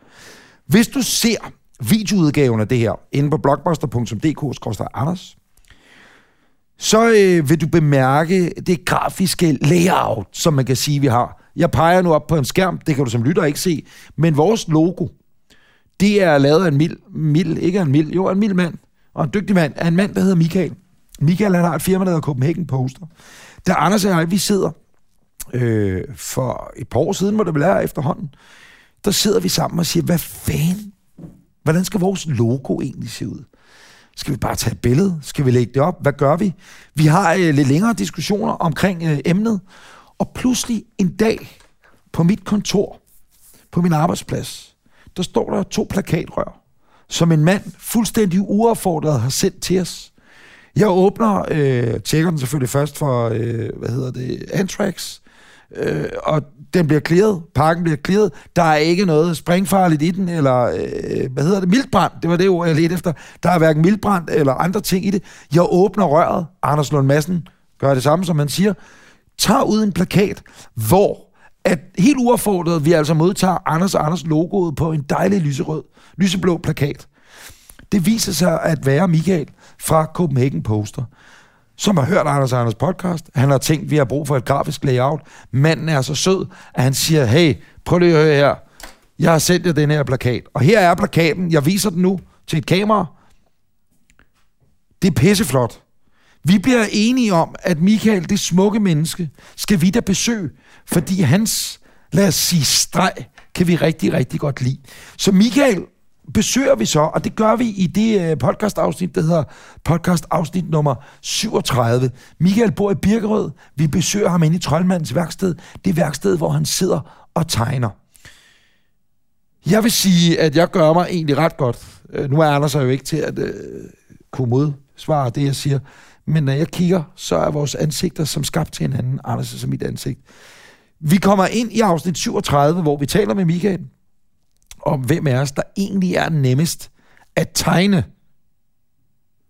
Speaker 5: Hvis du ser videoudgaven af det her inde på blogbuster.dk-anders, så øh, vil du bemærke det grafiske layout, som man kan sige, vi har. Jeg peger nu op på en skærm, det kan du som lytter ikke se, men vores logo, det er lavet af en mild, mild ikke af en mild, jo af en mild mand, og en dygtig mand, af en mand, der hedder Michael. Michael, han har et firma, der hedder Copenhagen Poster. Der Anders og jeg, vi sidder øh, for et par år siden, må det vel være efterhånden, der sidder vi sammen og siger, hvad fanden, hvordan skal vores logo egentlig se ud? Skal vi bare tage et billede? Skal vi lægge det op? Hvad gør vi? Vi har øh, lidt længere diskussioner omkring øh, emnet, og pludselig en dag på mit kontor, på min arbejdsplads, der står der to plakatrør, som en mand fuldstændig uaffordret har sendt til os. Jeg åbner, øh, tjekker den selvfølgelig først for, øh, hvad hedder det, Antrax, øh, og den bliver clearet, pakken bliver clearet, der er ikke noget springfarligt i den, eller øh, hvad hedder det, mildbrand, det var det ord, jeg ledte efter, der er hverken mildbrand eller andre ting i det. Jeg åbner røret, Anders Lund Madsen gør det samme, som han siger, tager ud en plakat, hvor at helt uaffordret, vi altså modtager Anders og Anders logoet på en dejlig lyserød, lyseblå plakat. Det viser sig at være Michael fra Copenhagen Poster som har hørt Anders og Anders podcast. Han har tænkt, vi har brug for et grafisk layout. Manden er så sød, at han siger, hey, prøv lige at høre her. Jeg har sendt jer den her plakat. Og her er plakaten. Jeg viser den nu til et kamera. Det er pisseflot. Vi bliver enige om, at Michael, det smukke menneske, skal vi da besøge, fordi hans, lad os sige, streg, kan vi rigtig, rigtig godt lide. Så Michael besøger vi så, og det gør vi i det øh, podcastafsnit, der hedder podcastafsnit nummer 37. Michael bor i Birkerød. Vi besøger ham inde i Troldmandens værksted. Det værksted, hvor han sidder og tegner. Jeg vil sige, at jeg gør mig egentlig ret godt. Øh, nu er Anders her jo ikke til at øh, kunne modsvare det, jeg siger. Men når jeg kigger, så er vores ansigter som skabt til hinanden. Anders er som mit ansigt. Vi kommer ind i afsnit 37, hvor vi taler med Michael om, hvem af os, der egentlig er nemmest at tegne.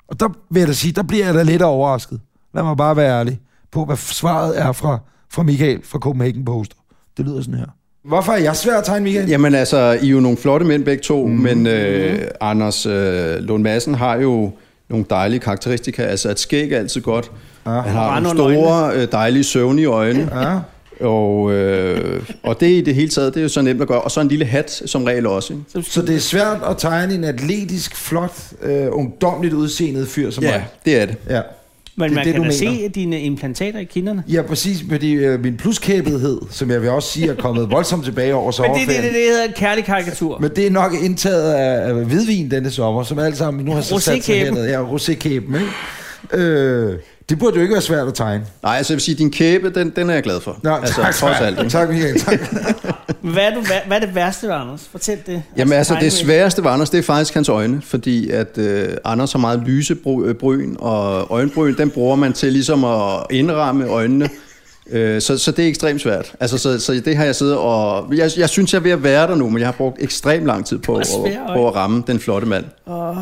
Speaker 5: Og der vil jeg da sige, der bliver jeg da lidt overrasket. Lad mig bare være ærlig på, hvad svaret er fra, fra Michael fra Copenhagen Poster. Det lyder sådan her. Hvorfor er jeg svær at tegne, Michael?
Speaker 16: Jamen altså, I er jo nogle flotte mænd begge to,
Speaker 5: Mhm.
Speaker 16: mm. men øh, Anders øh, Lund Madsen har jo nogle dejlige karakteristika. Altså, at skæg er altid godt. Ja.
Speaker 5: Ah.
Speaker 16: Han har
Speaker 17: Rand
Speaker 16: nogle
Speaker 17: under
Speaker 16: store, øh, dejlige, søvnige øjne. Ja. Og, øh, og det i det hele taget, det er jo så nemt at gøre. Og så en lille hat som regel også. Ikke?
Speaker 5: Så det er svært at tegne en atletisk, flot, øh, ungdomligt udseendet fyr som
Speaker 16: Ja,
Speaker 5: mig.
Speaker 16: det er det.
Speaker 5: Ja.
Speaker 3: Men
Speaker 5: det,
Speaker 3: man
Speaker 5: det,
Speaker 3: kan
Speaker 5: du
Speaker 3: da
Speaker 5: mener.
Speaker 3: se dine implantater i kinderne.
Speaker 5: Ja, præcis, fordi øh, min pluskæbethed, som jeg vil også sige, er kommet voldsomt tilbage over
Speaker 3: Men det,
Speaker 5: sommerferien.
Speaker 3: det, det, det hedder en kærlig karikatur.
Speaker 5: Men det er nok indtaget af, af hvidvin denne sommer, som alle sammen nu har så sat sig
Speaker 3: Rosékæben.
Speaker 5: hernede. Ja, rosékæben, ikke? Øh, det burde jo ikke være svært at tegne.
Speaker 16: Nej, altså jeg vil sige, din kæbe, den, den er jeg glad for.
Speaker 5: Nå,
Speaker 16: altså,
Speaker 5: tak,
Speaker 16: trods alt. ikke?
Speaker 5: tak, Michael, tak.
Speaker 3: Hvad er, du, hvad, hvad er det værste ved Anders? Fortæl det.
Speaker 16: Jamen altså, det
Speaker 3: tegnemæssigt.
Speaker 16: sværeste ved Anders, det er faktisk hans øjne, fordi at øh, Anders har meget lyse bry- øh, bryn, og øjenbryn, den bruger man til ligesom at indramme øjnene. Øh, så, så det er ekstremt svært. Altså, så, så det har jeg siddet og... Jeg, jeg synes, jeg er ved at være der nu, men jeg har brugt ekstremt lang tid
Speaker 3: Du
Speaker 16: på,
Speaker 3: har
Speaker 16: at,
Speaker 3: svære øjne.
Speaker 16: på at ramme den flotte mand.
Speaker 3: Åh.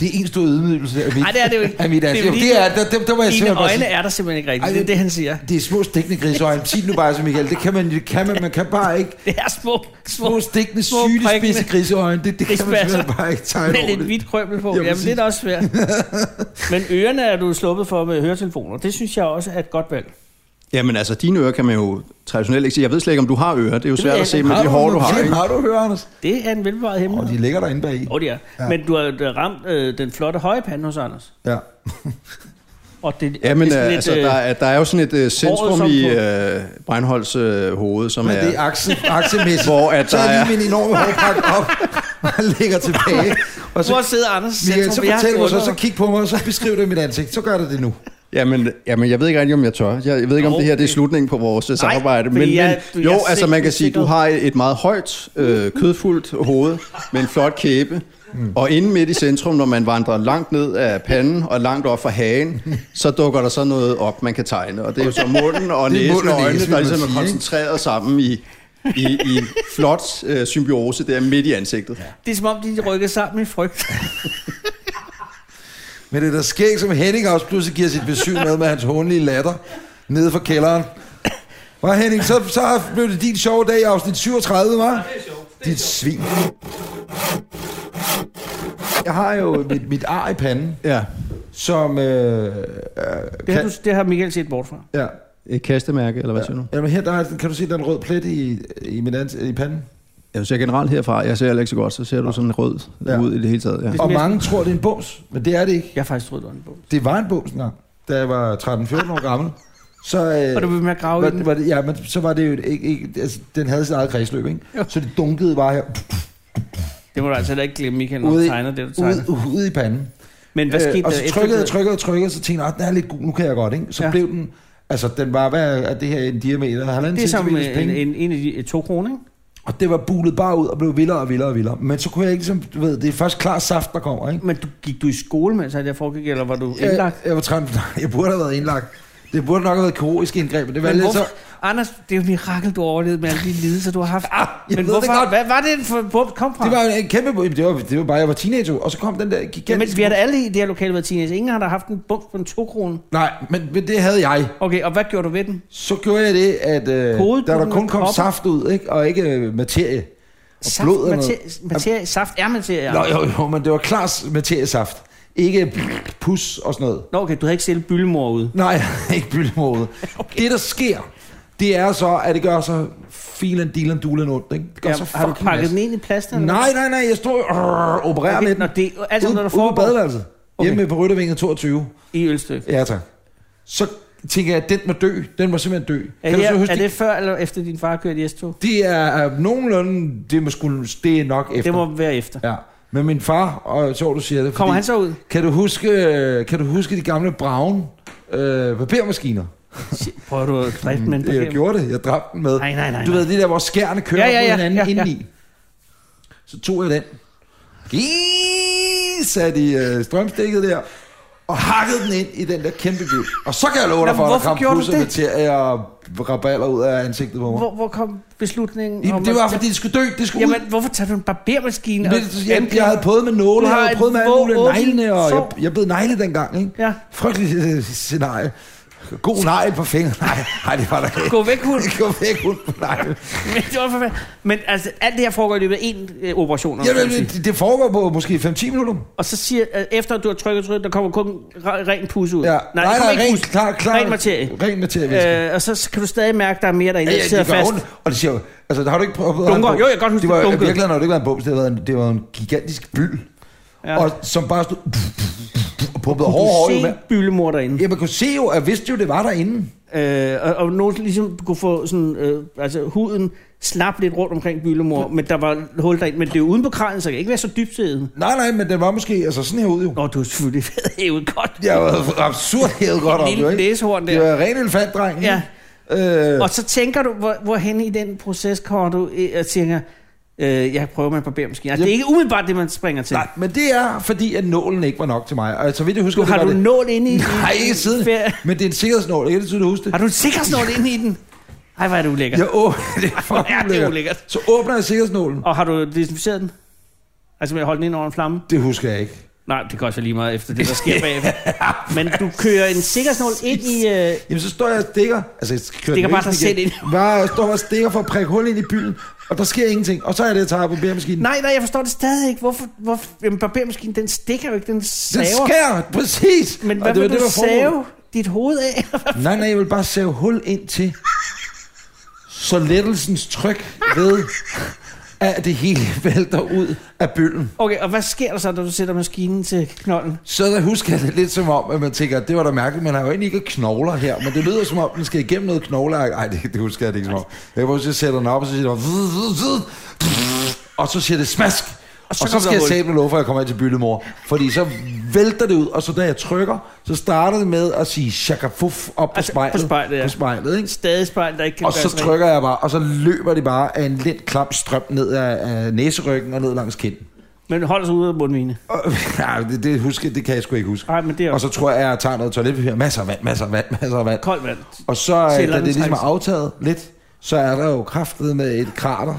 Speaker 5: Det er en stor ydmygelse af mit,
Speaker 3: Nej, det er det jo ikke.
Speaker 5: Af mit
Speaker 3: Det er
Speaker 5: det,
Speaker 3: fordi,
Speaker 5: det er, der, der, der må jeg
Speaker 3: Dine
Speaker 5: simpelthen bare
Speaker 3: øjne
Speaker 5: sige-
Speaker 3: er der simpelthen ikke rigtigt.
Speaker 5: Ej,
Speaker 3: Det er det, han siger.
Speaker 5: Det er små stikkende grisøjne. Sig det nu bare så, Michael. Det kan man, det kan man, man kan bare ikke.
Speaker 3: Det er små,
Speaker 5: små stikkende,
Speaker 3: små
Speaker 5: syge,
Speaker 3: prikkende
Speaker 5: spidse griseøjne. Det, det kan man
Speaker 3: Krigsbasser.
Speaker 5: simpelthen bare ikke tegne
Speaker 3: Med lidt
Speaker 5: ordentligt.
Speaker 3: hvidt krømmel på.
Speaker 5: Ja,
Speaker 3: Jamen, Jamen det er
Speaker 5: præcis.
Speaker 3: da også svært. Men ørerne er du sluppet for med høretelefoner. Det synes jeg også er et godt valg.
Speaker 16: Jamen altså, dine ører kan man jo traditionelt ikke se. Jeg ved slet ikke, om du har ører. Det er jo
Speaker 3: Det
Speaker 16: svært
Speaker 3: ved
Speaker 16: at
Speaker 3: jeg
Speaker 16: se
Speaker 3: ikke.
Speaker 16: med
Speaker 3: Har
Speaker 16: de
Speaker 3: du
Speaker 16: hår, du
Speaker 3: nogle
Speaker 16: har.
Speaker 3: ting?
Speaker 16: Ikke?
Speaker 5: Har du hørt, Anders?
Speaker 3: Det er en velbevaret hemmelighed.
Speaker 5: Og de ligger derinde bagi.
Speaker 3: Åh, oh, det er.
Speaker 5: Ja.
Speaker 3: Ja. Men du har du har ramt øh, den flotte høje pande hos Anders.
Speaker 5: Ja.
Speaker 3: Og det,
Speaker 16: Jamen,
Speaker 3: det er sådan
Speaker 16: øh,
Speaker 3: lidt,
Speaker 16: altså,
Speaker 3: øh,
Speaker 16: der, er, der er jo sådan et øh, centrum
Speaker 3: som
Speaker 16: i
Speaker 3: på-
Speaker 16: øh, Breinholds øh, hoved, som
Speaker 5: Men
Speaker 16: er...
Speaker 5: det er akse, aksemæssigt.
Speaker 16: Hvor at
Speaker 5: så
Speaker 16: der
Speaker 5: er
Speaker 16: er-
Speaker 5: lige min enorme hårpakke op og ligger tilbage. Og
Speaker 3: Hvor sidder Anders i
Speaker 5: Michael,
Speaker 3: centrum?
Speaker 5: så
Speaker 3: Jeg
Speaker 5: fortæl
Speaker 3: har
Speaker 5: mig så, så
Speaker 3: undret.
Speaker 5: kig på mig, og så beskriv det i mit ansigt. Så gør det det nu.
Speaker 16: Jamen, jamen, jeg ved ikke rigtig, om jeg tør. Jeg, jeg ved ikke, om det her det er slutningen på vores Nej, samarbejde.
Speaker 3: fordi
Speaker 16: Men,
Speaker 3: jeg-
Speaker 16: men
Speaker 3: du-
Speaker 16: jo,
Speaker 3: jeg
Speaker 16: altså
Speaker 3: selv
Speaker 16: man kan sige, du
Speaker 3: usikker.
Speaker 16: har et meget højt, øh, kødfuldt hoved med en flot kæbe.
Speaker 5: Mm.
Speaker 16: Og inde midt i centrum, når man vandrer langt ned af panden og langt op fra hagen, så dukker der så noget op, man kan tegne. Og det er jo så munden og
Speaker 5: Det er
Speaker 16: næsen
Speaker 5: munden og
Speaker 16: og øjnene,
Speaker 5: næsen,
Speaker 16: der
Speaker 5: vil man
Speaker 16: ligesom
Speaker 5: sige,
Speaker 16: er
Speaker 5: ikke?
Speaker 16: koncentreret sammen i, i, i en flot øh, symbiose der midt i ansigtet.
Speaker 3: Det er som om, de rykker sammen i frygt.
Speaker 5: Men det er da skægt, som Henning også pludselig giver sit besøg med med hans hånlige latter nede fra kælderen. Hvad Henning, så, så blev det din sjove dag i afsnit 37, var? Ja, det er sjovt. Dit svin. Jeg har jo mit, mit ar i panden.
Speaker 16: Ja.
Speaker 5: Som... Øh, øh,
Speaker 3: Det har,
Speaker 5: kan-
Speaker 3: du, det har Michael set bort fra.
Speaker 5: Ja.
Speaker 16: Et kastemærke, eller hvad
Speaker 5: ja.
Speaker 16: siger du?
Speaker 5: Jamen her, der er, kan du se, der er en rød plet i, i, min ans- i panden.
Speaker 16: Jeg ser generelt herfra, jeg ser heller ikke så godt, så ser du sådan rød
Speaker 5: Ja.
Speaker 16: ja. ud i det hele taget. Ja.
Speaker 5: Og mange tror, det er en bums, men det er det ikke.
Speaker 3: Jeg har faktisk troet, det var en bums.
Speaker 5: Det var en bums engang, da jeg var 13-14 år gammel. Så, øh,
Speaker 3: Og du blev med at grave i
Speaker 5: var,
Speaker 3: den.
Speaker 5: var det, ja, men så var det jo et- ikke, ikke, altså, den havde sit eget kredsløb, ikke? Så det dunkede bare her.
Speaker 3: Det må du altså heller ikke glemme, Michael, når du
Speaker 5: Ude i-
Speaker 3: tegner det, du tegner.
Speaker 5: ude, ude i panden. Øh,
Speaker 3: Men hvad skete
Speaker 5: og
Speaker 3: der
Speaker 5: så trykkede
Speaker 3: efter
Speaker 5: jeg,
Speaker 3: det?
Speaker 5: trykkede jeg, trykkede, jeg, så tænkte jeg, "Nå, den er lidt gul, nu kan jeg godt, ikke? Så ja. blev den, altså den var, hvad er det her, en diameter, halvanden
Speaker 3: Det er som øh,
Speaker 5: centimeters
Speaker 3: en,
Speaker 5: penge.
Speaker 3: en, en af de eh, to kroner, ikke?
Speaker 5: Og det var bulet bare ud og blev vildere og vildere og vildere. Men så kunne jeg ikke ligesom, du ved, det er først klar saft, der kommer, ikke?
Speaker 3: Men du, gik du i skole, mens det her foregik, eller var du Mm, indlagt?
Speaker 5: Jeg, jeg var træt, jeg burde have været indlagt. Det burde nok have været kirurgisk indgreb, men det var
Speaker 3: Men
Speaker 5: lidt
Speaker 3: hvorfor,
Speaker 5: så...
Speaker 3: Anders, det er jo et mirakel, du overlevede med alle de lidelser, du har haft. Ah, men
Speaker 5: jeg ved det
Speaker 3: hvorfor,
Speaker 5: godt.
Speaker 3: hvad var det for en bums kom fra?
Speaker 5: Det var jo en kæmpe... Jamen, Det var, det var bare, jeg var teenager, og så kom den der gigantiske...
Speaker 3: ja, men vi har da alle i det her lokale været teenager. Ingen har da haft en bums på en 2 kroner.
Speaker 5: Nej, men, men det havde jeg.
Speaker 3: Okay, og hvad gjorde du ved den?
Speaker 5: Så gjorde jeg det, at øh,
Speaker 3: Hovedet
Speaker 5: da
Speaker 3: på
Speaker 5: der
Speaker 3: den
Speaker 5: kun
Speaker 3: med
Speaker 5: kom
Speaker 3: kopper.
Speaker 5: saft ud, ikke? og ikke øh, materie. Og
Speaker 3: Saft,
Speaker 5: blod og noget.
Speaker 3: materie, materie, saft er materie.
Speaker 5: Nå,
Speaker 3: Anders.
Speaker 5: jo, jo, men det var klar materiesaft. Ikke pus og sådan noget.
Speaker 3: Nå, okay, du havde ikke selv byllemor ud.
Speaker 5: Nej, ikke byldemåde. Okay. Det, der sker, det er så, at det gør så filen, dealen, dulen ondt. Ikke? Det gør
Speaker 3: Ja,
Speaker 5: så
Speaker 3: har du
Speaker 5: fucking
Speaker 3: pakket
Speaker 5: masse.
Speaker 3: den ind i plaster? eller
Speaker 5: Nej,
Speaker 3: hvad?
Speaker 5: nej, nej, jeg stod og opererede
Speaker 3: Okay,
Speaker 5: med den.
Speaker 3: nå, det er alt sammen, når der
Speaker 5: ude på
Speaker 3: foregår.
Speaker 5: badeværelset.
Speaker 3: Okay.
Speaker 5: Okay. Hjemme på Ryttervinget 22.
Speaker 3: I Ølstykke.
Speaker 5: Ja, tak. Så tænker jeg, at den må dø. Den må simpelthen dø.
Speaker 3: Er,
Speaker 5: kan du så
Speaker 3: her,
Speaker 5: huske,
Speaker 3: er
Speaker 5: det,
Speaker 3: det før eller efter din far kørte i S2?
Speaker 5: det er øh, nogenlunde, det, må skulle, det er nok efter.
Speaker 3: Det må være efter.
Speaker 5: Ja. Men min far, og så du siger det.
Speaker 3: Kommer han så ud?
Speaker 5: Kan du huske, øh, kan du huske de gamle Braun øh, papirmaskiner?
Speaker 3: Prøver du at dræbe med en
Speaker 5: Jeg
Speaker 3: parkering?
Speaker 5: gjorde det. Jeg dræbte den med.
Speaker 3: Nej, nej, nej,
Speaker 5: Du
Speaker 3: nej.
Speaker 5: ved, det der, hvor skærne kører
Speaker 3: Ja, ja, ja,
Speaker 5: på hinanden
Speaker 3: ja,
Speaker 5: ja,
Speaker 3: ja.
Speaker 5: indeni. Så tog jeg den. Giii, satte i øh, strømstikket der. Og hakkede den ind i den der kæmpe bil. Og så kan jeg love
Speaker 3: Nå,
Speaker 5: dig for,
Speaker 3: men
Speaker 5: at der
Speaker 3: hvorfor
Speaker 5: kom
Speaker 3: gjorde du
Speaker 5: pusser med
Speaker 3: det?
Speaker 5: til at raballer ud af ansigtet på mig.
Speaker 3: Hvor, hvor kom beslutningen?
Speaker 5: Jamen,
Speaker 3: om
Speaker 5: det
Speaker 3: at-
Speaker 5: var, fordi det skulle dø. Det skulle ud.
Speaker 3: Jamen, hvorfor tager du en barbermaskine? og-
Speaker 5: Men, jeg, jeg havde prøvet med nåle,
Speaker 3: Du
Speaker 5: jeg
Speaker 3: har
Speaker 5: havde
Speaker 3: et
Speaker 5: prøvet med alle
Speaker 3: våd-
Speaker 5: mulige
Speaker 3: åbent
Speaker 5: neglene, og
Speaker 3: sår.
Speaker 5: jeg, jeg blev negle dengang, ikke?
Speaker 3: Ja.
Speaker 5: Frygteligt øh, scenarie. God negl på fingeren. Nej, nej, det var der ikke.
Speaker 3: Gå væk, hund.
Speaker 5: Gå væk, hund på neglen.
Speaker 3: Men, det var for fanden- Men altså, alt det her foregår i løbet af én øh, operation. om man
Speaker 5: Jamen,
Speaker 3: kan sige.
Speaker 5: det, det foregår på måske 5-10 minutter.
Speaker 3: Og så siger, at efter at du har trykket trykket, der kommer kun re- ren pus ud.
Speaker 5: Ja.
Speaker 3: Nej, der kommer ikke pus.
Speaker 5: klar, klar,
Speaker 3: Ren materie.
Speaker 5: Ren materie. Øh,
Speaker 3: Øh, og så, så kan du stadig mærke, at der er mere derinde,
Speaker 5: Ja,
Speaker 3: der
Speaker 5: ja,
Speaker 3: sidder
Speaker 5: det gør
Speaker 3: fast.
Speaker 5: ondt, og det siger jo, altså der har du ikke prøvet at have en
Speaker 3: Dunker.
Speaker 5: bums.
Speaker 3: Jo, jeg kan godt huske,
Speaker 5: det var,
Speaker 3: det dunkede.
Speaker 5: Virkelig har det ikke været en bums, det har været en, det var en gigantisk byld,
Speaker 3: Ja.
Speaker 5: og som bare stod og pumpede
Speaker 3: Kunne
Speaker 5: hårdt
Speaker 3: du
Speaker 5: hårdt med.
Speaker 3: se byllemor derinde?
Speaker 5: Ja, man kunne se jo, at jeg vidste jo, det var derinde.
Speaker 3: Øh, og, og nogen ligesom kunne få sådan, øh, altså huden slap lidt rundt omkring byllemor, men der var hul derind. Men det er jo uden på kranen, så det kan ikke være så dybt siddet.
Speaker 5: Nej, nej, men den var måske altså sådan her ud jo.
Speaker 3: Nå, du har selvfølgelig været hævet godt.
Speaker 5: Jeg var absurd hævet godt om det,
Speaker 3: Lille
Speaker 5: ikke?
Speaker 3: næsehorn der.
Speaker 5: Det var ren elefantdreng. ikke?
Speaker 3: Ja.
Speaker 5: Øh,
Speaker 3: Og så tænker du, hvor, hvorhen i den proces kommer du øh, og tænker, øh, jeg prøver med en barbermaskine. Altså, det er ikke umiddelbart det, man springer til.
Speaker 5: nej, men det er, fordi at nålen ikke var nok til mig. Og så vidt jeg husker,
Speaker 3: du, har
Speaker 5: det
Speaker 3: du
Speaker 5: var
Speaker 3: en
Speaker 5: det.
Speaker 3: nål inde i
Speaker 5: Nej, ikke siden.
Speaker 3: Ferie.
Speaker 5: Men det er en sikkerhedsnål, jeg kan tydeligt huske det.
Speaker 3: Har du en sikkerhedsnål inde i den? Ej, hvor er det ulækkert.
Speaker 5: Jeg åbner, det er
Speaker 3: Hvor er
Speaker 5: fucking
Speaker 3: det
Speaker 5: lækkert.
Speaker 3: ulækkert.
Speaker 5: Så åbner jeg sikkerhedsnålen.
Speaker 3: Og har du desinficeret den? Altså med at holde den ind over en flamme?
Speaker 5: Det husker jeg ikke.
Speaker 3: Nej, det kan også være lige meget efter det, der sker bagefter. Men du kører en sikkerhedsnål ind i... Øh,
Speaker 5: Jamen, så står jeg og stikker. Altså, jeg kører
Speaker 3: Stikker
Speaker 5: den
Speaker 3: bare
Speaker 5: væsen
Speaker 3: dig selv
Speaker 5: igen.
Speaker 3: ind.
Speaker 5: Bare jeg står og stikker for at prikke hul ind i byen, og der sker ingenting. Og så er det, jeg tager på bæremaskinen.
Speaker 3: nej, nej, jeg forstår det stadig ikke. Hvorfor, hvorfor jamen, barbermaskinen, den stikker jo ikke, den saver.
Speaker 5: Den skærer, præcis.
Speaker 3: Men
Speaker 5: Og
Speaker 3: hvad
Speaker 5: det var
Speaker 3: vil
Speaker 5: det,
Speaker 3: du
Speaker 5: der var
Speaker 3: save
Speaker 5: formålet.
Speaker 3: dit hoved af?
Speaker 5: Nej, nej, jeg vil bare save hul ind til, så lettelsens tryk ved, at det hele vælter ud af bøllen.
Speaker 3: okay, og hvad sker der så, når du sætter maskinen til knolden?
Speaker 5: Så der husker jeg det lidt som om, at man tænker, at det var da mærkeligt, man har jo egentlig ikke knogler her, men det lyder som om, den skal igennem noget knogler. Nej, det, det husker jeg det ikke som om. Jeg prøver, at jeg sætter den op, og så siger det, bare vud, vud, vud, og så siger det smask. Og så, og
Speaker 3: kom
Speaker 5: så
Speaker 3: der
Speaker 5: skal jeg
Speaker 3: hul.
Speaker 5: sætte lov for, at jeg kommer ind til byllemor. Fordi så vælter det ud, og så da jeg trykker, så starter det med at sige shakafuf op på
Speaker 3: Altså, på
Speaker 5: spejlet.
Speaker 3: spejlet, ja.
Speaker 5: på spejlet ikke?
Speaker 3: Stadig spejl, der ikke kan
Speaker 5: Og så
Speaker 3: gøres rent.
Speaker 5: trykker jeg bare, og så løber det bare af en lidt klam strøm ned af, af næseryggen og ned langs kinden.
Speaker 3: Men hold os ude af mundvine.
Speaker 5: Og, ja, det, det, husker, det kan jeg sgu ikke huske.
Speaker 3: Nej, men det er
Speaker 5: Og
Speaker 3: også
Speaker 5: så tror jeg, at jeg tager noget toiletpapir. Masser af vand, masser af vand, masser af vand.
Speaker 3: koldt vand.
Speaker 5: Og så, øh,
Speaker 3: Cellerne
Speaker 5: da det ligesom er
Speaker 3: trækkes.
Speaker 5: aftaget lidt, så er der jo kraftet med et krater,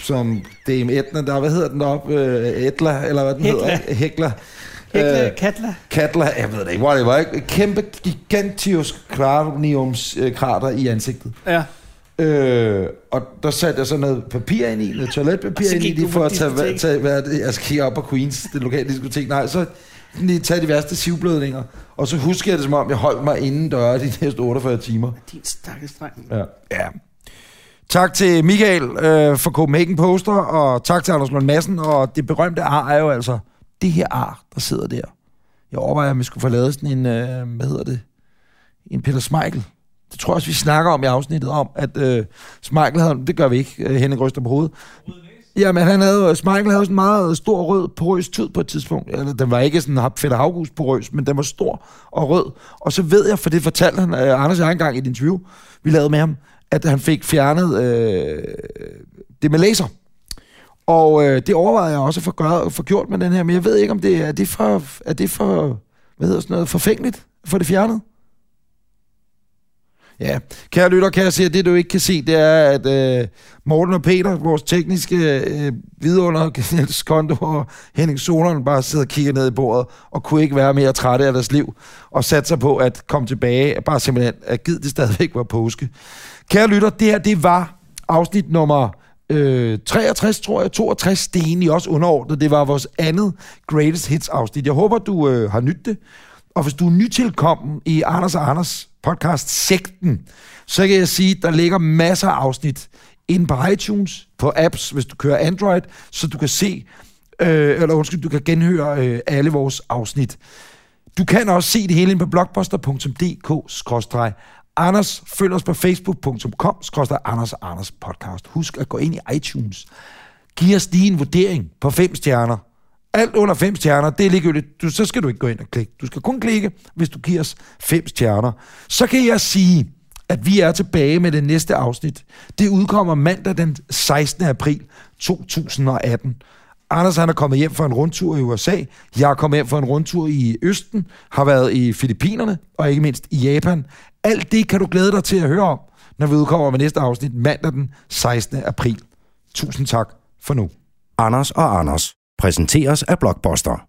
Speaker 5: som DM Etna, der, hvad hedder den deroppe? Øh, Etla, eller hvad den
Speaker 3: Hekla.
Speaker 5: hedder? Hekla.
Speaker 3: Hækle, øh, Katla.
Speaker 5: Katla, jeg ved det ikke, whatever, ikke? Kæmpe, gigantisk kraniumskrater i ansigtet.
Speaker 13: Ja.
Speaker 5: Øh, og der satte jeg så noget papir ind i, noget
Speaker 13: Og
Speaker 5: toiletpapir
Speaker 13: så
Speaker 5: ind i,
Speaker 13: gik du på
Speaker 5: lige for at tage,
Speaker 13: diskotek.
Speaker 5: tage, tage hvad er det, altså kigge op på Queens, det lokale diskotek. Nej, så lige tage de værste sivblødninger. Og så husker jeg det, som om jeg holdt mig inden døre de næste 48 timer.
Speaker 3: Din stakkels dreng.
Speaker 5: Ja. ja. Tak til Michael øh, for Copenhagen Poster, og tak til Anders Lund Madsen, og det berømte ar er jo altså det her ar, der sidder der. Jeg overvejer, om vi skulle få lavet sådan en, øh, hvad hedder det, en Peter Smeichel. Det tror jeg også, vi snakker om i afsnittet, om at øh, Smeichel havde, det gør vi ikke, øh, Henning ryster på hovedet. Jamen, han havde, Smeichel havde sådan en meget stor rød porøs tud på et tidspunkt. Eller, den var ikke sådan Peter Havgus porøs, men den var stor og rød. Og så ved jeg, for det fortalte han, øh, Anders og jeg engang i et interview, vi lavede med ham, at han fik fjernet øh, det med laser. Og øh, det overvejede jeg også at få, gør, få gjort med den her, men jeg ved ikke, om det er, er det for, er det for hvad hedder sådan noget, forfængeligt at få det fjernet? Ja, kære lytter, kan jeg se, at det du ikke kan se, det er, at øh, Morten og Peter, vores tekniske øh, vidunder, Niels Kondo og Henning Solon, bare sidder og kigger ned i bordet, og kunne ikke være mere trætte af deres liv, og satte sig på at komme tilbage, bare simpelthen, at gid det stadigvæk var påske. Kære lytter, det her, det var afsnit nummer øh, 63, tror jeg, 62, det er egentlig også underordnet. Det var vores andet Greatest Hits afsnit. Jeg håber, du øh, har nydt det. Og hvis du er nytilkommen i Anders og Anders podcast Sekten, så kan jeg sige, at der ligger masser af afsnit inde på iTunes, på apps, hvis du kører Android, så du kan se, øh, eller undskyld, du kan genhøre øh, alle vores afsnit. Du kan også se det hele inde på blogposter.dk-anders. Følg os på facebook.com Anders Anders podcast. Husk at gå ind i iTunes. Giv os lige en vurdering på fem stjerner. Alt under fem stjerner, det er ligegyldigt. Du, så skal du ikke gå ind og klikke. Du skal kun klikke, hvis du giver os fem stjerner. Så kan jeg sige, at vi er tilbage med det næste afsnit. Det udkommer mandag den 16. april 2018. Anders han er kommet hjem for en rundtur i USA. Jeg er kommet hjem for en rundtur i Østen, har været i Filippinerne og ikke mindst i Japan. Alt det kan du glæde dig til at høre om, når vi udkommer med næste afsnit mandag den 16. april. Tusind tak for nu.
Speaker 18: Anders og Anders præsenteres af Blockbuster.